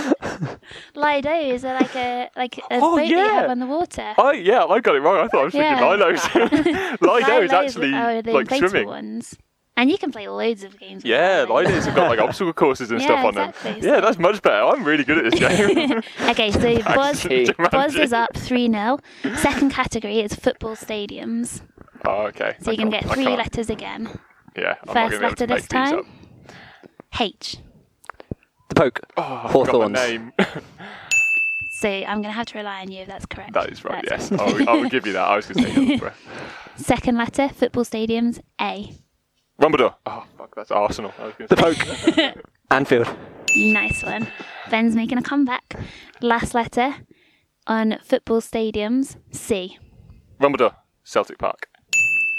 Speaker 4: Lido is a- like a like a
Speaker 1: Oh,
Speaker 4: boat that you
Speaker 1: yeah.
Speaker 4: have on the water.
Speaker 1: Oh yeah, I got it wrong. I thought I was
Speaker 4: Yeah.
Speaker 1: thinking Lido's. Lido is
Speaker 4: Lido's
Speaker 1: actually
Speaker 4: are the
Speaker 1: like
Speaker 4: inflatable
Speaker 1: swimming.
Speaker 4: ones, and you can play loads of games. with
Speaker 1: Yeah,
Speaker 4: Lido.
Speaker 1: Lido's have got like obstacle courses and
Speaker 4: Oh, Yeah,
Speaker 1: stuff on them.
Speaker 4: exactly.
Speaker 1: Yeah, that's much better. I'm really good at this game.
Speaker 4: Okay, so Buzz,
Speaker 1: Jumanji.
Speaker 4: Buzz is up 3 0. Second category is football stadiums.
Speaker 1: oh, okay.
Speaker 4: So
Speaker 1: I
Speaker 4: you're going to
Speaker 1: can't-
Speaker 4: get
Speaker 1: I
Speaker 4: three
Speaker 1: can't.
Speaker 4: letters again.
Speaker 1: Yeah, I'm not
Speaker 4: First
Speaker 1: gonna be able to
Speaker 4: letter this
Speaker 1: make these
Speaker 4: time.
Speaker 1: up.
Speaker 4: H.
Speaker 2: The poke.
Speaker 1: Oh, I've got
Speaker 2: Hawthorns.
Speaker 1: the name.
Speaker 4: So I'm going to have to rely on you if that's correct.
Speaker 1: That is right.
Speaker 4: That's
Speaker 1: yes, I will, I will give you that. I was going to say Hillsborough.
Speaker 4: Second letter, football stadiums, A.
Speaker 1: Rumbledore. Oh, fuck, that's Arsenal. I was gonna
Speaker 2: The
Speaker 1: say.
Speaker 2: Poke. Anfield.
Speaker 4: Nice one. Ben's making a comeback. Last letter on football stadiums C.
Speaker 1: Rumbledore. Celtic Park.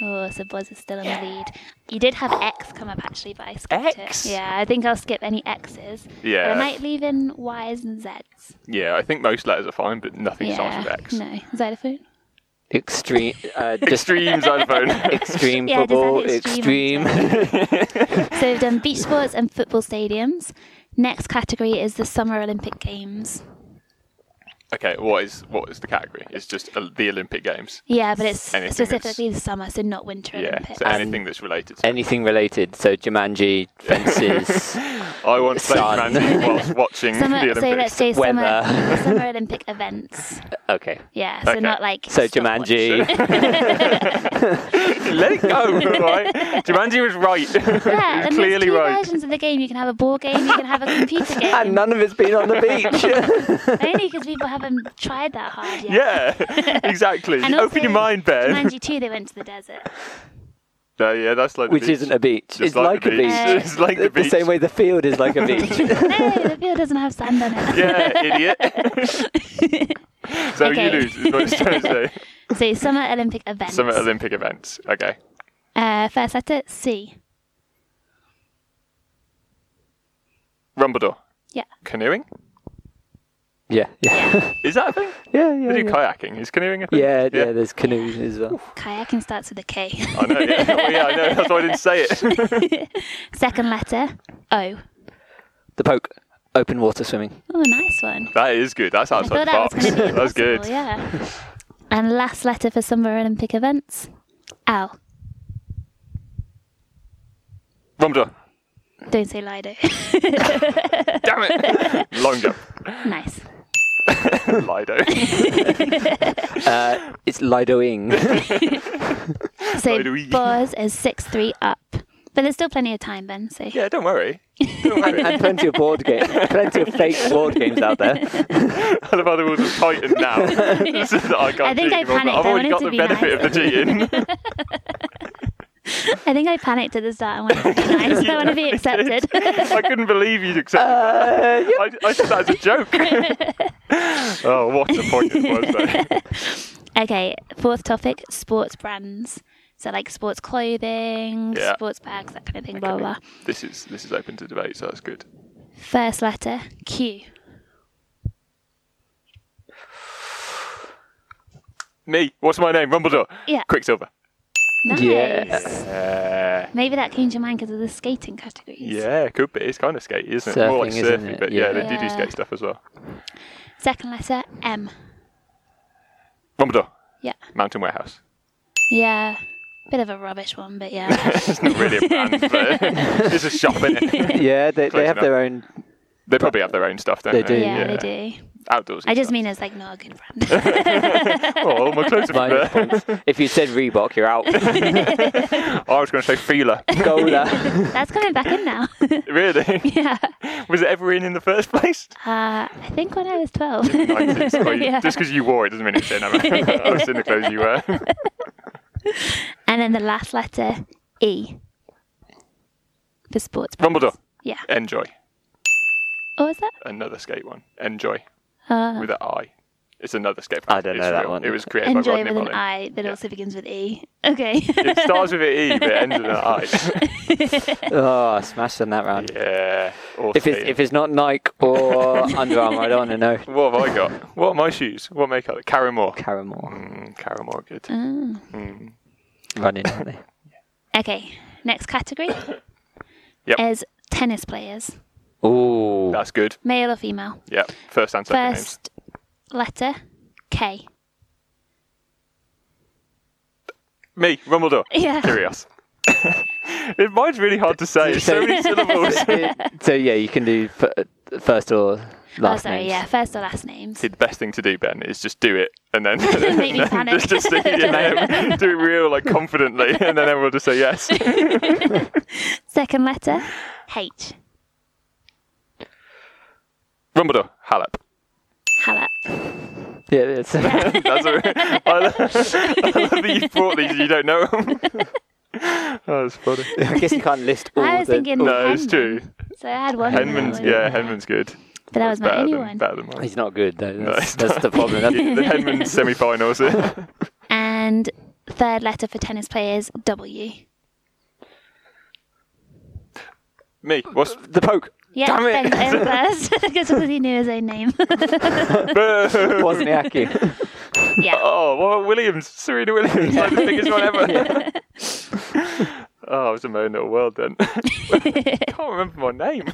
Speaker 4: Oh, so Buzz is still in the lead. You did have X come up actually, but I skipped
Speaker 1: X?
Speaker 4: it. Yeah, I think I'll skip any X's. But I
Speaker 1: Yeah.
Speaker 4: might leave in Y's and Z's.
Speaker 1: Yeah, I think most letters are fine, but nothing starts with X.
Speaker 4: No, xylophone.
Speaker 2: Extreme. Uh, just
Speaker 1: Extreme xylophone.
Speaker 2: extreme
Speaker 4: Yeah, just add
Speaker 2: football.
Speaker 4: extreme
Speaker 2: Extreme.
Speaker 4: on So we've done beach sports and football stadiums. Next category is the Summer Olympic Games.
Speaker 1: okay, what is what is the category? It's just uh, the Olympic Games.
Speaker 4: Yeah, but it's
Speaker 1: Anything
Speaker 4: specifically the summer, so not Winter
Speaker 1: Yeah,
Speaker 4: Olympics.
Speaker 1: so anything that's related. To
Speaker 2: Anything related. So Jumanji, fences,
Speaker 1: I once played
Speaker 2: Sun.
Speaker 1: Mandy whilst watching
Speaker 4: Summer,
Speaker 1: the
Speaker 4: so let's
Speaker 1: Olympics.
Speaker 4: say summer,
Speaker 2: weather.
Speaker 4: summer Olympic events.
Speaker 2: okay.
Speaker 4: Yeah, so
Speaker 1: Okay.
Speaker 4: not like
Speaker 2: So
Speaker 4: stopwatch.
Speaker 2: Jumanji.
Speaker 1: Let it go, right? Jumanji was right.
Speaker 4: Yeah, and there's
Speaker 1: clearly
Speaker 4: two
Speaker 1: right.
Speaker 4: versions of the game. You can have a board game, you can have a computer game.
Speaker 2: and none of it's been on the beach.
Speaker 4: Only because people haven't tried that hard yet.
Speaker 1: yeah, exactly.
Speaker 4: And also,
Speaker 1: Open your mind, Ben.
Speaker 4: Jumanji too, they went to the desert.
Speaker 1: No, yeah, that's like the
Speaker 2: Which
Speaker 1: beach.
Speaker 2: isn't a beach.
Speaker 1: Just
Speaker 2: it's like,
Speaker 1: the
Speaker 2: a beach.
Speaker 4: beach.
Speaker 1: it's like the
Speaker 2: the,
Speaker 1: beach.
Speaker 2: same way the field is like a beach.
Speaker 4: No, the field doesn't have sand on it.
Speaker 1: Yeah, idiot. so
Speaker 4: Okay.
Speaker 1: you lose. Is what it's trying to say.
Speaker 4: So summer Olympic events.
Speaker 1: Summer Olympic events. Okay.
Speaker 4: Uh, first letter C.
Speaker 1: Rumbledore.
Speaker 4: Yeah.
Speaker 1: Canoeing?
Speaker 2: yeah, yeah,
Speaker 1: Is that a thing?
Speaker 2: yeah, yeah.
Speaker 1: They do
Speaker 2: yeah.
Speaker 1: kayaking. Is canoeing a thing?
Speaker 2: Yeah, yeah, there's canoes as well.
Speaker 4: Kayaking starts with a K.
Speaker 1: I know. Yeah. Well, Oh, yeah, I know. That's why I didn't say it.
Speaker 4: Second letter O.
Speaker 2: The poke, open water swimming.
Speaker 4: Oh, nice one.
Speaker 1: that is good. That's
Speaker 4: I
Speaker 1: outside
Speaker 4: thought
Speaker 1: the
Speaker 4: Oh, that
Speaker 1: box.
Speaker 4: was going to be
Speaker 1: That's
Speaker 4: impossible,
Speaker 1: good.
Speaker 4: Yeah. And last letter for summer Olympic events. L.
Speaker 1: Rumbledore.
Speaker 4: Don't say Lido.
Speaker 1: Damn it. Long jump.
Speaker 4: nice.
Speaker 1: Lido.
Speaker 2: Uh, it's lidoing.
Speaker 4: So
Speaker 1: Lido-y.
Speaker 4: Boz is six three up, but there's still plenty of time, Ben. So
Speaker 1: yeah, don't worry. Don't worry.
Speaker 2: and plenty of board games, plenty of fake board games out there.
Speaker 1: I love how the rules are tightened now. so that I, can't
Speaker 4: I think
Speaker 1: cheat anymore, but
Speaker 4: I panicked.
Speaker 1: I've
Speaker 4: I
Speaker 1: already
Speaker 4: wanted
Speaker 1: got
Speaker 4: to
Speaker 1: the
Speaker 4: be
Speaker 1: benefit of the cheating.
Speaker 4: I think I panicked at the start. I wanted to be nice. I want to be accepted.
Speaker 1: I couldn't believe you'd accepted
Speaker 4: Uh,
Speaker 1: that. I, I said that as a joke. oh, what a point it was, though.
Speaker 4: okay, fourth topic: sports brands. So like sports clothing,
Speaker 1: Yeah.
Speaker 4: sports bags, that kind of thing. Blah blah. blah.
Speaker 1: This is, this is open to debate, so that's good.
Speaker 4: First letter Q.
Speaker 1: Me, what's my name? Rumbledore.
Speaker 4: Yeah.
Speaker 1: Quicksilver.
Speaker 4: Nice.
Speaker 1: Yeah.
Speaker 4: Maybe that came to mind because of the skating categories.
Speaker 1: Yeah, could be. It's kind of skate, isn't it? More like
Speaker 2: Surfing, isn't
Speaker 1: surfing,
Speaker 2: it?
Speaker 1: but yeah,
Speaker 2: Yeah.
Speaker 1: they do do
Speaker 4: Yeah.
Speaker 1: skate stuff as well.
Speaker 4: Second letter M.
Speaker 1: Rumbledore.
Speaker 4: Yeah.
Speaker 1: Mountain Warehouse.
Speaker 4: Yeah. Bit of a rubbish one, but yeah.
Speaker 1: It's not really a brand, but it's a shop, is it?
Speaker 2: Yeah, they, they
Speaker 1: Close
Speaker 2: have their own.
Speaker 1: They probably have their own stuff, don't
Speaker 2: They
Speaker 1: they?
Speaker 2: do.
Speaker 4: yeah, they do.
Speaker 1: Outdoors.
Speaker 4: I just mean it's like not a good brand.
Speaker 1: Oh, my clothes are
Speaker 2: minus
Speaker 1: there.
Speaker 2: points. If you said Reebok, you're out.
Speaker 1: I was going to say Feeler.
Speaker 2: Gola.
Speaker 4: That's coming back in now.
Speaker 1: really?
Speaker 4: yeah.
Speaker 1: Was it ever in in the first place?
Speaker 4: Uh, I think when I was 12.
Speaker 1: Like, it's quite-
Speaker 4: Yeah.
Speaker 1: Just because you wore it doesn't mean it's in. I was in the clothes you wear.
Speaker 4: and then the last letter, E. For sports. brands.
Speaker 1: Rumbledore.
Speaker 4: Yeah.
Speaker 1: Enjoy.
Speaker 4: Or was that?
Speaker 1: Another skate one. Enjoy.
Speaker 4: Uh,
Speaker 1: With an I. It's another skate
Speaker 2: I
Speaker 1: brand.
Speaker 2: don't
Speaker 1: It's
Speaker 2: know that
Speaker 1: real.
Speaker 2: one.
Speaker 1: It was created by
Speaker 4: enjoy
Speaker 1: Rodney
Speaker 4: with an
Speaker 1: Mullen.
Speaker 4: I, but it
Speaker 1: Yeah.
Speaker 4: also begins with E. Okay.
Speaker 1: It starts with an E, but it ends with an I.
Speaker 2: Oh, smashed on that round.
Speaker 1: Yeah. Or
Speaker 2: If it's
Speaker 1: skating.
Speaker 2: if it's not Nike or Under Armour, I don't want to know.
Speaker 1: what have I got? What are my shoes? What make up? Caramore.
Speaker 2: Caramel
Speaker 1: Mm, Caramore, good.
Speaker 4: Mm.
Speaker 2: running, aren't they?
Speaker 4: Okay. Next category
Speaker 1: Yep.
Speaker 4: is tennis players,
Speaker 2: Ooh,
Speaker 1: That's good.
Speaker 4: male or female.
Speaker 1: Yeah. First and second names.
Speaker 4: First letter, K.
Speaker 1: Me, Rumbledore.
Speaker 4: Yeah.
Speaker 1: Curious. it, mine's really hard to say. It's so many syllables.
Speaker 2: so yeah, you can do f- first or
Speaker 4: Oh,
Speaker 2: last
Speaker 4: sorry.
Speaker 2: names.
Speaker 4: Yeah. First or last names.
Speaker 1: See, the best thing to do, Ben, is just do it and then
Speaker 4: Make me
Speaker 1: and then
Speaker 4: panic.
Speaker 1: just, just think, yeah, do it real like confidently, and then everyone will just say yes.
Speaker 4: Second letter, H.
Speaker 1: Rumbledore, Hallep.
Speaker 4: Hallett.
Speaker 2: Yeah, it's-
Speaker 1: That's a, I, lo- I love that you brought these. and You don't know 'em. Oh, that's funny.
Speaker 2: I guess you can't list all
Speaker 4: I was
Speaker 2: the.
Speaker 4: thinking
Speaker 1: no, it's
Speaker 4: Henman.
Speaker 1: true.
Speaker 4: So I had one.
Speaker 1: Henman's,
Speaker 4: that one.
Speaker 1: yeah, Henman's good.
Speaker 4: But that
Speaker 1: That's
Speaker 4: was my
Speaker 1: better
Speaker 4: only
Speaker 1: than,
Speaker 4: one.
Speaker 1: Better than mine.
Speaker 2: He's not good though. That's,
Speaker 1: it's not.
Speaker 2: that's the problem. That's-
Speaker 1: the Henman semi-finals.
Speaker 4: And third letter for tennis players, W.
Speaker 1: Me, what's
Speaker 2: the poke
Speaker 4: Yeah,
Speaker 1: Damn it.
Speaker 4: Ben went first. Just because he knew his own name.
Speaker 1: Boo!
Speaker 2: Wozniacki.
Speaker 4: yeah.
Speaker 1: Oh, what about Williams? Serena Williams, like the biggest one ever. Oh, I was in my own little world then. can't remember my name.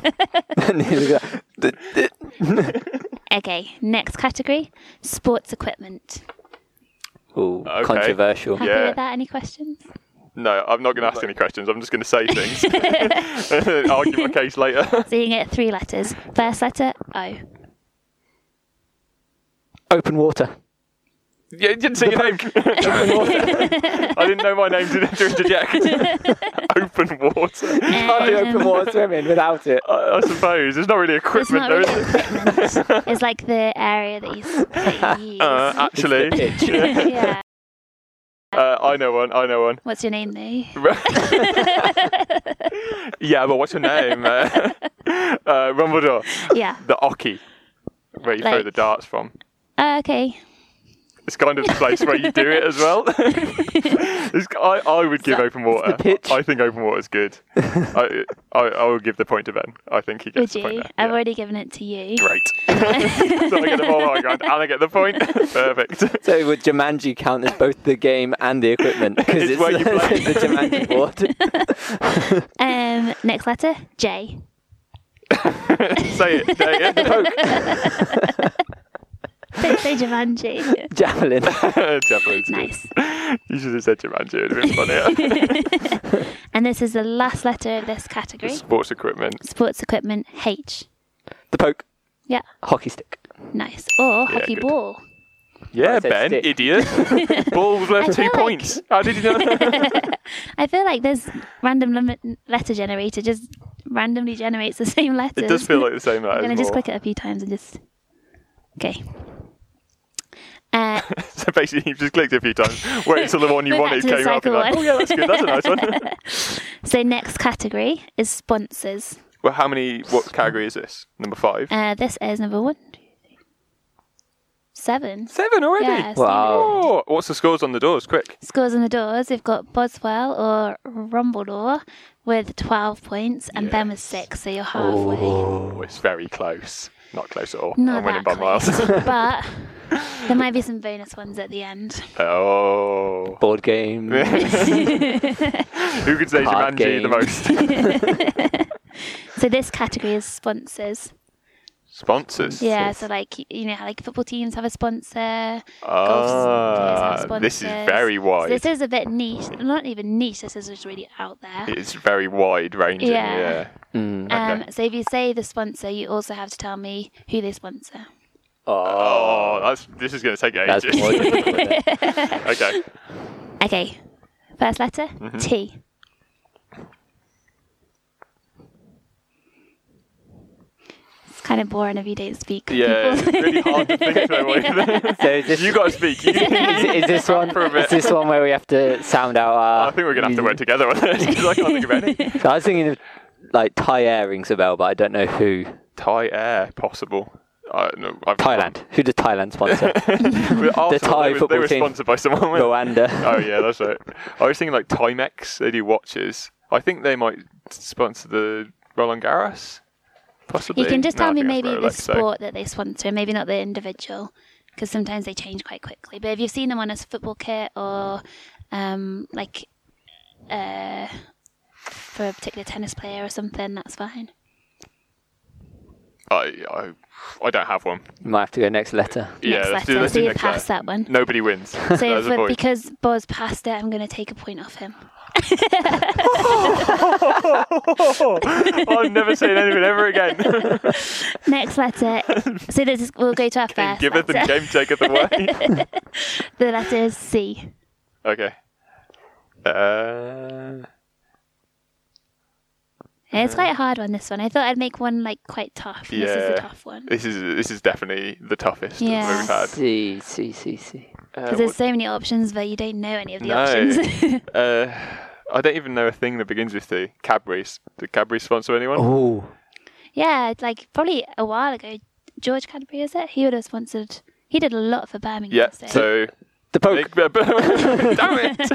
Speaker 4: Okay, next category sports equipment.
Speaker 2: Ooh,
Speaker 1: Okay.
Speaker 2: controversial.
Speaker 4: Happy
Speaker 1: Yeah.
Speaker 4: with that? Any questions?
Speaker 1: No, I'm not going to ask any questions. I'm just going to say things. Argue my case later.
Speaker 4: So you get three letters. First letter, O.
Speaker 2: Open water.
Speaker 1: Yeah, you didn't say your name. I didn't know my name to, to interject. Open water.
Speaker 2: Can't do
Speaker 4: Um,
Speaker 2: open water swimming without it.
Speaker 1: I, I suppose. It's not really
Speaker 4: it's
Speaker 1: equipment,
Speaker 4: not
Speaker 1: though,
Speaker 4: really
Speaker 1: is it?
Speaker 4: equipment. it's like the area that you s- that you use.
Speaker 1: Uh, actually,
Speaker 2: It's the pitch.
Speaker 4: yeah.
Speaker 1: uh, I know one. I know one.
Speaker 4: What's your name, though?
Speaker 1: yeah, but what's your name? Uh, uh, Rumbledore.
Speaker 4: Yeah.
Speaker 1: The Oki, where you throw
Speaker 4: Like-
Speaker 1: the darts from.
Speaker 4: Uh, okay.
Speaker 1: It's kind of the place where you do it as well. It's- I, I would give open water.
Speaker 2: the pitch.
Speaker 1: I think open water's good. I, I I will give the point to Ben. I think he
Speaker 4: Would
Speaker 1: gets
Speaker 4: you?
Speaker 1: the point there.
Speaker 4: I've
Speaker 1: Yeah.
Speaker 4: already given it to you.
Speaker 1: Great. so I get the ball high ground and I get the point. Perfect.
Speaker 2: So would Jumanji count as both the game and the equipment? Because
Speaker 1: It's
Speaker 2: it's,
Speaker 1: where you play.
Speaker 2: the Jumanji board.
Speaker 4: Um, next letter, J.
Speaker 1: Say it. Say it.
Speaker 4: Don't say Jumanji.
Speaker 2: Javelin.
Speaker 1: Javelin's good.
Speaker 4: nice.
Speaker 1: You should have said Jumanji. It would have been funnier.
Speaker 4: And this is the last letter of this category.
Speaker 1: Sports equipment.
Speaker 4: Sports equipment, H.
Speaker 2: The poke.
Speaker 4: Yeah,
Speaker 2: Hockey stick.
Speaker 4: nice. Or hockey
Speaker 1: good.
Speaker 4: ball.
Speaker 1: Yeah,
Speaker 2: I said
Speaker 1: Ben,
Speaker 2: stick.
Speaker 1: idiot. Ball was worth two
Speaker 4: feel like-
Speaker 1: points. How did you know?
Speaker 4: I feel like this random lim- letter generator just randomly generates the same letters.
Speaker 1: it does feel like the same
Speaker 4: I'm
Speaker 1: letters.
Speaker 4: gonna just
Speaker 1: more.
Speaker 4: click it a few times and just. Okay. Uh,
Speaker 1: So basically, you've just clicked a few times. Wait until the one you
Speaker 4: Go back
Speaker 1: wanted
Speaker 4: to the
Speaker 1: came up.
Speaker 4: cycle
Speaker 1: and Like, oh
Speaker 4: one.
Speaker 1: yeah, that's good. That's a nice one.
Speaker 4: so next category is sponsors.
Speaker 1: well, how many? What category is this? Number five.
Speaker 4: Uh, this is number one, two, three, seven.
Speaker 1: Seven already.
Speaker 4: Yeah, so
Speaker 2: Wow.
Speaker 1: Oh, what's the scores on the doors? Quick.
Speaker 4: Scores on the doors, they've got Boswell or Rumbledore with 12 points and Ben with 6, so you're halfway.
Speaker 1: Oh, it's very close. Not close at all.
Speaker 4: Not
Speaker 1: I'm winning
Speaker 4: that
Speaker 1: by miles.
Speaker 4: close, but there might be some bonus ones at the end.
Speaker 1: oh.
Speaker 2: Board game.
Speaker 1: Who could say
Speaker 2: Card
Speaker 1: Jumanji the
Speaker 2: game.
Speaker 1: most?
Speaker 4: So this category is sponsors.
Speaker 1: Sponsors.
Speaker 4: Yeah, so like y- you know how like football teams have a sponsor,
Speaker 1: Ah,
Speaker 4: golf teams have
Speaker 1: this is
Speaker 4: sponsors.
Speaker 1: very
Speaker 4: So
Speaker 1: wide.
Speaker 4: this is a bit niche, not even niche. This is just really out there.
Speaker 1: it's very wide ranging.
Speaker 4: Yeah.
Speaker 1: yeah. Mm,
Speaker 4: Um, so if you say the sponsor, you also have to tell me who they sponsor.
Speaker 2: Oh,
Speaker 1: Oh, that's this is going to take
Speaker 2: that's
Speaker 1: ages.
Speaker 2: more difficult, isn't it?
Speaker 1: okay.
Speaker 4: Okay, first letter
Speaker 1: Mm-hmm.
Speaker 4: T. It's kind of boring if you don't speak. with
Speaker 1: Yeah, it's
Speaker 4: people.
Speaker 1: really hard to think that way.
Speaker 2: So is this,
Speaker 1: you got to speak. You-
Speaker 2: is, is this one?
Speaker 1: For a bit.
Speaker 2: Is this one where we have to sound out our?
Speaker 1: I think we're going to have to work together on this 'cause I can't think of any.
Speaker 2: I was thinking of like Thai Air rings a bell, but I don't know who.
Speaker 1: Thai Air, possible. I, no, I've
Speaker 2: Thailand. Who did Thailand sponsor?
Speaker 1: With Arsenal,
Speaker 2: Thai
Speaker 1: they were, they
Speaker 2: football
Speaker 1: were
Speaker 2: team.
Speaker 1: sponsored by someone. weren't they?
Speaker 2: Rwanda.
Speaker 1: Oh yeah, that's right. I was thinking like Timex. They do watches. I think they might sponsor the Roland Garros. Possibly.
Speaker 4: You can just
Speaker 1: No,
Speaker 4: tell
Speaker 1: I
Speaker 4: me
Speaker 1: think
Speaker 4: maybe
Speaker 1: that's
Speaker 4: the
Speaker 1: Rolex, so-
Speaker 4: sport that they sponsor, maybe not the individual, because sometimes they change quite quickly. But if you've seen them on a football kit or um, like uh, for a particular tennis player or something, that's fine.
Speaker 1: I, I, I don't have one.
Speaker 2: You might have to go next letter.
Speaker 1: Yeah,
Speaker 4: next
Speaker 1: let's do
Speaker 4: letter.
Speaker 1: let's
Speaker 4: so
Speaker 1: do
Speaker 4: you
Speaker 1: next
Speaker 4: pass
Speaker 1: letter.
Speaker 4: that one.
Speaker 1: Nobody wins.
Speaker 4: So
Speaker 1: That's a
Speaker 4: if,
Speaker 1: point.
Speaker 4: because Boz passed it, I'm going to take a point off him.
Speaker 1: I'm never saying anything ever again.
Speaker 4: Next letter. so this is, we'll go to our
Speaker 1: Game
Speaker 4: first
Speaker 1: giveth and
Speaker 4: letter.
Speaker 1: game taketh away.
Speaker 4: The letter is C.
Speaker 1: okay. Uh,
Speaker 4: It's quite a hard one. This one. I thought I'd make one like quite tough. This is
Speaker 1: Yeah.
Speaker 4: a tough one.
Speaker 1: this is this is definitely the toughest
Speaker 4: Yeah.
Speaker 1: that we've had.
Speaker 2: C C C C.
Speaker 1: Uh,
Speaker 4: Because
Speaker 1: what-
Speaker 4: there's so many options, but you don't know any of the
Speaker 1: No.
Speaker 4: options.
Speaker 1: Uh, I don't even know a thing that begins with T. Cadbury's. Did Cadbury sponsor anyone?
Speaker 2: Oh,
Speaker 4: Yeah, like probably a while ago, George Cadbury is it? He would have sponsored. He did a lot for Birmingham.
Speaker 1: yeah.
Speaker 4: so-
Speaker 1: So
Speaker 2: the Poke
Speaker 1: Nick- damn it!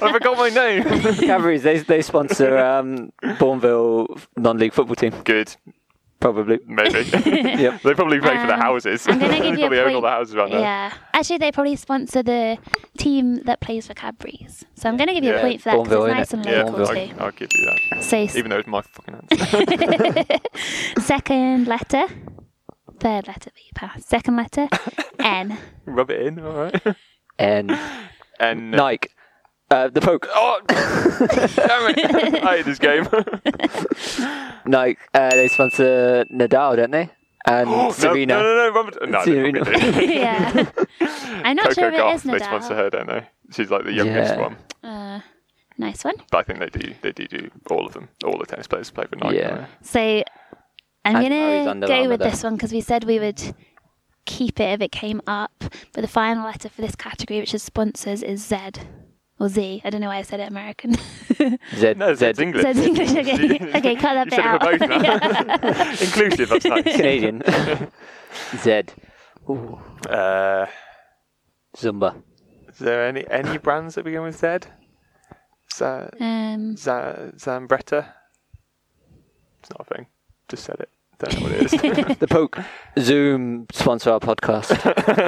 Speaker 1: I forgot my name.
Speaker 2: Cadbury's. They they sponsor um, Bourneville non-league football team
Speaker 1: Good,
Speaker 2: probably.
Speaker 1: maybe. they
Speaker 2: Yep.
Speaker 1: probably pay for the
Speaker 4: Um,
Speaker 1: houses.
Speaker 4: I'm gonna give
Speaker 1: they
Speaker 4: you a
Speaker 1: probably own all
Speaker 4: point.
Speaker 1: the houses around there.
Speaker 4: yeah, actually, they probably sponsor the team that plays for Cadbury's. So I'm going to give you
Speaker 1: Yeah.
Speaker 4: a point for that 'cause
Speaker 2: Bourneville,
Speaker 4: it's nice
Speaker 2: innit?
Speaker 4: and
Speaker 1: Yeah,
Speaker 4: local
Speaker 1: I, I'll give you that.
Speaker 4: too. So s-
Speaker 1: Even though it's my fucking answer.
Speaker 4: second letter, third letter that you passed. Second letter, N.
Speaker 1: Rub it in, all right?
Speaker 2: And
Speaker 1: And
Speaker 2: Nike, uh, the Poke
Speaker 1: Oh, damn it! I hate this game.
Speaker 2: Nike. Uh, they sponsor Nadal, don't they?
Speaker 1: no,
Speaker 2: And Serena.
Speaker 1: No, no, no, Robert. No, they
Speaker 2: Serena.
Speaker 1: probably do.
Speaker 4: yeah, I'm not
Speaker 1: Coco
Speaker 4: sure if it
Speaker 1: Gauff,
Speaker 4: is
Speaker 1: they sponsor
Speaker 4: Nadal.
Speaker 1: her, don't they? She's like the youngest
Speaker 2: Yeah.
Speaker 1: one.
Speaker 4: Uh, nice one.
Speaker 1: But I think they do. They do do all of them. All the tennis players play for Nike.
Speaker 2: Yeah.
Speaker 1: don't they?
Speaker 4: So I'm
Speaker 2: And-
Speaker 4: going
Speaker 2: oh, he's
Speaker 4: to
Speaker 2: under
Speaker 4: go
Speaker 2: armour
Speaker 4: with
Speaker 2: there.
Speaker 4: this one because we said we would keep it if it came up. But the final letter for this category, which is sponsors, is Z or Z. I don't know why I said it American.
Speaker 2: Z,
Speaker 1: No,
Speaker 2: Z,
Speaker 1: it's English.
Speaker 4: Zed's English. Okay, okay cut that
Speaker 1: you
Speaker 4: bit
Speaker 1: said it
Speaker 4: out.
Speaker 1: for both now. Inclusive, that's nice.
Speaker 2: Canadian. Z,
Speaker 1: Uh,
Speaker 2: Zumba.
Speaker 1: is there any any brands that begin with Z? Z-
Speaker 4: um,
Speaker 1: Z- Zambretta? It's not a thing. Just said it. Don't know what it is.
Speaker 2: The Poke Zoom sponsor our podcast.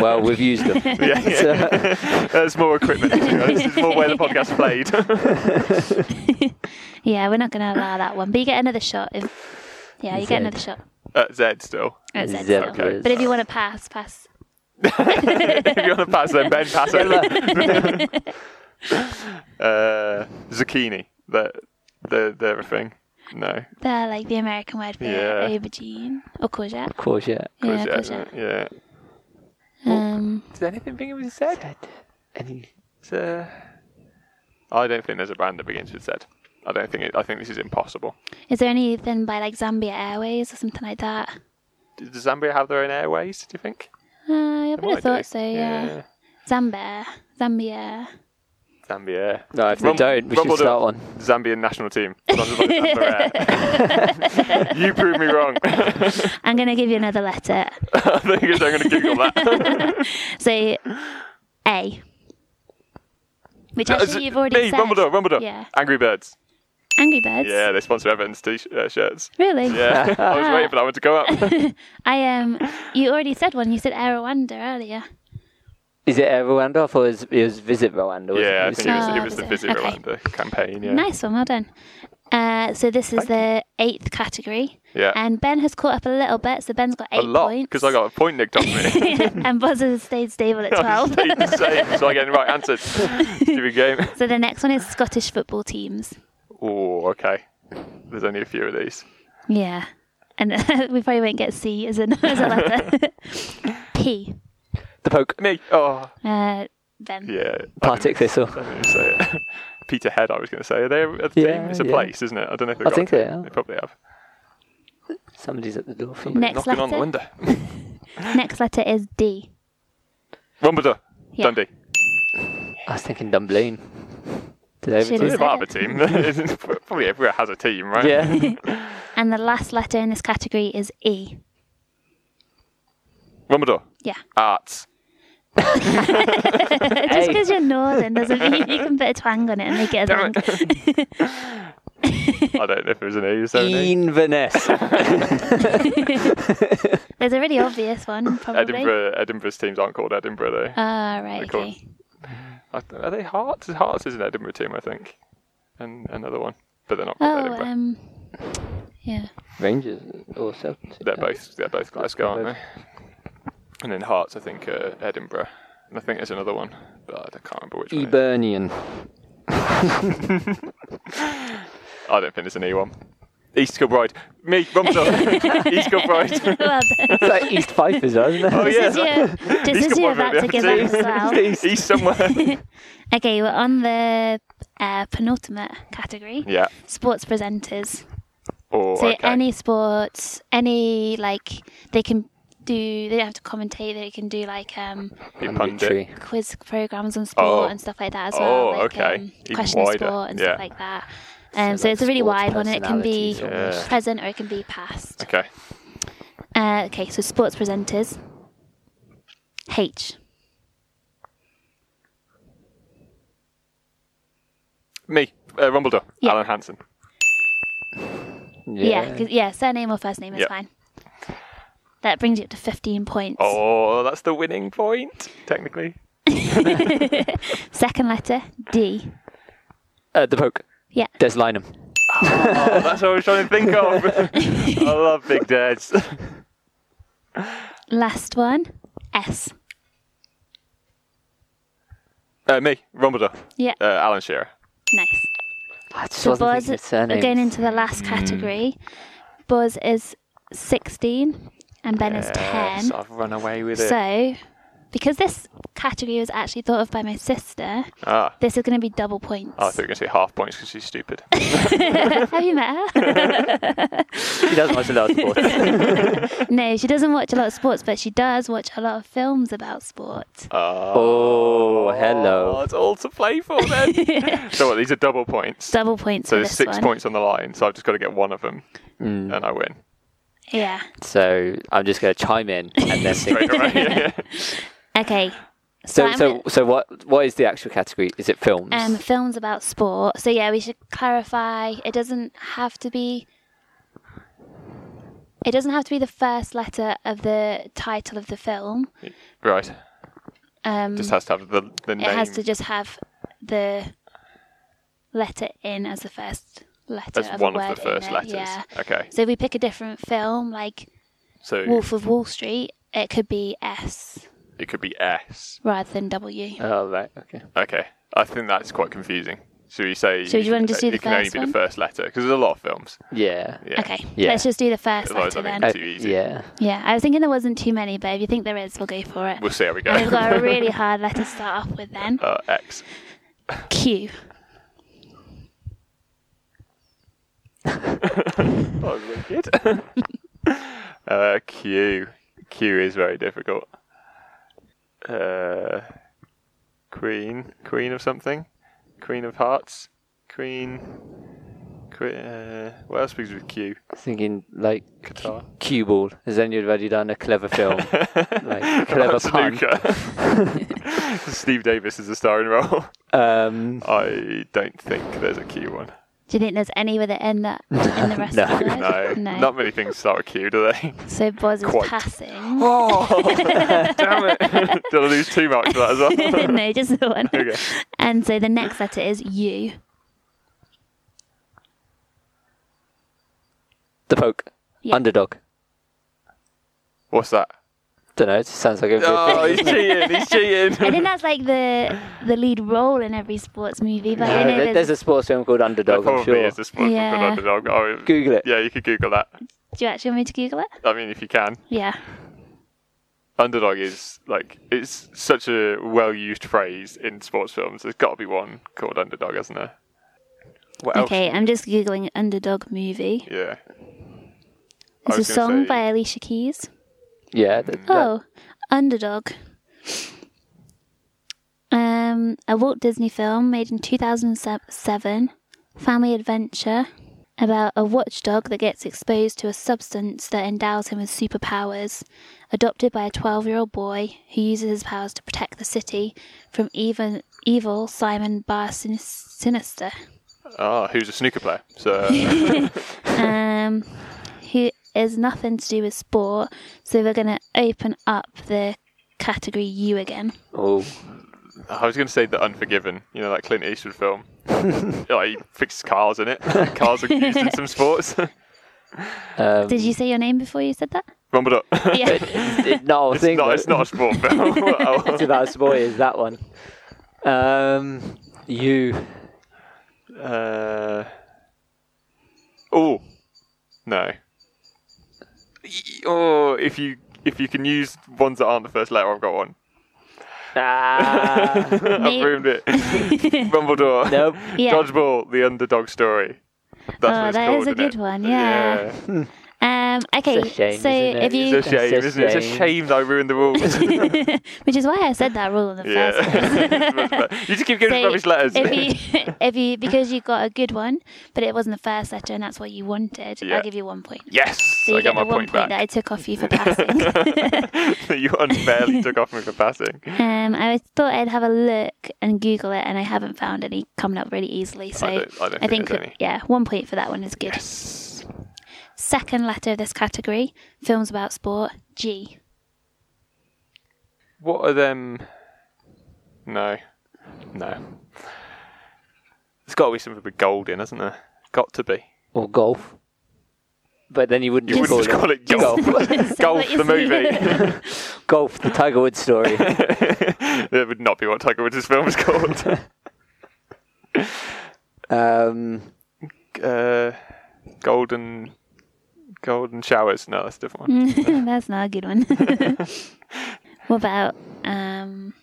Speaker 2: well, we've used them.
Speaker 1: yeah, yeah. That's more equipment. this is more where the podcast played.
Speaker 4: yeah, we're not going to allow that one. But you get another shot. If, yeah, you
Speaker 2: Zed.
Speaker 4: get another shot.
Speaker 1: uh, Zed still.
Speaker 4: at Zed
Speaker 2: Zed,
Speaker 4: still.
Speaker 1: okay.
Speaker 4: But if you want to pass, pass.
Speaker 1: if you want to pass them, Ben, pass it. uh, zucchini. They're, they're, they're a thing. No.
Speaker 4: They're like the American word for
Speaker 1: Yeah.
Speaker 4: aubergine or courgette.
Speaker 2: Of course, yeah.
Speaker 4: Yeah,
Speaker 1: Courgette, isn't it?
Speaker 4: courgette.
Speaker 1: yeah. Oh.
Speaker 4: Um,
Speaker 1: Does anything begin with Z?
Speaker 2: Z, any
Speaker 1: Uh, I don't think there's a brand that begins with Z. I don't think it. I think this is impossible.
Speaker 4: is there anything by like Zambia Airways or something like that?
Speaker 1: Does Zambia have their own airways? Do you think?
Speaker 4: Uh, I
Speaker 1: They
Speaker 4: would have
Speaker 1: might do.
Speaker 4: thought so, yeah. Zambia. Zambia.
Speaker 1: Zambia.
Speaker 2: No, if
Speaker 1: Rum-
Speaker 2: they don't, we should
Speaker 1: Rumble
Speaker 2: start one.
Speaker 1: Zambian national team. Sponsored by Zambia Air. you proved me wrong.
Speaker 4: I'm going to give you another letter.
Speaker 1: I think I'm going to Google that.
Speaker 4: So, A. Which actually you've already
Speaker 1: me,
Speaker 4: said.
Speaker 1: Rumbledore, Rumbledore.
Speaker 4: Yeah.
Speaker 1: Angry Birds.
Speaker 4: Angry Birds.
Speaker 1: Yeah, they sponsor Everton's t-shirts.
Speaker 4: Really?
Speaker 1: Yeah, I was waiting for that one to come up.
Speaker 4: I um, you already said one. You said Arawanda earlier.
Speaker 2: Is it uh, Rwanda or is it was Visit Rwanda? wasn't
Speaker 1: yeah, I
Speaker 2: it?
Speaker 1: think it was, it was the
Speaker 4: Ah,
Speaker 1: Visit
Speaker 4: okay.
Speaker 1: Rwanda campaign. Yeah.
Speaker 4: Nice one. Well done. Uh, so this is the eighth category,
Speaker 1: Yeah.
Speaker 4: and Ben has caught up a little bit. So Ben's got eight
Speaker 1: a lot
Speaker 4: points.
Speaker 1: because I got a point nicked off me.
Speaker 4: and Buzz has stayed stable at
Speaker 1: I
Speaker 4: twelve.
Speaker 1: stayed the same, so I get the right answers. Stupid game.
Speaker 4: so the next one is Scottish football teams.
Speaker 1: Oh, okay. There's only a few of these.
Speaker 4: Yeah, and we probably won't get C as a, as a letter. P.
Speaker 2: The Poke.
Speaker 1: Me. Oh,
Speaker 4: Uh, ben.
Speaker 1: yeah. I
Speaker 2: Partick Thistle.
Speaker 1: didn't even say it. Peterhead, I was going to say. Are they a team?
Speaker 2: Yeah,
Speaker 1: It's a
Speaker 2: yeah.
Speaker 1: place, isn't it? I don't know if they've
Speaker 2: I
Speaker 1: got
Speaker 2: think
Speaker 1: a team.
Speaker 2: they are.
Speaker 1: They probably have.
Speaker 2: Somebody's at the door. for me.
Speaker 4: Next
Speaker 1: Knocking on the
Speaker 4: letter.
Speaker 1: window.
Speaker 4: Next letter is D.
Speaker 1: Rumbledore.
Speaker 4: Yeah.
Speaker 1: Dundee.
Speaker 2: I was thinking Dunblane. Did I ever
Speaker 4: Should
Speaker 2: do
Speaker 1: They
Speaker 4: Is
Speaker 1: might
Speaker 2: that?
Speaker 4: have
Speaker 1: have a team. probably everywhere has a team, right?
Speaker 2: Yeah.
Speaker 4: And the last letter in this category is E.
Speaker 1: Rumbledore.
Speaker 4: Yeah.
Speaker 1: Arts.
Speaker 4: Just because you're northern doesn't mean you can put a twang on it and make it a
Speaker 1: Damn
Speaker 4: twang.
Speaker 1: I don't know if it was an E. Is there an E?
Speaker 2: Inverness.
Speaker 4: There's a really obvious one, probably.
Speaker 1: Edinburgh. Edinburgh's teams aren't called Edinburgh, though.
Speaker 4: Ah, right,
Speaker 1: They're called-
Speaker 4: okay.
Speaker 1: I th- Are they Hearts? Hearts is an Edinburgh team, I think, and another one, but they're not. called
Speaker 4: Oh,
Speaker 1: Edinburgh.
Speaker 4: um, yeah.
Speaker 2: Rangers or Celtic.
Speaker 1: they're both they're both Glasgow, aren't
Speaker 2: both.
Speaker 1: they? And then Hearts, I think, uh, Edinburgh, and I think there's another one, but I don't- can't remember which one. it is.
Speaker 2: Eburnian.
Speaker 1: I don't think it's an E one. East Kilbride, me, Rumsdale, East Kilbride.
Speaker 4: Well done.
Speaker 2: It's like East Fife as well, isn't it?
Speaker 1: Oh
Speaker 4: Just
Speaker 1: yeah,
Speaker 4: as you're,
Speaker 1: He's
Speaker 4: just as
Speaker 1: got
Speaker 4: you're
Speaker 1: one
Speaker 4: about
Speaker 1: right
Speaker 4: to
Speaker 1: there.
Speaker 4: give up
Speaker 1: It's
Speaker 4: as well.
Speaker 1: East, East somewhere.
Speaker 4: Okay, we're on the uh, penultimate category.
Speaker 1: yeah.
Speaker 4: Sports presenters.
Speaker 1: Or
Speaker 4: So
Speaker 1: okay.
Speaker 4: any sports, any like they can do. They don't have to commentate. They can do like um,
Speaker 1: Be
Speaker 2: Tree.
Speaker 1: pundit.
Speaker 4: quiz programs on sport
Speaker 1: Oh.
Speaker 4: and stuff like that as well.
Speaker 1: Oh,
Speaker 4: like,
Speaker 1: okay.
Speaker 4: Um,
Speaker 1: Even
Speaker 4: question of
Speaker 1: wider,
Speaker 4: sport and
Speaker 1: yeah.
Speaker 4: stuff like that. Um, so,
Speaker 2: like
Speaker 4: it's a really
Speaker 2: sports
Speaker 4: wide one, and it can be
Speaker 2: personalities almost.
Speaker 1: Yeah.
Speaker 4: present or it can be past.
Speaker 1: Okay.
Speaker 4: Uh, okay, so sports presenters. H.
Speaker 1: Me, uh, Rumbledore,
Speaker 4: Yeah.
Speaker 1: Alan Hansen.
Speaker 4: Yeah, 'cause- yeah, surname or first name is
Speaker 1: Yep.
Speaker 4: fine. That brings you up to 15 points.
Speaker 1: Oh, that's the winning point, technically.
Speaker 4: Second letter, D.
Speaker 2: Uh, the poke.
Speaker 4: Yeah.
Speaker 2: Des Lynam.
Speaker 1: Oh, that's what I was trying to think of. I love Big Dads.
Speaker 4: Last one, S.
Speaker 1: Uh, me, Rumbledore,
Speaker 4: Yeah,
Speaker 1: uh, Alan Shearer.
Speaker 4: nice.
Speaker 2: I just
Speaker 4: So
Speaker 2: wasn't
Speaker 4: Buzz,
Speaker 2: thinking of
Speaker 4: we're
Speaker 2: surnames.
Speaker 4: going into the last
Speaker 1: Hmm.
Speaker 4: category. Buzz is 16 and Ben is 10.
Speaker 1: So I've run away with it.
Speaker 4: So, because this category was actually thought of by my sister,
Speaker 1: ah.
Speaker 4: this is going to be double points.
Speaker 1: Oh, I thought you were going to say half points because she's stupid.
Speaker 4: Have you met her?
Speaker 2: She doesn't watch a lot of sports.
Speaker 4: no, she doesn't watch a lot of sports, but she does watch a lot of films about sport.
Speaker 2: oh,
Speaker 1: Ah. Oh,
Speaker 2: hello.
Speaker 1: it's all to play for then. so what, these are double points.
Speaker 4: Double points
Speaker 1: so
Speaker 4: for
Speaker 1: there's
Speaker 4: this
Speaker 1: six
Speaker 4: one.
Speaker 1: points on the line, so I've just got to get one of them,
Speaker 2: Mm.
Speaker 1: and I win.
Speaker 4: Yeah.
Speaker 2: So I'm just going to chime in and then think.
Speaker 1: Straight away. yeah.
Speaker 4: Okay.
Speaker 2: So,
Speaker 4: I'm
Speaker 2: so, so what? What is the actual category? Is it films?
Speaker 4: Um, films about sport. So yeah, we should clarify. It doesn't have to be. It doesn't have to be the first letter of the title of the film.
Speaker 1: Right.
Speaker 4: Um,
Speaker 1: Just has to have the, the
Speaker 4: it
Speaker 1: name.
Speaker 4: has to just have the letter in as the first letter
Speaker 1: That's
Speaker 4: of
Speaker 1: one
Speaker 4: a word
Speaker 1: of the
Speaker 4: in
Speaker 1: first
Speaker 4: it,
Speaker 1: letters.
Speaker 4: Yeah.
Speaker 1: Okay.
Speaker 4: So if we pick a different film, like
Speaker 1: So
Speaker 4: Wolf of Wall Street, it could be S
Speaker 1: it could be S.
Speaker 4: rather than
Speaker 1: Uh,
Speaker 4: W.
Speaker 2: oh right, okay.
Speaker 1: Okay. I think that's quite confusing. So you say
Speaker 4: So do you want to just do
Speaker 1: it
Speaker 4: the
Speaker 1: can only
Speaker 4: first
Speaker 1: be
Speaker 4: one?
Speaker 1: the first letter because there's a lot of films.
Speaker 2: Yeah.
Speaker 1: Yeah.
Speaker 4: Okay,
Speaker 2: Yeah.
Speaker 4: let's just do the first
Speaker 1: Otherwise,
Speaker 4: letter
Speaker 1: I think
Speaker 4: then.
Speaker 2: Uh,
Speaker 1: Too easy.
Speaker 2: yeah.
Speaker 4: Yeah, I was thinking there wasn't too many, but if you think there is, we'll go for it.
Speaker 1: We'll see how we go.
Speaker 4: And we've got a really hard letter to start off with then.
Speaker 1: uh, X.
Speaker 4: Q.
Speaker 1: Oh, wicked. uh, Q. Q is very difficult. Uh, queen. Queen of something. Queen of hearts. Queen. Queen uh, what else begins with Q?
Speaker 2: Thinking like
Speaker 1: Qatar.
Speaker 2: cue ball. Has anybody done a clever film? like clever pun.
Speaker 1: Snooker. Steve Davis is a starring role.
Speaker 2: Um,
Speaker 1: I don't think there's a Q one.
Speaker 4: Do you think there's any with it in that in the rest
Speaker 2: No.
Speaker 4: of the word?
Speaker 1: No, not many things start with Q, do they?
Speaker 4: so Boz is
Speaker 1: quite.
Speaker 4: passing.
Speaker 1: Oh, damn it! Did I lose two marks for that as well?
Speaker 4: no, just the one.
Speaker 1: Okay.
Speaker 4: And so the next letter is U.
Speaker 2: the poke.
Speaker 4: Yeah.
Speaker 2: Underdog.
Speaker 1: What's that?
Speaker 2: Don't know. It sounds like a good
Speaker 1: Oh,
Speaker 2: thing.
Speaker 1: he's cheating! He's
Speaker 4: I
Speaker 1: cheating!
Speaker 4: think that's like the the lead role in every sports movie, but I
Speaker 2: Uh,
Speaker 4: don't know
Speaker 2: there-
Speaker 4: if
Speaker 2: there's a sports film called
Speaker 1: That
Speaker 2: Underdog. I'm
Speaker 1: probably
Speaker 2: sure.
Speaker 1: is the sport
Speaker 4: Yeah.
Speaker 1: yeah. underdog. Oh,
Speaker 2: Google it.
Speaker 1: Yeah, you could Google that.
Speaker 4: Do you actually want me to Google it?
Speaker 1: I mean, if you can.
Speaker 4: Yeah.
Speaker 1: Underdog is like it's such a well-used phrase in sports films. There's got to be one called underdog, hasn't there? What else?
Speaker 4: Okay, I'm just googling underdog movie.
Speaker 1: Yeah. I
Speaker 4: It's a
Speaker 1: was gonna
Speaker 4: song
Speaker 1: say-
Speaker 4: by Alicia Keys.
Speaker 2: Yeah. th- that-
Speaker 4: Oh, Underdog. Um, a Walt Disney film made in 2007, family adventure about a watchdog that gets exposed to a substance that endows him with superpowers, adopted by a 12-year-old boy who uses his powers to protect the city from even evil Simon Bar Sin- Sinister,
Speaker 1: Oh, who's a snooker player? So
Speaker 4: um, who is nothing to do with sport. So we're going to open up the category U again.
Speaker 2: Oh.
Speaker 1: I was going to say The Unforgiven, you know, that Clint Eastwood film. like, he fixes cars in it. Cars are used in some sports.
Speaker 2: Um,
Speaker 4: Did you say your name before you said that?
Speaker 1: Rumbled up. it's,
Speaker 4: Yeah.
Speaker 2: it's not a thing.
Speaker 1: not,
Speaker 2: though.
Speaker 1: it's not a sport film.
Speaker 2: It's about a sport. Is that one? Um, you.
Speaker 1: uh, oh, no. Oh, if you if you can use ones that aren't the first letter, I've got one.
Speaker 2: Ah,
Speaker 1: I've
Speaker 4: Maybe-
Speaker 1: ruined it. Rumbledore.
Speaker 2: nope.
Speaker 4: Yeah.
Speaker 1: Dodgeball, the underdog story. That's
Speaker 4: Oh,
Speaker 1: what it's
Speaker 4: that
Speaker 1: called,
Speaker 4: is a
Speaker 1: isn't it?
Speaker 4: good one, yeah.
Speaker 1: yeah.
Speaker 4: Um, okay,
Speaker 2: It's a shame,
Speaker 4: so
Speaker 2: isn't it?
Speaker 4: if you,
Speaker 1: It's a shame,
Speaker 2: It's a
Speaker 1: isn't it? It's a
Speaker 2: shame.
Speaker 1: shame that I ruined the rules.
Speaker 4: which is why I said that rule in the first place.
Speaker 1: yeah. you just keep giving us
Speaker 4: So
Speaker 1: rubbish letters.
Speaker 4: If you, if you, because you got a good one, but it wasn't the first letter, and that's what you wanted,
Speaker 1: Yeah.
Speaker 4: I'll give you one point.
Speaker 1: yes,
Speaker 4: So you
Speaker 1: I got
Speaker 4: get
Speaker 1: my
Speaker 4: the one
Speaker 1: point back.
Speaker 4: point that I took off you for passing.
Speaker 1: that you unfairly took off me for passing.
Speaker 4: um, I thought I'd have a look and Google it, and I haven't found any coming up really easily. So
Speaker 1: don't- I don't think there's any.
Speaker 4: yeah, one point for that one is good.
Speaker 1: Yes.
Speaker 4: Second letter of this category: films about sport. G.
Speaker 1: What are them? No, no. There's got to be something with gold in, hasn't there? Got to be.
Speaker 2: or golf. But then you wouldn't,
Speaker 1: You
Speaker 2: just
Speaker 1: wouldn't just
Speaker 2: call,
Speaker 1: call it golf. golf,
Speaker 4: what you
Speaker 1: the movie.
Speaker 2: it golf, the Tiger Woods story.
Speaker 1: that would not be what Tiger Woods' film is called.
Speaker 2: um,
Speaker 1: uh, golden, golden showers. No, that's a different
Speaker 4: Mm.
Speaker 1: one.
Speaker 4: That's not a good one. what about? Um,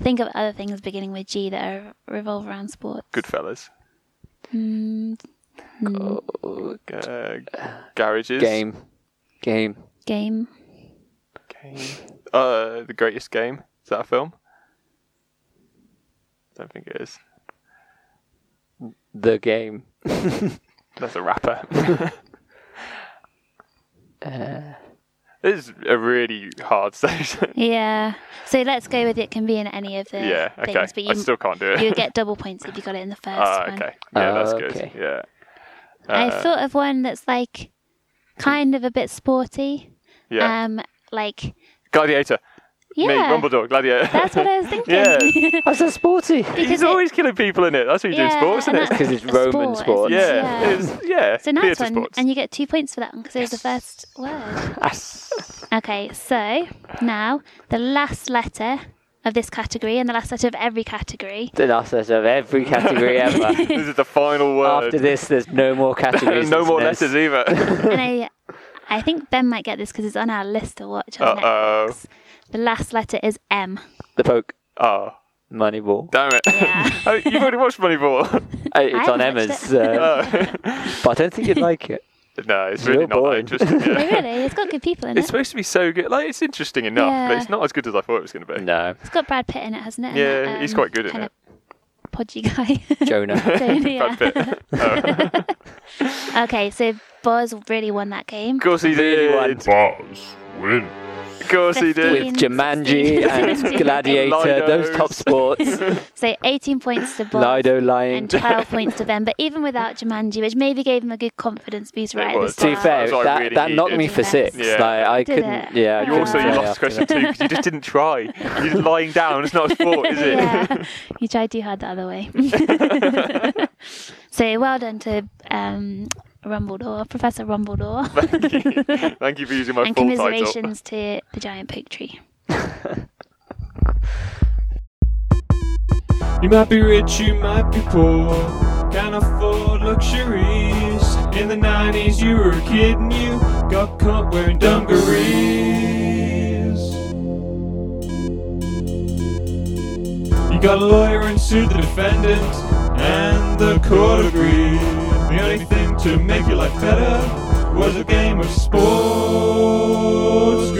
Speaker 4: think of other things beginning with G that are, revolve around sports.
Speaker 1: Goodfellas.
Speaker 4: Mm,
Speaker 1: Uh, garages.
Speaker 2: game, game.
Speaker 4: game.
Speaker 1: Game. Uh, the greatest game. Is that a film? Don't think it is.
Speaker 2: The game.
Speaker 1: That's a rapper.
Speaker 4: Uh,
Speaker 1: This is a really hard station.
Speaker 4: Yeah. So let's go with it can be in any of the
Speaker 1: yeah. Okay.
Speaker 4: things, but
Speaker 1: I
Speaker 4: you,
Speaker 1: still can't do it.
Speaker 4: you get double points if you got it in the first
Speaker 1: Ah,
Speaker 4: one.
Speaker 1: okay. Yeah, that's good.
Speaker 2: Okay.
Speaker 1: Yeah.
Speaker 4: I
Speaker 1: Uh,
Speaker 4: thought of one that's like kind of a bit sporty.
Speaker 1: Yeah.
Speaker 4: Um, like
Speaker 1: Gladiator.
Speaker 4: yeah,
Speaker 1: Me, Rumbledog, Gladiator.
Speaker 4: that's what I was thinking.
Speaker 1: Yeah.
Speaker 2: That's so sporty.
Speaker 1: He's
Speaker 4: it-
Speaker 1: always killing people in it. That's what you do in
Speaker 4: Yeah,
Speaker 1: sports,
Speaker 4: and
Speaker 1: isn't it?
Speaker 4: that's
Speaker 2: 'Cause it's
Speaker 4: a
Speaker 2: Roman
Speaker 4: sport,
Speaker 2: sports.
Speaker 4: isn't
Speaker 1: Yeah.
Speaker 4: it?
Speaker 1: It's, yeah.
Speaker 4: It's a nice
Speaker 1: theatre
Speaker 4: one,
Speaker 1: sports.
Speaker 4: and you get two points for that one because it was the first word. Okay, so now the last letter of this category and the last letter of every category.
Speaker 2: The last letter of every category ever.
Speaker 1: this is the final word.
Speaker 2: After this, there's no more categories.
Speaker 1: no more
Speaker 2: There's-
Speaker 1: letters either.
Speaker 4: and I, I think Ben might get this because it's on our list to watch. on
Speaker 1: Uh-oh.
Speaker 4: Netflix. The last letter is M.
Speaker 2: The poke.
Speaker 1: oh,
Speaker 2: Moneyball.
Speaker 1: damn it.
Speaker 4: Yeah.
Speaker 1: oh, you've already watched Moneyball.
Speaker 2: Uh, It's on
Speaker 4: haven't watched
Speaker 2: Emma's, uh, but I don't think you'd like it.
Speaker 1: no, it's
Speaker 2: Real
Speaker 1: really not that
Speaker 2: boring.
Speaker 1: interesting. yeah.
Speaker 4: Oh, really? It's got good people in
Speaker 1: It's
Speaker 4: it.
Speaker 1: supposed to be so good. Like it's interesting enough, but
Speaker 4: Yeah.
Speaker 1: it's not as good as I thought it was going to be.
Speaker 2: No,
Speaker 4: It's got Brad Pitt in it, hasn't it? And
Speaker 1: Yeah,
Speaker 4: that,
Speaker 1: he's
Speaker 4: um,
Speaker 1: quite good in
Speaker 4: kind
Speaker 1: it.
Speaker 4: of Podgy guy.
Speaker 2: Jonah.
Speaker 4: So, yeah.
Speaker 1: Brad Pitt. Oh.
Speaker 4: Okay, so Buzz really won that game.
Speaker 1: of course he
Speaker 2: Really
Speaker 1: did.
Speaker 2: want-
Speaker 5: Buzz wins.
Speaker 1: Of course he did.
Speaker 2: With Jumanji and Gladiator, those top sports.
Speaker 4: So 18 points to Buzz.
Speaker 2: Lido lying.
Speaker 4: And 12 points to them, but even without Jumanji, which maybe gave him a good confidence boost right at the
Speaker 1: was.
Speaker 2: To be
Speaker 4: start.
Speaker 2: fair,
Speaker 1: That's what I
Speaker 2: that,
Speaker 1: really
Speaker 2: that knocked
Speaker 1: needed.
Speaker 2: me for six.
Speaker 1: Yeah.
Speaker 2: Like I
Speaker 4: Did
Speaker 2: couldn't.
Speaker 4: it?
Speaker 2: Yeah. I
Speaker 1: You also
Speaker 2: couldn't
Speaker 1: you
Speaker 2: play
Speaker 1: lost
Speaker 2: after
Speaker 1: question
Speaker 2: that.
Speaker 1: two because you just didn't try. You're just lying down. It's not a sport, is it?
Speaker 4: yeah, you tried too hard the other way. so well done to um, Rumbledore, Professor Rumbledore,
Speaker 1: Thank you for using my
Speaker 4: and
Speaker 1: full title.
Speaker 4: commiserations to the giant poke tree.
Speaker 3: You might be rich, you might be poor. Can't afford luxuries. In the 90s, you were a kid and you got caught wearing dungarees. You got a lawyer and sued the defendant, and the court agreed. The only thing to make your life better was a game of sports.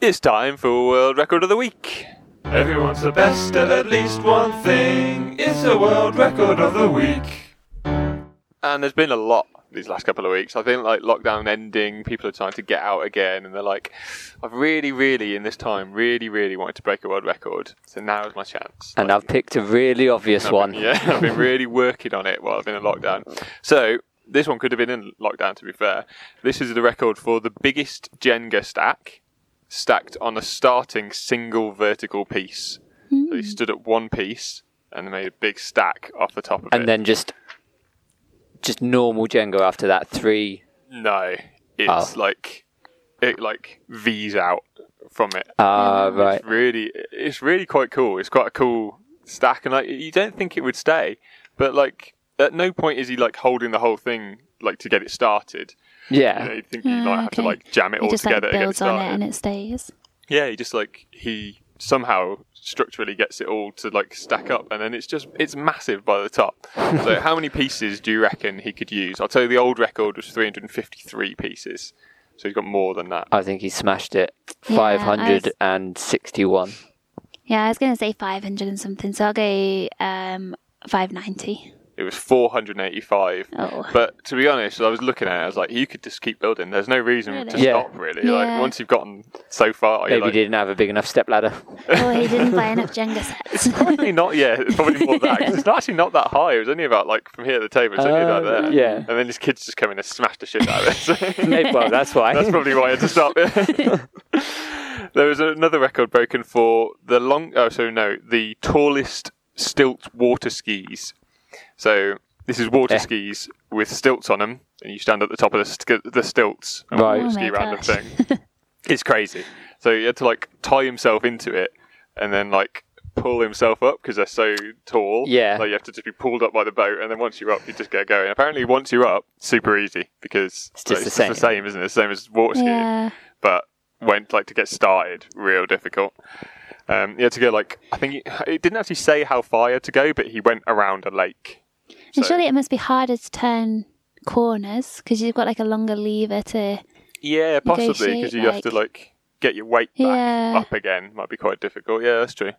Speaker 1: It's time for world record of the week.
Speaker 3: Everyone's the best at at least one thing. It's a world record of the week.
Speaker 1: And there's been a lot these last couple of weeks. I think like lockdown ending, people are trying to get out again, and they're like, "I've really, really in this time, really, really wanted to break a world record. So now is my chance."
Speaker 2: And
Speaker 1: Like,
Speaker 2: I've picked a really obvious one.
Speaker 1: Yeah, I've been really working on it while I've been in lockdown. So this one could have been in lockdown, to be fair. This is the record for the biggest Jenga stack stacked on a starting single vertical piece. So he stood at one piece and made a big stack off the top of it.
Speaker 2: And then just, just normal Jenga after that. Three.
Speaker 1: no, it's like it like V's out from it.
Speaker 2: Ah, right.
Speaker 1: It's really, it's really quite cool. It's quite a cool stack, and like you don't think it would stay, but like at no point is he like holding the whole thing like to get it started. You know,
Speaker 2: Yeah.
Speaker 1: you think you
Speaker 4: Ah,
Speaker 1: might have to
Speaker 4: okay.
Speaker 1: like jam it
Speaker 4: He
Speaker 1: all
Speaker 4: just
Speaker 1: together
Speaker 4: like
Speaker 1: to get it
Speaker 4: builds on
Speaker 1: started.
Speaker 4: it and it stays.
Speaker 1: Yeah, he just like he somehow structurally gets it all to like stack up, and then it's just it's massive by the top. so how many pieces do you reckon he could use? I'll tell you, the old record was 353 pieces, so he's got more than that.
Speaker 2: I think he smashed it.
Speaker 4: Yeah, I was-
Speaker 2: 561.
Speaker 4: Yeah, I was going to say 500 and something, so I'll go um, 590.
Speaker 1: It was 485.
Speaker 4: Oh.
Speaker 1: But to be honest, as I was looking at it, I was like, you could just keep building. There's no reason to
Speaker 4: Really?
Speaker 2: Yeah.
Speaker 1: stop, really. Like
Speaker 4: Yeah.
Speaker 1: once you've gotten so far, you're
Speaker 2: Maybe
Speaker 1: like,
Speaker 2: he didn't have a big enough step ladder.
Speaker 4: Or Oh, he didn't buy enough Jenga sets.
Speaker 1: Probably not. Yeah, it's probably more than that. 'cause it's not actually not that high. It was only about like from here to the table. It's only about
Speaker 2: Oh,
Speaker 1: there.
Speaker 2: yeah.
Speaker 1: And then these kids just come in and smash the shit out of it. So
Speaker 2: Maybe, well, that's why.
Speaker 1: that's probably why I had to stop. there was another record broken for the long. Oh, so no, the tallest stilt water skis. So this is water
Speaker 2: Eh.
Speaker 1: skis with stilts on them, and you stand at the top of the, sk- the stilts and
Speaker 2: Right.
Speaker 1: water
Speaker 4: Oh
Speaker 1: ski
Speaker 4: my
Speaker 1: around the
Speaker 4: gosh.
Speaker 1: thing. it's crazy. So he had to like tie himself into it, and then like pull himself up because they're so tall.
Speaker 2: Yeah.
Speaker 1: like you have to just be pulled up by the boat, and then once you're up, you just get going. Apparently, once you're up, super easy because
Speaker 2: It's just
Speaker 1: like,
Speaker 2: the
Speaker 1: it's just the same, isn't it? Same as water skiing
Speaker 4: yeah.
Speaker 1: but went like to get started, real difficult. Um, he had to go like I think he, it didn't actually say how far he had to go, but he went around a lake.
Speaker 4: And
Speaker 1: So-
Speaker 4: surely it must be harder to turn corners because you've got like a longer lever to.
Speaker 1: Yeah, possibly
Speaker 4: Negotiate,
Speaker 1: because you have to
Speaker 4: like-
Speaker 1: like get your weight back
Speaker 4: Yeah.
Speaker 1: up again. Might be quite difficult. Yeah, that's true.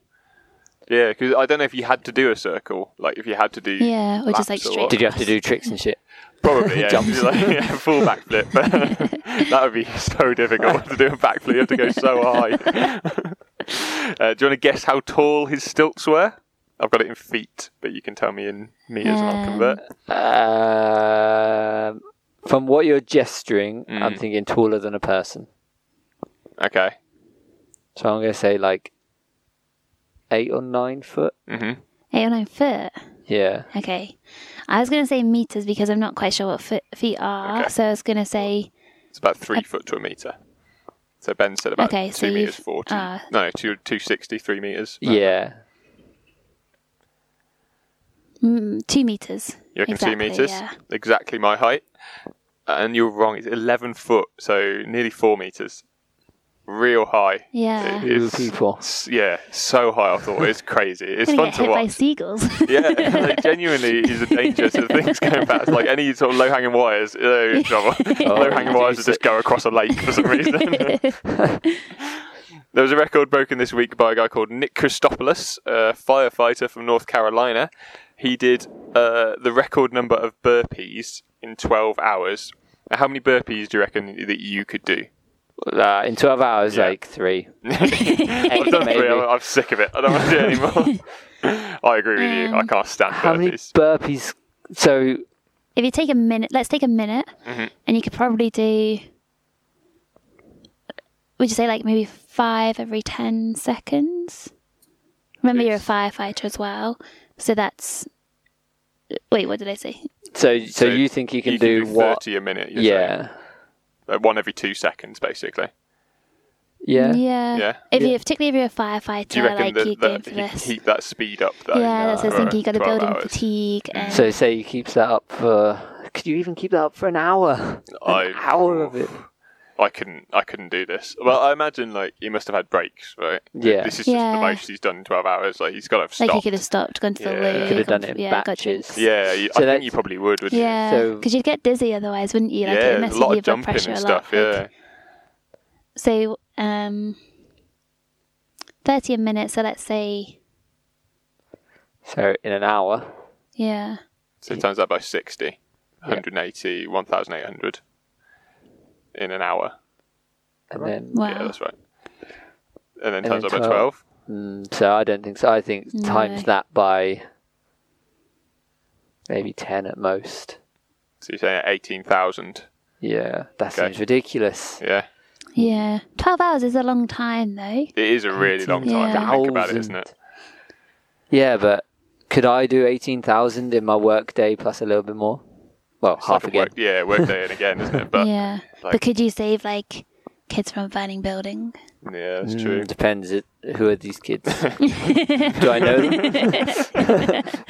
Speaker 1: Yeah, because I don't know if you had to do a circle, like if you had to do
Speaker 4: Yeah, or just, like,
Speaker 1: laps or
Speaker 4: straight
Speaker 1: what.
Speaker 2: Did you have to do tricks and shit?
Speaker 1: Probably, yeah.
Speaker 2: Jumps.
Speaker 1: Just Like, yeah, full backflip. that would be so difficult to do a backflip. You have to go so high. uh, do you want to guess how tall his stilts were? I've got it in feet, but you can tell me in meters and I'll
Speaker 4: Um,
Speaker 1: convert.
Speaker 2: Um from what you're gesturing, I'm
Speaker 1: Mm.
Speaker 2: thinking taller than a person.
Speaker 1: Okay.
Speaker 2: So I'm going to say like eight or nine foot.
Speaker 1: Mm-hmm.
Speaker 4: Eight or nine foot.
Speaker 2: Yeah.
Speaker 4: Okay. I was going to say meters because I'm not quite sure what foot, feet are.
Speaker 1: Okay.
Speaker 4: So I was going to say.
Speaker 1: It's about three foot to a meter. So Ben said about
Speaker 4: Okay,
Speaker 1: two
Speaker 4: so
Speaker 1: meters
Speaker 4: you've-
Speaker 1: forty.
Speaker 4: ah.
Speaker 1: no, two two sixty three meters.
Speaker 2: Yeah.
Speaker 4: Mm, two meters.
Speaker 1: You reckon
Speaker 4: exactly,
Speaker 1: two meters?
Speaker 4: Yeah.
Speaker 1: Exactly my height. And you're wrong. It's eleven foot, so nearly four meters. Real high.
Speaker 4: Yeah.
Speaker 1: It is-
Speaker 2: people.
Speaker 1: S- Yeah, so high. I thought it's crazy. It's fun
Speaker 4: Gonna get
Speaker 1: to
Speaker 4: hit by
Speaker 1: watch.
Speaker 4: seagulls.
Speaker 1: Yeah, like, genuinely is a danger to things going past. Like any sort of low hanging wires, they're in trouble. low hanging wires would just go across a lake for some reason. there was a record broken this week by a guy called Nick Christopoulos, a firefighter from North Carolina. He did uh, the record number of burpees in 12 hours. Now, how many burpees do you reckon that you could do?
Speaker 2: Uh, in 12 hours,
Speaker 1: Yeah.
Speaker 2: like three.
Speaker 1: I've
Speaker 2: Eight,
Speaker 1: done three.
Speaker 2: maybe.
Speaker 1: I'm, I'm sick of it. I don't want to do it anymore. I agree with you. I
Speaker 4: Um,
Speaker 1: can't stand
Speaker 2: How many
Speaker 1: burpees.
Speaker 2: burpees? So,
Speaker 4: if you take a minute, let's take a minute,
Speaker 1: Mm-hmm.
Speaker 4: and you could probably do. Would you say like maybe five every ten seconds? Remember, you're a
Speaker 1: Yes.
Speaker 4: firefighter as well, so that's. Wait, what did I say?
Speaker 2: so, so, you think you can do, what?
Speaker 1: Thirty a minute. you're saying.
Speaker 2: Yeah.
Speaker 1: Like one every two seconds, basically.
Speaker 2: Yeah.
Speaker 4: Yeah.
Speaker 1: Yeah.
Speaker 4: If
Speaker 2: Yeah.
Speaker 4: you, particularly if you're a firefighter,
Speaker 1: Do you reckon
Speaker 4: like you go
Speaker 1: that,
Speaker 4: for
Speaker 1: that he could
Speaker 4: this.
Speaker 1: keep that speed up though?
Speaker 4: yeah, that's what I
Speaker 1: for
Speaker 4: was thinking. You got to
Speaker 1: 12
Speaker 4: build in
Speaker 1: hours? Mm-hmm.
Speaker 4: fatigue and
Speaker 2: So, say you keeps that up for. Could you even keep that up for an hour?
Speaker 1: I-
Speaker 2: An hour of it.
Speaker 1: I couldn't. I couldn't do this. Well, I imagine like he must have had breaks, right?
Speaker 2: Yeah.
Speaker 1: This is just
Speaker 4: Yeah.
Speaker 1: the most he's done in twelve hours. Like he's got to have
Speaker 4: like
Speaker 1: stopped.
Speaker 4: you could have stopped, gone to the
Speaker 1: Yeah.
Speaker 4: loo,
Speaker 1: Could
Speaker 2: Could have
Speaker 4: gone
Speaker 2: done
Speaker 4: for-
Speaker 2: it in
Speaker 4: yeah, got
Speaker 2: batches.
Speaker 4: drinks.
Speaker 1: yeah, you,
Speaker 2: So
Speaker 1: I think
Speaker 2: that's-
Speaker 1: you probably would, wouldn't you?
Speaker 4: Yeah,
Speaker 2: So-
Speaker 4: because you'd get dizzy otherwise, wouldn't you? Like it
Speaker 1: Yeah,
Speaker 4: messes
Speaker 1: a lot
Speaker 4: you
Speaker 1: of
Speaker 4: with blood
Speaker 1: jumping
Speaker 4: pressure
Speaker 1: and
Speaker 4: a lot.
Speaker 1: stuff. Yeah,
Speaker 4: So, um, 30 a minute, so let's say,
Speaker 2: So, in an hour.
Speaker 4: yeah.
Speaker 1: so times that by 60, 180, 1,800 in an hour.
Speaker 2: And then.
Speaker 4: Wow.
Speaker 1: Yeah, that's right. And then
Speaker 2: And
Speaker 1: times
Speaker 2: then
Speaker 1: that by
Speaker 2: 12.
Speaker 1: 12.
Speaker 2: Mm, so, I don't think so. I think
Speaker 4: No.
Speaker 2: times that by maybe 10 at most.
Speaker 1: So you're saying 18,000.
Speaker 2: Yeah. That
Speaker 1: Okay.
Speaker 2: seems ridiculous.
Speaker 1: Yeah.
Speaker 4: Yeah. 12 hours is a long time, though.
Speaker 1: It is a really long time to think about it, isn't
Speaker 2: 18,000.
Speaker 1: it?
Speaker 2: Yeah, but could I do 18,000 in my work day plus a little bit more? Well,
Speaker 1: It's like
Speaker 2: half
Speaker 1: a
Speaker 2: again.
Speaker 1: Work, yeah, work day and again, isn't it? But yeah,
Speaker 4: yeah.
Speaker 1: like-
Speaker 4: but could you save, like, kids from a burning building?
Speaker 1: that's
Speaker 2: Mm,
Speaker 1: true.
Speaker 2: Depends. It, who are these kids? do I know them?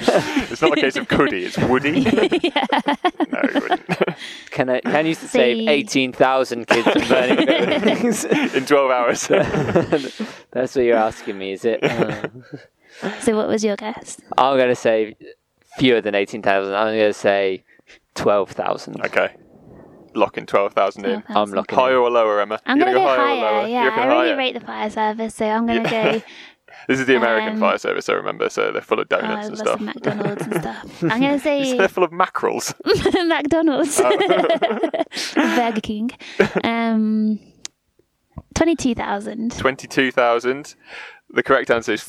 Speaker 1: It's not a case of could he, it's would he. no, he wouldn't.
Speaker 2: Can I? Can you save
Speaker 4: See.
Speaker 2: 18,000 kids from burning buildings?
Speaker 1: In 12 hours.
Speaker 2: That's what you're asking me, is it? Uh,
Speaker 4: So what was your guess?
Speaker 2: I'm going to say fewer than 18,000. I'm going to say 12,000.
Speaker 1: Okay. Locking 12,000 in.
Speaker 4: 12,000.
Speaker 2: I'm locking.
Speaker 1: Higher or lower, Emma?
Speaker 4: I'm
Speaker 1: You
Speaker 4: gonna
Speaker 1: gonna
Speaker 4: go
Speaker 1: or
Speaker 4: higher.
Speaker 1: You
Speaker 4: Yeah,
Speaker 1: reckon
Speaker 4: I really
Speaker 1: higher?
Speaker 4: rate the fire service, so I'm gonna
Speaker 1: Yeah.
Speaker 4: go.
Speaker 1: This is the American
Speaker 4: um,
Speaker 1: fire service, I remember, so they're full of
Speaker 4: Oh,
Speaker 1: donuts and
Speaker 4: lots
Speaker 1: stuff.
Speaker 4: of McDonald's and stuff. I'm gonna
Speaker 1: You
Speaker 4: say
Speaker 1: said they're full of mackerels.
Speaker 4: McDonald's,
Speaker 1: Oh.
Speaker 4: Burger King, um, twenty-two thousand.
Speaker 1: 22,000. The correct answer is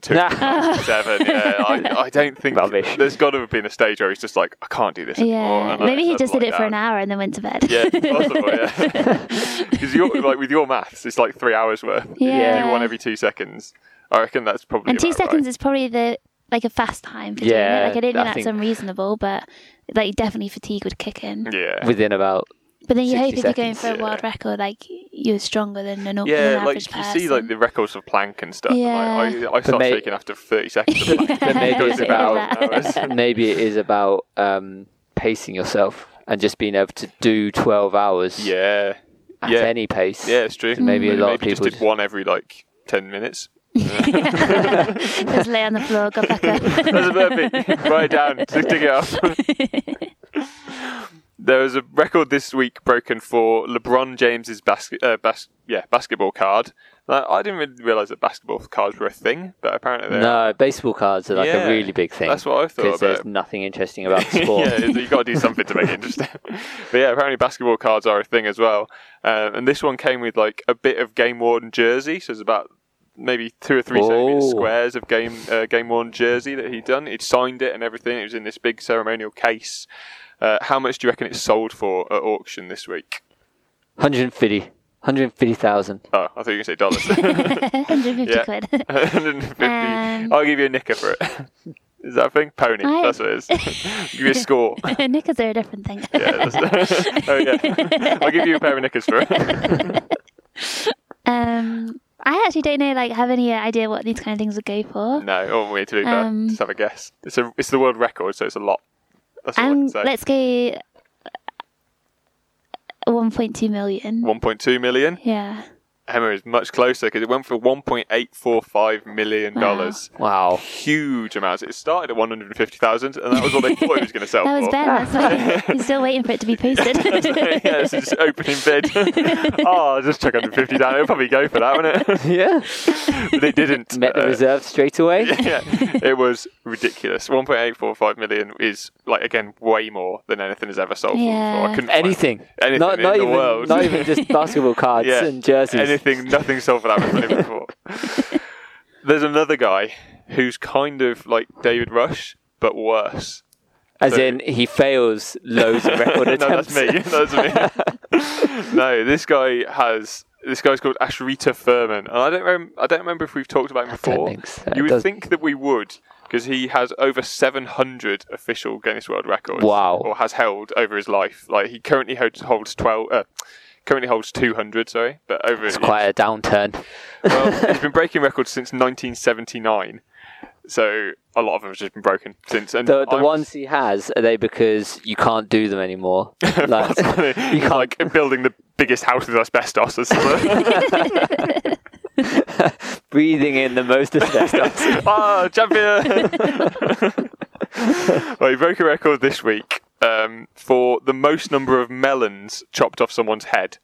Speaker 1: 5,297. yeah, I, I don't think
Speaker 2: Rubbish.
Speaker 1: there's got to have been a stage where he's just like, I can't do this anymore.
Speaker 4: Yeah,
Speaker 1: and I
Speaker 4: maybe he
Speaker 1: had
Speaker 4: just
Speaker 1: to
Speaker 4: did
Speaker 1: lie
Speaker 4: it for
Speaker 1: down.
Speaker 4: an hour and then went to bed.
Speaker 1: Yeah, possible, yeah. Because you're like with your maths, it's like three hours worth. You do
Speaker 4: Yeah.
Speaker 1: one every two seconds. I reckon that's probably
Speaker 4: and two
Speaker 1: about right.
Speaker 4: seconds is probably the like a fast time for doing
Speaker 2: Yeah,
Speaker 4: it. Like I didn't
Speaker 2: I
Speaker 4: think that's
Speaker 2: think-
Speaker 4: unreasonable, but like definitely fatigue would kick in.
Speaker 1: Yeah.
Speaker 2: Within about.
Speaker 4: But then you
Speaker 2: 60
Speaker 4: hope if you're going
Speaker 2: seconds,
Speaker 4: for a world
Speaker 1: yeah.
Speaker 4: record, like you're stronger than an, yeah,
Speaker 1: yeah,
Speaker 4: an
Speaker 1: like
Speaker 4: average
Speaker 1: you
Speaker 4: person.
Speaker 1: see, like the records of plank and stuff. and, like, I, I start
Speaker 2: may-
Speaker 1: shaking after thirty seconds. Of plank.
Speaker 2: But maybe
Speaker 1: Goes
Speaker 2: it's
Speaker 1: in
Speaker 2: about.
Speaker 1: about hours.
Speaker 2: maybe it is about um, pacing yourself and just being able to do 12 hours
Speaker 1: yeah,
Speaker 2: at
Speaker 1: yeah,
Speaker 2: any pace.
Speaker 1: yeah, it's true.
Speaker 2: maybe a lot of people
Speaker 1: just did
Speaker 2: just-
Speaker 1: one every like ten minutes.
Speaker 4: just lay on the floor, got back up.
Speaker 1: That's a burpee. Write it down. Just dig it up. there was a record this week broken for LeBron James's basket, uh, bas- yeah, basketball card. Now, I didn't really realize that basketball cards were a thing, but apparently they are.
Speaker 2: No, baseball cards are like
Speaker 1: Yeah.
Speaker 2: a really big thing.
Speaker 1: That's what I thought
Speaker 2: Because there's
Speaker 1: about.
Speaker 2: nothing interesting about the sport.
Speaker 1: yeah, you've got to do something to make it interesting. but yeah, apparently basketball cards are a thing as well. Um, and this one came with like a bit of game worn jersey, so it's about maybe two or three centimeter
Speaker 2: Whoa.
Speaker 1: squares of game uh, game worn jersey that he'd done. He'd signed it and everything. It was in this big ceremonial case. Uh, how much do you reckon it sold for at auction this week?
Speaker 2: 150. 150,000.
Speaker 1: Oh, I thought you were going to say dollars.
Speaker 4: 150
Speaker 1: Yeah.
Speaker 4: quid.
Speaker 1: 150.
Speaker 4: Um,
Speaker 1: I'll give you a knicker for it. Is that a thing? Pony.
Speaker 4: I-
Speaker 1: That's what it is. give you a score.
Speaker 4: Knickers are a different thing.
Speaker 1: Yeah, that's, oh yeah. I'll give you a pair of knickers for it.
Speaker 4: Um, I actually don't know, like, have any idea what these kind of things would go for.
Speaker 1: No, all we need to do that.
Speaker 4: Um,
Speaker 1: Just have a guess. It's a it's the world record, so it's a lot. That's all
Speaker 4: Um,
Speaker 1: I can say.
Speaker 4: let's go. uh, 1.2 million.
Speaker 1: One point two million.
Speaker 4: Yeah.
Speaker 1: Emma is much closer because it went for one point eight four five million dollars.
Speaker 2: Wow.
Speaker 1: Huge amounts. It started at one hundred and fifty thousand, and that was all they thought it was going to sell
Speaker 4: That was
Speaker 1: for.
Speaker 4: Ben. That's why he's still waiting for it to be posted.
Speaker 1: yeah, it's just opening bid. oh, I'll just chuck 150 down. It'll probably go for that, wouldn't it?
Speaker 2: Yeah.
Speaker 1: But it didn't.
Speaker 2: Met the
Speaker 1: Uh,
Speaker 2: reserve straight away.
Speaker 1: yeah, it was ridiculous. 1.845 million is like again way more than anything has ever sold
Speaker 4: Yeah.
Speaker 1: for. I couldn't find
Speaker 2: Anything.
Speaker 1: Anything
Speaker 2: not,
Speaker 1: in
Speaker 2: not
Speaker 1: the
Speaker 2: even,
Speaker 1: world.
Speaker 2: Not even just basketball cards
Speaker 1: Yeah.
Speaker 2: and jerseys.
Speaker 1: anything, nothing sold for that much money before. There's another guy who's kind of like David Rush, but worse.
Speaker 2: As in, he fails loads of record
Speaker 1: no,
Speaker 2: attempts.
Speaker 1: that's me. That's me. no, this guy has. This guy's called Ashrita Furman, and I don't. Rem- I don't remember if we've talked about him
Speaker 2: don't
Speaker 1: before.
Speaker 2: think so.
Speaker 1: You would
Speaker 2: Does-
Speaker 1: think that we would, because he has over 700 official Guinness World Records.
Speaker 2: Wow.
Speaker 1: Or has held over his life. Like he currently holds, holds 12. Uh, currently holds 200. Sorry, but over.
Speaker 2: It's quite a downturn.
Speaker 1: well, he's been breaking records since 1979. So a lot of them have just been broken since. And
Speaker 2: The, the
Speaker 1: I'm-
Speaker 2: ones he has, are they because you can't do them anymore? Like, you can't.
Speaker 1: like building the biggest house with asbestos. Or something.
Speaker 2: breathing in the most asbestos.
Speaker 1: ah, champion! well, he broke a record this week um, for the most number of melons chopped off someone's head.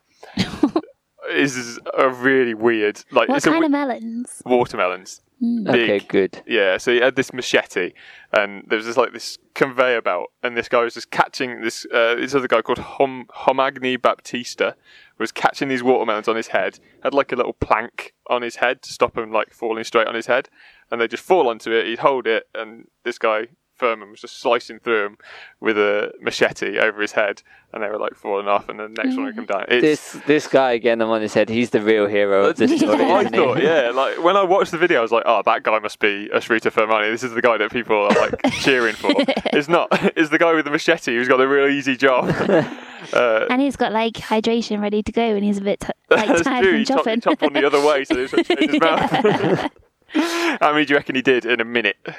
Speaker 1: this is a really weird, like
Speaker 4: what
Speaker 1: it's a
Speaker 4: kind
Speaker 1: we-
Speaker 4: of Mm. melons?
Speaker 1: watermelons.
Speaker 2: okay,
Speaker 1: Big.
Speaker 2: good.
Speaker 1: Yeah, so he had this machete, and there was this like this conveyor belt, and this guy was just catching this. Uh, this other guy called Hom- Homagni Baptista was catching these watermelons on his head. Had like a little plank on his head to stop him like falling straight on his head, and they just fall onto it. He'd hold it, and this guy Furman was just slicing through him with a machete over his head, and they were like falling off, and the next one would come down. It's,
Speaker 2: This this guy again, the one who said he's the real hero of this
Speaker 1: that's
Speaker 2: story.
Speaker 1: what I
Speaker 2: isn't he?
Speaker 1: thought, yeah. Like when I watched the video, I was like, "Oh, that guy must be Ashrita Fermani. This is the guy that people are like cheering for." It's not. It's the guy with the machete who's got the real easy job. Uh,
Speaker 4: And he's got like hydration ready to go, and he's a bit t- like
Speaker 1: that's
Speaker 4: tired
Speaker 1: true.
Speaker 4: from
Speaker 1: He chopped, he
Speaker 4: chopping.
Speaker 1: chopped one the other way, so there's in his mouth. How many do you reckon he did in a minute?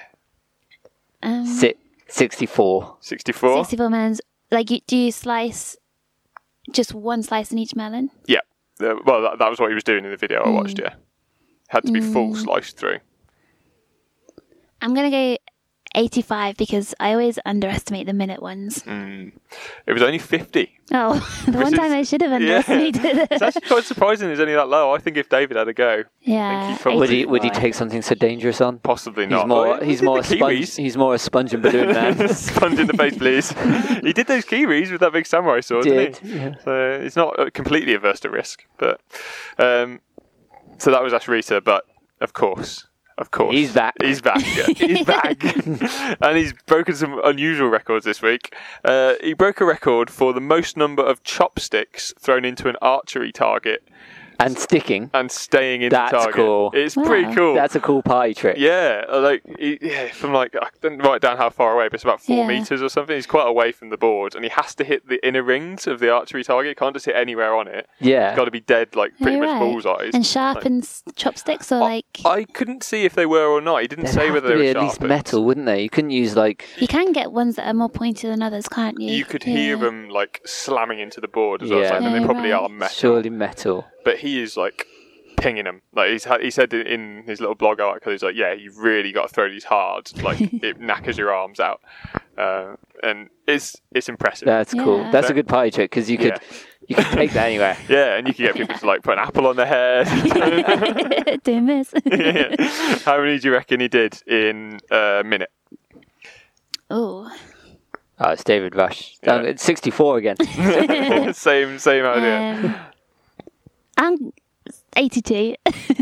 Speaker 4: Um,
Speaker 2: Si- 64.
Speaker 1: Sixty-four.
Speaker 4: 64 melons. Like, you, do you slice just one slice in each melon?
Speaker 1: Yeah. Uh, well, that, that was what he was doing in the video I watched. Yeah. had to be full sliced through.
Speaker 4: I'm going to go 85 because I always underestimate the minute ones.
Speaker 1: It was only 50.
Speaker 4: Oh, the one
Speaker 1: Mm. is-
Speaker 4: time I should have
Speaker 1: yeah.
Speaker 4: underestimated
Speaker 1: It's
Speaker 4: it.
Speaker 1: actually quite surprising it's only that low. I think if David had a go,
Speaker 4: Yeah.
Speaker 1: probably-
Speaker 2: Would he would he
Speaker 4: 85.
Speaker 2: take something so dangerous on?
Speaker 1: possibly not.
Speaker 2: He's more
Speaker 1: Oh, he
Speaker 2: he's
Speaker 1: did
Speaker 2: more a
Speaker 1: the
Speaker 2: sponge,
Speaker 1: Kiwis.
Speaker 2: he's more a sponge and balloon man.
Speaker 1: Sponge in the face, please. he did those kiwis with that big samurai sword,
Speaker 2: Did,
Speaker 1: not he? So he's not uh, completely averse to risk, but um, so that was Ashrita, but of course, of course,
Speaker 2: He's back.
Speaker 1: He's back. yeah. He's back, and he's broken some unusual records this week. Uh, he broke a record for the most number of chopsticks thrown into an archery target
Speaker 2: and sticking.
Speaker 1: and staying in
Speaker 2: That's
Speaker 1: the target.
Speaker 2: cool.
Speaker 1: It's pretty
Speaker 4: Wow.
Speaker 1: cool.
Speaker 2: That's a cool party trick.
Speaker 1: Yeah, uh, like he, yeah, from like I didn't write down how far away, but it's about four
Speaker 4: Yeah.
Speaker 1: meters or something. He's quite away from the board, and he has to hit the inner rings of the archery target. Can't just hit anywhere on it.
Speaker 2: Yeah.
Speaker 1: He's got to be dead, like pretty
Speaker 4: You're
Speaker 1: much
Speaker 4: right.
Speaker 1: bullseyes.
Speaker 4: And sharp and s- chopsticks or like.
Speaker 1: I couldn't see if they were or not. He didn't
Speaker 2: They'd
Speaker 1: say
Speaker 2: have
Speaker 1: whether they
Speaker 2: to be
Speaker 1: were
Speaker 2: at
Speaker 1: sharp.
Speaker 2: least
Speaker 1: but
Speaker 2: metal, wouldn't they? You couldn't use like
Speaker 4: You can get ones that are more pointed than others, can't you?
Speaker 1: You could hear
Speaker 4: Yeah.
Speaker 1: them like slamming into the board as well.
Speaker 2: Yeah.
Speaker 1: So and they
Speaker 4: Yeah,
Speaker 1: probably
Speaker 4: right.
Speaker 1: are metal,
Speaker 2: surely metal.
Speaker 1: but he is like pinging them. Like he's ha- he said in- in his little blog article, he's like, "Yeah, you've really got to throw these hard. Like it knackers your arms out." Uh, and it's it's impressive.
Speaker 2: That's cool.
Speaker 4: Yeah.
Speaker 2: That's a good party trick because you could
Speaker 1: Yeah.
Speaker 2: you could take that anywhere.
Speaker 1: Yeah, and you can get people to like put an apple on their head.
Speaker 4: Doing this.
Speaker 1: How many do you reckon he did in a minute?
Speaker 4: oh,
Speaker 2: Oh, it's David Rush.
Speaker 1: Yeah.
Speaker 2: Um, it's 64 again.
Speaker 1: same same idea.
Speaker 4: um, I'm 82.
Speaker 1: Mm.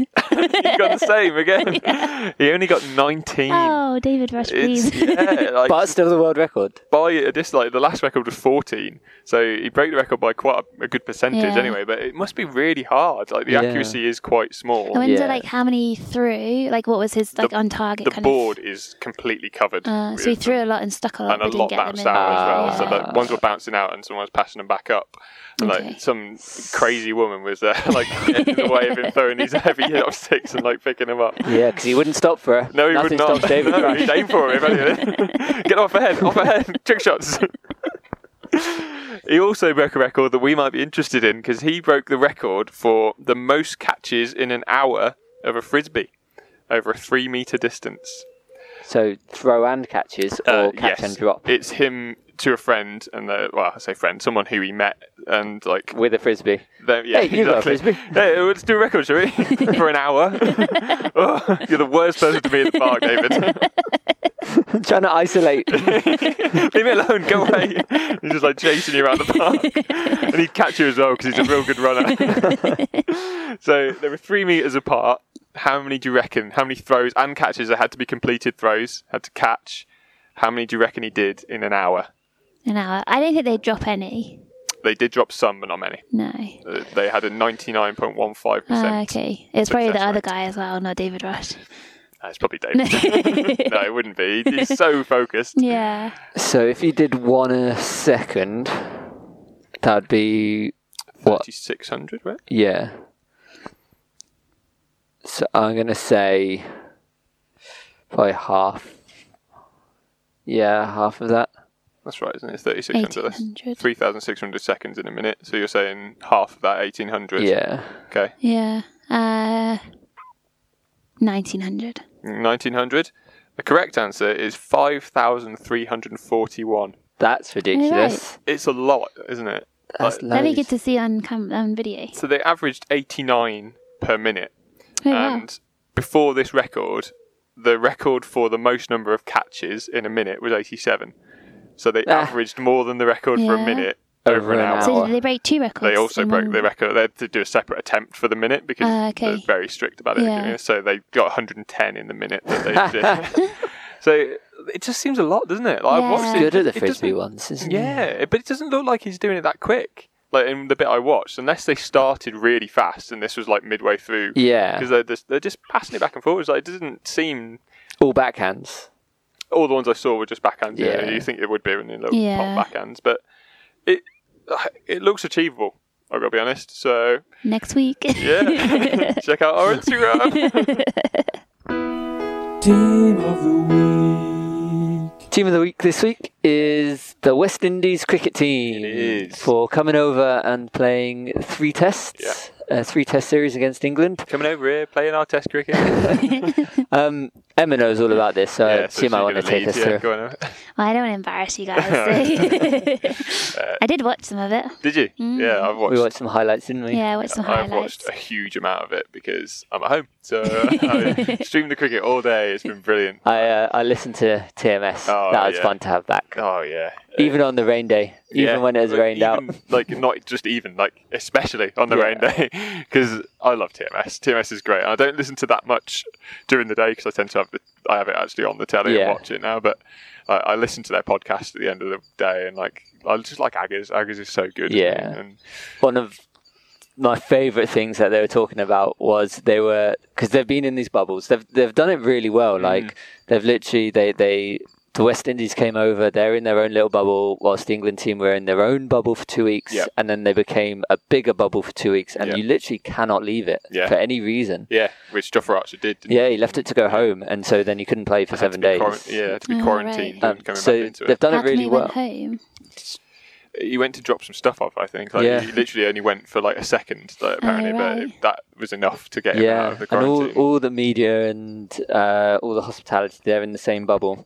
Speaker 1: He got the same again. He only got nineteen.
Speaker 4: oh, David Rush,
Speaker 1: It's
Speaker 4: please.
Speaker 1: yeah, like
Speaker 2: but still the world record.
Speaker 1: by a dis- like the last record was fourteen, so he broke the record by quite a, a good percentage
Speaker 4: Yeah.
Speaker 1: anyway. But it must be really hard. Like the
Speaker 2: Yeah.
Speaker 1: accuracy is quite small.
Speaker 4: I wonder,
Speaker 2: Yeah.
Speaker 4: like, how many he threw. Like, what was his like on target?
Speaker 1: the
Speaker 4: kind
Speaker 1: board is completely covered.
Speaker 4: Of, uh,
Speaker 1: with
Speaker 4: so he threw a lot and stuck a lot,
Speaker 1: and a
Speaker 4: but
Speaker 1: lot
Speaker 4: didn't get them
Speaker 1: bounced
Speaker 4: in.
Speaker 1: out
Speaker 2: Ah.
Speaker 1: as well. So like, ones were bouncing out, and someone was passing them back up. And
Speaker 4: Okay.
Speaker 1: like some crazy woman was there, like in the way of him throwing these heavy hit sticks and like picking them up.
Speaker 2: Yeah, because he wouldn't stop for her.
Speaker 1: No, he
Speaker 2: Nothing
Speaker 1: would not.
Speaker 2: stops David
Speaker 1: no,
Speaker 2: Rush.
Speaker 1: he'd aim for him. if anything. Get off ahead, off ahead, trick shots. he also broke a record that we might be interested in because he broke the record for the most catches in an hour of a frisbee over a three meter distance.
Speaker 2: So throw and catches or
Speaker 1: Uh,
Speaker 2: catch
Speaker 1: yes.
Speaker 2: and drop
Speaker 1: It's him to a friend, and the, well, I say friend, someone who he met, and like,
Speaker 2: with a frisbee.
Speaker 1: they- yeah,
Speaker 2: Hey, you got a
Speaker 1: exactly.
Speaker 2: frisbee.
Speaker 1: Hey, uh, let's do a record, shall we? For an hour. Oh, you're the worst person to be in the park, David.
Speaker 2: I'm trying to isolate.
Speaker 1: Leave me alone. Go away. He's just like chasing you around the park, and he'd catch you as well because he's a real good runner. so there were three meters apart. How many do you reckon? How many throws and catches that had to be completed? Throws had to catch. How many do you reckon he did in an hour?
Speaker 4: An hour. I don't think they drop any.
Speaker 1: They did drop some, but not many.
Speaker 4: No.
Speaker 1: Uh, They had a 99.15%.
Speaker 4: Ah, okay. It's probably the
Speaker 1: success
Speaker 4: other
Speaker 1: rate.
Speaker 4: guy as well, not David Rush.
Speaker 1: That's probably David. no, it wouldn't be. He's so focused.
Speaker 4: Yeah.
Speaker 2: so if you did one a second, that'd be what?
Speaker 1: 3,600, right?
Speaker 2: Yeah. So I'm gonna say probably half. Yeah, half of that.
Speaker 1: That's right, isn't it? It's 3,600. That's
Speaker 4: 1800.
Speaker 1: 3,600 seconds in a minute. So you're saying half of that 1,800?
Speaker 2: Yeah.
Speaker 1: Okay.
Speaker 4: Yeah. Uh, 1900.
Speaker 1: 1,900. The correct answer is 5,341.
Speaker 2: That's ridiculous.
Speaker 1: It's a lot, isn't it?
Speaker 2: That's
Speaker 1: Like,
Speaker 4: That'd be
Speaker 2: loads.
Speaker 4: good to see on cam- on video.
Speaker 1: so they averaged 89 per minute.
Speaker 4: Oh, wow.
Speaker 1: and before this record, the record for the most number of catches in a minute was 87. So they
Speaker 2: Ah.
Speaker 1: averaged more than the record for a
Speaker 4: Yeah.
Speaker 1: minute over, an hour.
Speaker 4: So
Speaker 2: hour.
Speaker 4: did they break two records?
Speaker 1: They also
Speaker 4: in
Speaker 1: broke
Speaker 4: one-
Speaker 1: the record. They had to do a separate attempt for the minute because
Speaker 4: Ah, okay.
Speaker 1: they're very strict about it.
Speaker 4: Yeah.
Speaker 1: So they got 110 in the minute that they did. so it just seems a lot, doesn't it? Like, I've
Speaker 4: Yeah.
Speaker 1: watched it.
Speaker 2: Good at the
Speaker 1: it
Speaker 2: frisbee
Speaker 1: doesn't-
Speaker 2: ones, isn't it?
Speaker 1: Yeah, it- but it doesn't look like he's doing it that quick. Like in the bit I watched, unless they started really fast and this was like midway through.
Speaker 2: Yeah.
Speaker 1: Because they're just, they're just passing it back and forwards. Like it doesn't seem
Speaker 2: All backhands.
Speaker 1: all the ones I saw were just backhands. you know,
Speaker 2: Yeah.
Speaker 1: You think it would be in the little
Speaker 4: Yeah.
Speaker 1: pop backhands, but it it looks achievable. I've got to be honest. So
Speaker 4: Next week.
Speaker 1: yeah, check out our Instagram.
Speaker 3: Team of the week.
Speaker 2: Team of the week this week is the West Indies cricket team
Speaker 1: It is.
Speaker 2: for coming over and playing three tests uh, three Test series against England.
Speaker 1: Coming over here, playing our test cricket. yeah,
Speaker 2: Um, Emma knows all about this, so
Speaker 1: so
Speaker 2: she
Speaker 1: she's
Speaker 2: might want to
Speaker 1: gonna
Speaker 2: take
Speaker 1: lead.
Speaker 2: us
Speaker 1: Yeah,
Speaker 2: through.
Speaker 1: go on, Emma.
Speaker 4: Well, I don't want to embarrass you guys. so- I did watch some of it.
Speaker 1: Did you? Yeah, I've watched.
Speaker 2: We watched some highlights, didn't we?
Speaker 4: Yeah, I watched some
Speaker 1: I've
Speaker 4: highlights.
Speaker 1: watched a huge amount of it because I'm at home. So I streamed the cricket all day. It's been brilliant.
Speaker 2: I uh, I listened to TMS.
Speaker 1: Oh,
Speaker 2: that was
Speaker 1: yeah.
Speaker 2: fun to have back,
Speaker 1: Oh yeah.
Speaker 2: even on the rain day, even
Speaker 1: Yeah,
Speaker 2: when it has
Speaker 1: like,
Speaker 2: rained out.
Speaker 1: even- Like not just even like especially on the
Speaker 2: Yeah.
Speaker 1: rain day because I love TMS. TMS is great. I don't listen to that much during the day because I tend to have the, I have it actually on the telly
Speaker 2: Yeah.
Speaker 1: and watch it now. But I, I listen to their podcast at the end of the day and like I just like Aggers. Aggers is so good.
Speaker 2: Yeah.
Speaker 1: And,
Speaker 2: one of my favorite things that they were talking about was they were because they've been in these bubbles. They've they've done it really well.
Speaker 1: Mm.
Speaker 2: Like they've literally they they the West Indies came over. They're in their own little bubble, whilst the England team were in their own bubble for two weeks,
Speaker 1: Yep.
Speaker 2: and then they became a bigger bubble for two weeks. And
Speaker 1: Yeah.
Speaker 2: you literally cannot leave it
Speaker 1: Yeah.
Speaker 2: for any reason.
Speaker 1: yeah, which Jofra Archer did. Didn't
Speaker 2: Yeah, he left it to go home, and so then you couldn't play for
Speaker 1: Had to
Speaker 2: seven
Speaker 1: be
Speaker 2: days.
Speaker 1: quaran- yeah, had to be
Speaker 4: Oh, right.
Speaker 1: quarantined
Speaker 2: Um,
Speaker 1: and coming
Speaker 2: so
Speaker 1: back into
Speaker 2: they've
Speaker 1: it.
Speaker 2: done
Speaker 4: How
Speaker 2: it
Speaker 4: come
Speaker 2: really
Speaker 4: he
Speaker 2: well.
Speaker 4: went home?
Speaker 1: He went to drop some stuff off, I think. Like,
Speaker 2: Yeah.
Speaker 1: He literally only went for like a second, like, apparently, but
Speaker 4: Oh, right.
Speaker 1: that was enough to get him out
Speaker 2: yeah,
Speaker 1: of the
Speaker 2: and all,
Speaker 1: quarantine.
Speaker 2: all the media and uh, all the hospitality they're in the same bubble.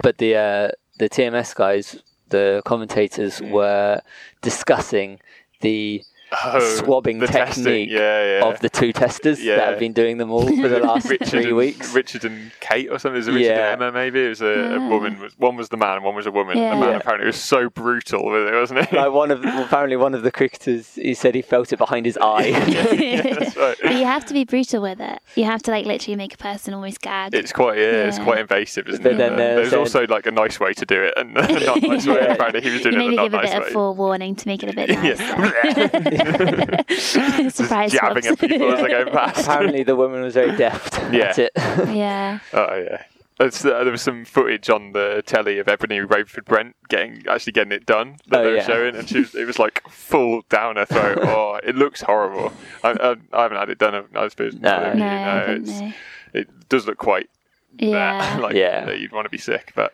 Speaker 2: But the uh, the TMS guys, the commentators,
Speaker 1: Hmm.
Speaker 2: were discussing the
Speaker 1: Oh,
Speaker 2: swabbing
Speaker 1: the testing.
Speaker 2: technique
Speaker 1: Yeah, yeah.
Speaker 2: of the two testers that
Speaker 1: Yeah.
Speaker 2: have been doing them all for the last three
Speaker 1: and,
Speaker 2: weeks.
Speaker 1: Richard and Kate or something. Is it Richard
Speaker 2: Yeah.
Speaker 1: and Emma? Maybe it was a, a
Speaker 4: Yeah.
Speaker 1: woman. Was, one was the man, one was a woman.
Speaker 4: Yeah.
Speaker 1: The man
Speaker 2: Yeah.
Speaker 1: apparently was so brutal with it, wasn't he?
Speaker 2: Like one of apparently one of the cricketers, he said he felt it behind his eye.
Speaker 1: That's right.
Speaker 4: But you have to be brutal with it. You have to like literally make a person almost gag.
Speaker 1: It's quite yeah, it's
Speaker 4: Yeah.
Speaker 1: quite invasive, isn't
Speaker 2: But
Speaker 1: it?
Speaker 2: then, uh,
Speaker 1: There's
Speaker 2: so-
Speaker 1: also like a nice way to do it and a not nice way.
Speaker 2: Yeah.
Speaker 1: Apparently, he was doing
Speaker 4: you
Speaker 1: it the
Speaker 4: maybe
Speaker 1: not
Speaker 4: give a
Speaker 1: nice
Speaker 4: bit of
Speaker 1: way.
Speaker 4: forewarning to make it a bit nicer.
Speaker 1: yeah,
Speaker 4: Surprise
Speaker 1: jabbing at
Speaker 4: swabs.
Speaker 1: people as they go past.
Speaker 2: apparently the woman was very deft. That's
Speaker 1: Yeah.
Speaker 2: it.
Speaker 4: yeah.
Speaker 1: Oh yeah. That's, uh, there was some footage on the telly of Ebony Rayford Brent getting actually getting it done that
Speaker 2: Oh,
Speaker 1: they were
Speaker 2: yeah.
Speaker 1: showing, and she was, it was like full down her throat. oh, it looks horrible. I, I, I haven't had it done. I suppose.
Speaker 2: No.
Speaker 1: so, you know,
Speaker 4: No, I haven't,
Speaker 1: it's-
Speaker 4: no.
Speaker 1: it does look quite
Speaker 4: Yeah.
Speaker 1: that. like
Speaker 2: Yeah.
Speaker 1: that you'd want to be sick, but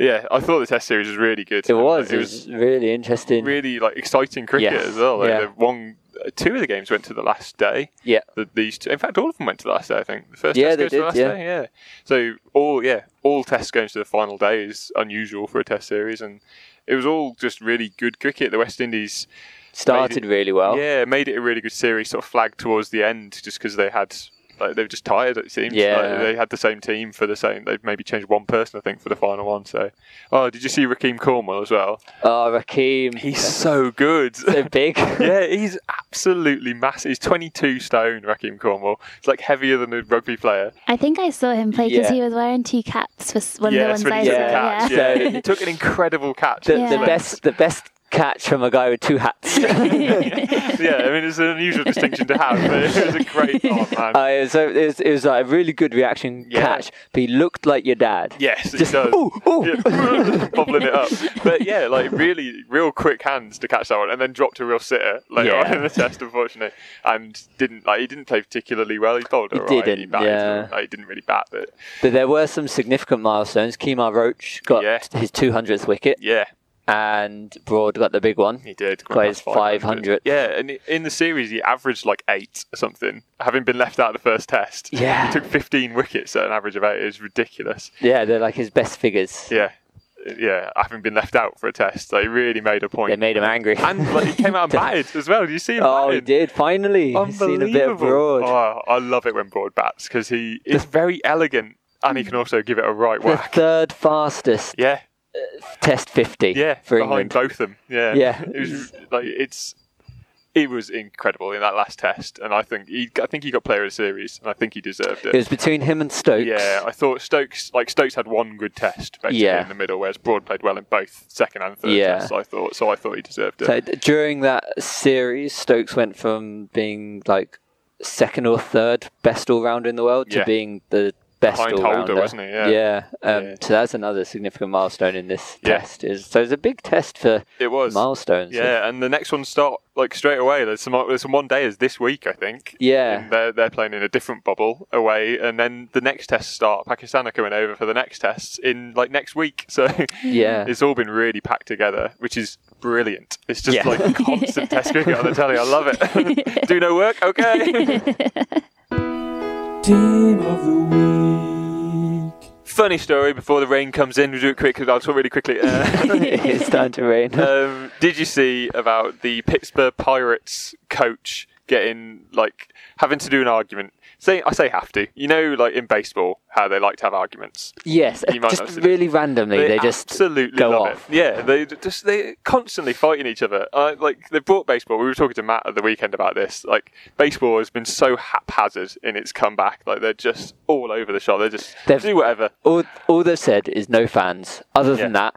Speaker 1: yeah, I thought the test series was really good.
Speaker 2: It was.
Speaker 1: It was
Speaker 2: really interesting.
Speaker 1: really like exciting cricket
Speaker 2: Yes.
Speaker 1: as well. Like,
Speaker 2: Yeah.
Speaker 1: the one, two of the games went to the last day.
Speaker 2: yeah.
Speaker 1: The, these two, in fact, all of them went to the last day. I think the first
Speaker 2: Yeah,
Speaker 1: test
Speaker 2: they
Speaker 1: goes to
Speaker 2: did,
Speaker 1: the last
Speaker 2: yeah.
Speaker 1: day. Yeah. So all yeah, all tests going to the final day is unusual for a test series, and it was all just really good cricket. The West Indies,
Speaker 2: Started really well.
Speaker 1: yeah, made it a really good series. Sort of flagged towards the end just because they had. Like they were just tired, it seems.
Speaker 2: Yeah.
Speaker 1: Like, they had the same team for the same. They've maybe changed one person, I think, for the final one. So, oh, did you see Rakeem Cornwell as well?
Speaker 2: Oh, Raheem.
Speaker 1: He's so good.
Speaker 2: so big.
Speaker 1: yeah, he's absolutely massive. He's 22 stone, Rakim Cornwall. It's like heavier than a rugby player.
Speaker 4: I think I saw him play because
Speaker 2: Yeah.
Speaker 4: he was wearing two caps for s- one
Speaker 1: yeah,
Speaker 4: of
Speaker 1: that's
Speaker 4: the
Speaker 1: when he
Speaker 4: ones I
Speaker 1: took
Speaker 4: saw.
Speaker 1: the catch. Yeah.
Speaker 4: yeah.
Speaker 2: So-
Speaker 1: he took an incredible catch.
Speaker 2: the, the
Speaker 4: Yeah.
Speaker 2: best the best catch from a guy with two hats. uh,
Speaker 1: yeah, I mean, it's an unusual distinction to have, but it was a great oh, man.
Speaker 2: Uh, it, was, a- it, was, it was like a really good reaction
Speaker 1: Yeah.
Speaker 2: catch, but he looked like your dad.
Speaker 1: Yes, it
Speaker 2: Just,
Speaker 1: does.
Speaker 2: ooh, ooh.
Speaker 1: Yeah, bobbling it up. But yeah, like really, real quick hands to catch that one, and then dropped a real sitter later
Speaker 2: Yeah.
Speaker 1: on in the test, unfortunately, and didn't like he didn't play particularly well. He bowled
Speaker 2: He
Speaker 1: all right. He
Speaker 2: didn't,
Speaker 1: batted,
Speaker 2: yeah.
Speaker 1: like, he didn't really bat, but
Speaker 2: But there were some significant milestones. Kemar Roach got
Speaker 1: Yeah.
Speaker 2: his 200th wicket,
Speaker 1: yeah,
Speaker 2: and Broad got the big one.
Speaker 1: He did.
Speaker 2: Quite his 500.
Speaker 1: Yeah, and i- in the series, he averaged like eight or something, having been left out of the first test.
Speaker 2: Yeah.
Speaker 1: He took 15 wickets at an average of eight. It was ridiculous.
Speaker 2: Yeah, they're like his best figures.
Speaker 1: Yeah. Yeah, having been left out for a test. They really made a point.
Speaker 2: They made him angry.
Speaker 1: and like, he came out and batted as well. Did you see him
Speaker 2: oh, he
Speaker 1: batting?
Speaker 2: did finally. He's Seen a bit of
Speaker 1: Unbelievable.
Speaker 2: Broad.
Speaker 1: Oh, I love it when Broad bats because he is very elegant and he can also give it a right
Speaker 2: the
Speaker 1: whack.
Speaker 2: third fastest
Speaker 1: Yeah.
Speaker 2: Test 50
Speaker 1: Yeah,
Speaker 2: for
Speaker 1: behind
Speaker 2: England.
Speaker 1: both of them. Yeah,
Speaker 2: Yeah.
Speaker 1: It was like it's it was incredible in that last test, and I think he I think he got player of the series, and I think he deserved it.
Speaker 2: It was between him and Stokes.
Speaker 1: yeah, I thought Stokes like Stokes had one good test basically
Speaker 2: Yeah.
Speaker 1: in the middle, whereas Broad played well in both second and third
Speaker 2: Yeah.
Speaker 1: tests. I thought so. I thought he deserved it.
Speaker 2: So d- during that series, Stokes went from being like second or third best all rounder in the world to
Speaker 1: Yeah.
Speaker 2: being the best
Speaker 1: Behind
Speaker 2: all-rounder.
Speaker 1: Holder, wasn't he? Yeah.
Speaker 2: Um,
Speaker 1: Yeah.
Speaker 2: So that's another significant milestone in this
Speaker 1: Yeah.
Speaker 2: test. Is so it's a big test for
Speaker 1: It was.
Speaker 2: milestones.
Speaker 1: Yeah, and the next one start like straight away. There's some there's some one day is this week, I think.
Speaker 2: Yeah.
Speaker 1: And they're they're playing in a different bubble away, and then the next test start. Pakistan are coming over for the next tests in like next week. So
Speaker 2: Yeah.
Speaker 1: it's all been really packed together, which is brilliant. It's just
Speaker 2: Yeah.
Speaker 1: like constant test cricket on the telly. I love it. Do no work, okay.
Speaker 3: Team of the week.
Speaker 1: Funny story. Before the rain comes in, we will do it quick. 'cause I'll talk really quickly. Uh,
Speaker 2: it's starting to rain.
Speaker 1: um, did you see about the Pittsburgh Pirates coach getting like having to do an argument? Say I say have to. You know, like in baseball, how they like to have arguments.
Speaker 2: yes,
Speaker 1: you might not
Speaker 2: just
Speaker 1: see that.
Speaker 2: really randomly they, just
Speaker 1: absolutely
Speaker 2: go
Speaker 1: love
Speaker 2: off.
Speaker 1: it. Yeah, they d- just they constantly fighting each other. Uh, like they brought baseball. We were talking to Matt at the weekend about this. Like baseball has been so haphazard in its comeback. Like they're just all over the shop. They just
Speaker 2: They've-
Speaker 1: do whatever.
Speaker 2: All all they've said is no fans. Other than
Speaker 1: Yeah.
Speaker 2: that,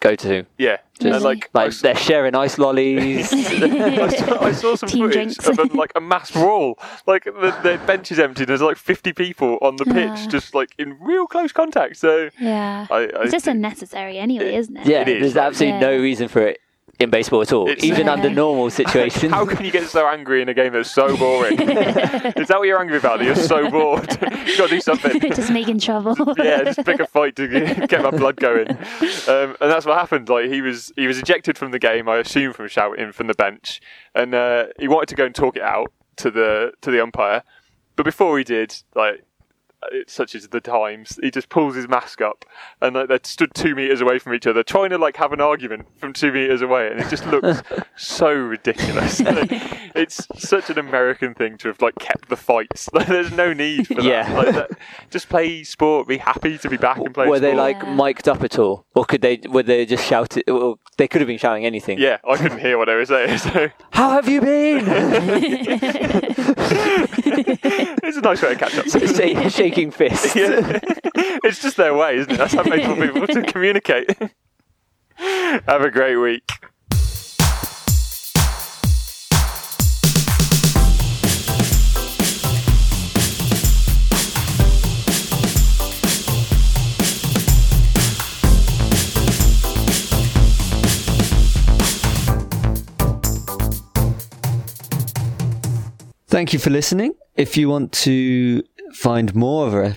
Speaker 2: go to
Speaker 1: Yeah,
Speaker 2: Just
Speaker 1: and, like I
Speaker 2: like
Speaker 1: s-
Speaker 2: they're sharing ice lollies.
Speaker 1: I saw, I saw some
Speaker 4: Team
Speaker 1: footage
Speaker 4: drinks.
Speaker 1: of a, like a mass brawl. Like the, the bench is empty. There's like 50 people on the pitch,
Speaker 4: Ah.
Speaker 1: just like in real close contact. So
Speaker 4: Yeah.
Speaker 1: I, I
Speaker 4: it's just
Speaker 1: do-
Speaker 4: unnecessary anyway, isn't it?
Speaker 2: yeah,
Speaker 1: It is,
Speaker 2: there's
Speaker 1: like-
Speaker 2: absolutely
Speaker 4: Yeah.
Speaker 2: no reason for it in baseball at all,
Speaker 1: It's-
Speaker 2: even
Speaker 4: Yeah.
Speaker 2: under normal situations.
Speaker 1: how can you get so angry in a game that's so boring? is that what you're angry about? That you're so bored. you got to do something.
Speaker 4: just making trouble.
Speaker 1: yeah, just pick a fight to get get my blood going. Um, and that's what happened. Like he was he was ejected from the game, I assume from shouting from the bench, and uh, he wanted to go and talk it out to the to the umpire, but before he did, like. It, such as the times, he just pulls his mask up, and like, they stood two meters away from each other, trying to like have an argument from two meters away, and it just looks so ridiculous. Like, it's such an American thing to have like kept the fights. Like, there's no need for that.
Speaker 2: Yeah.
Speaker 1: Like, that- just play sport. Be happy to be back and play.
Speaker 2: were they
Speaker 1: sport.
Speaker 2: like
Speaker 4: Yeah.
Speaker 2: mic'd up at all, or could they? Were they just shouted? Or they could have been shouting anything.
Speaker 1: Yeah, I couldn't hear what they were saying. So
Speaker 2: How have you been?
Speaker 1: it's a nice way to catch up.
Speaker 2: Say- Shaking fists.
Speaker 1: Yeah. it's just their way, isn't it? That's how people people to communicate. Have a great week.
Speaker 2: Thank you for listening. If you want to find more of our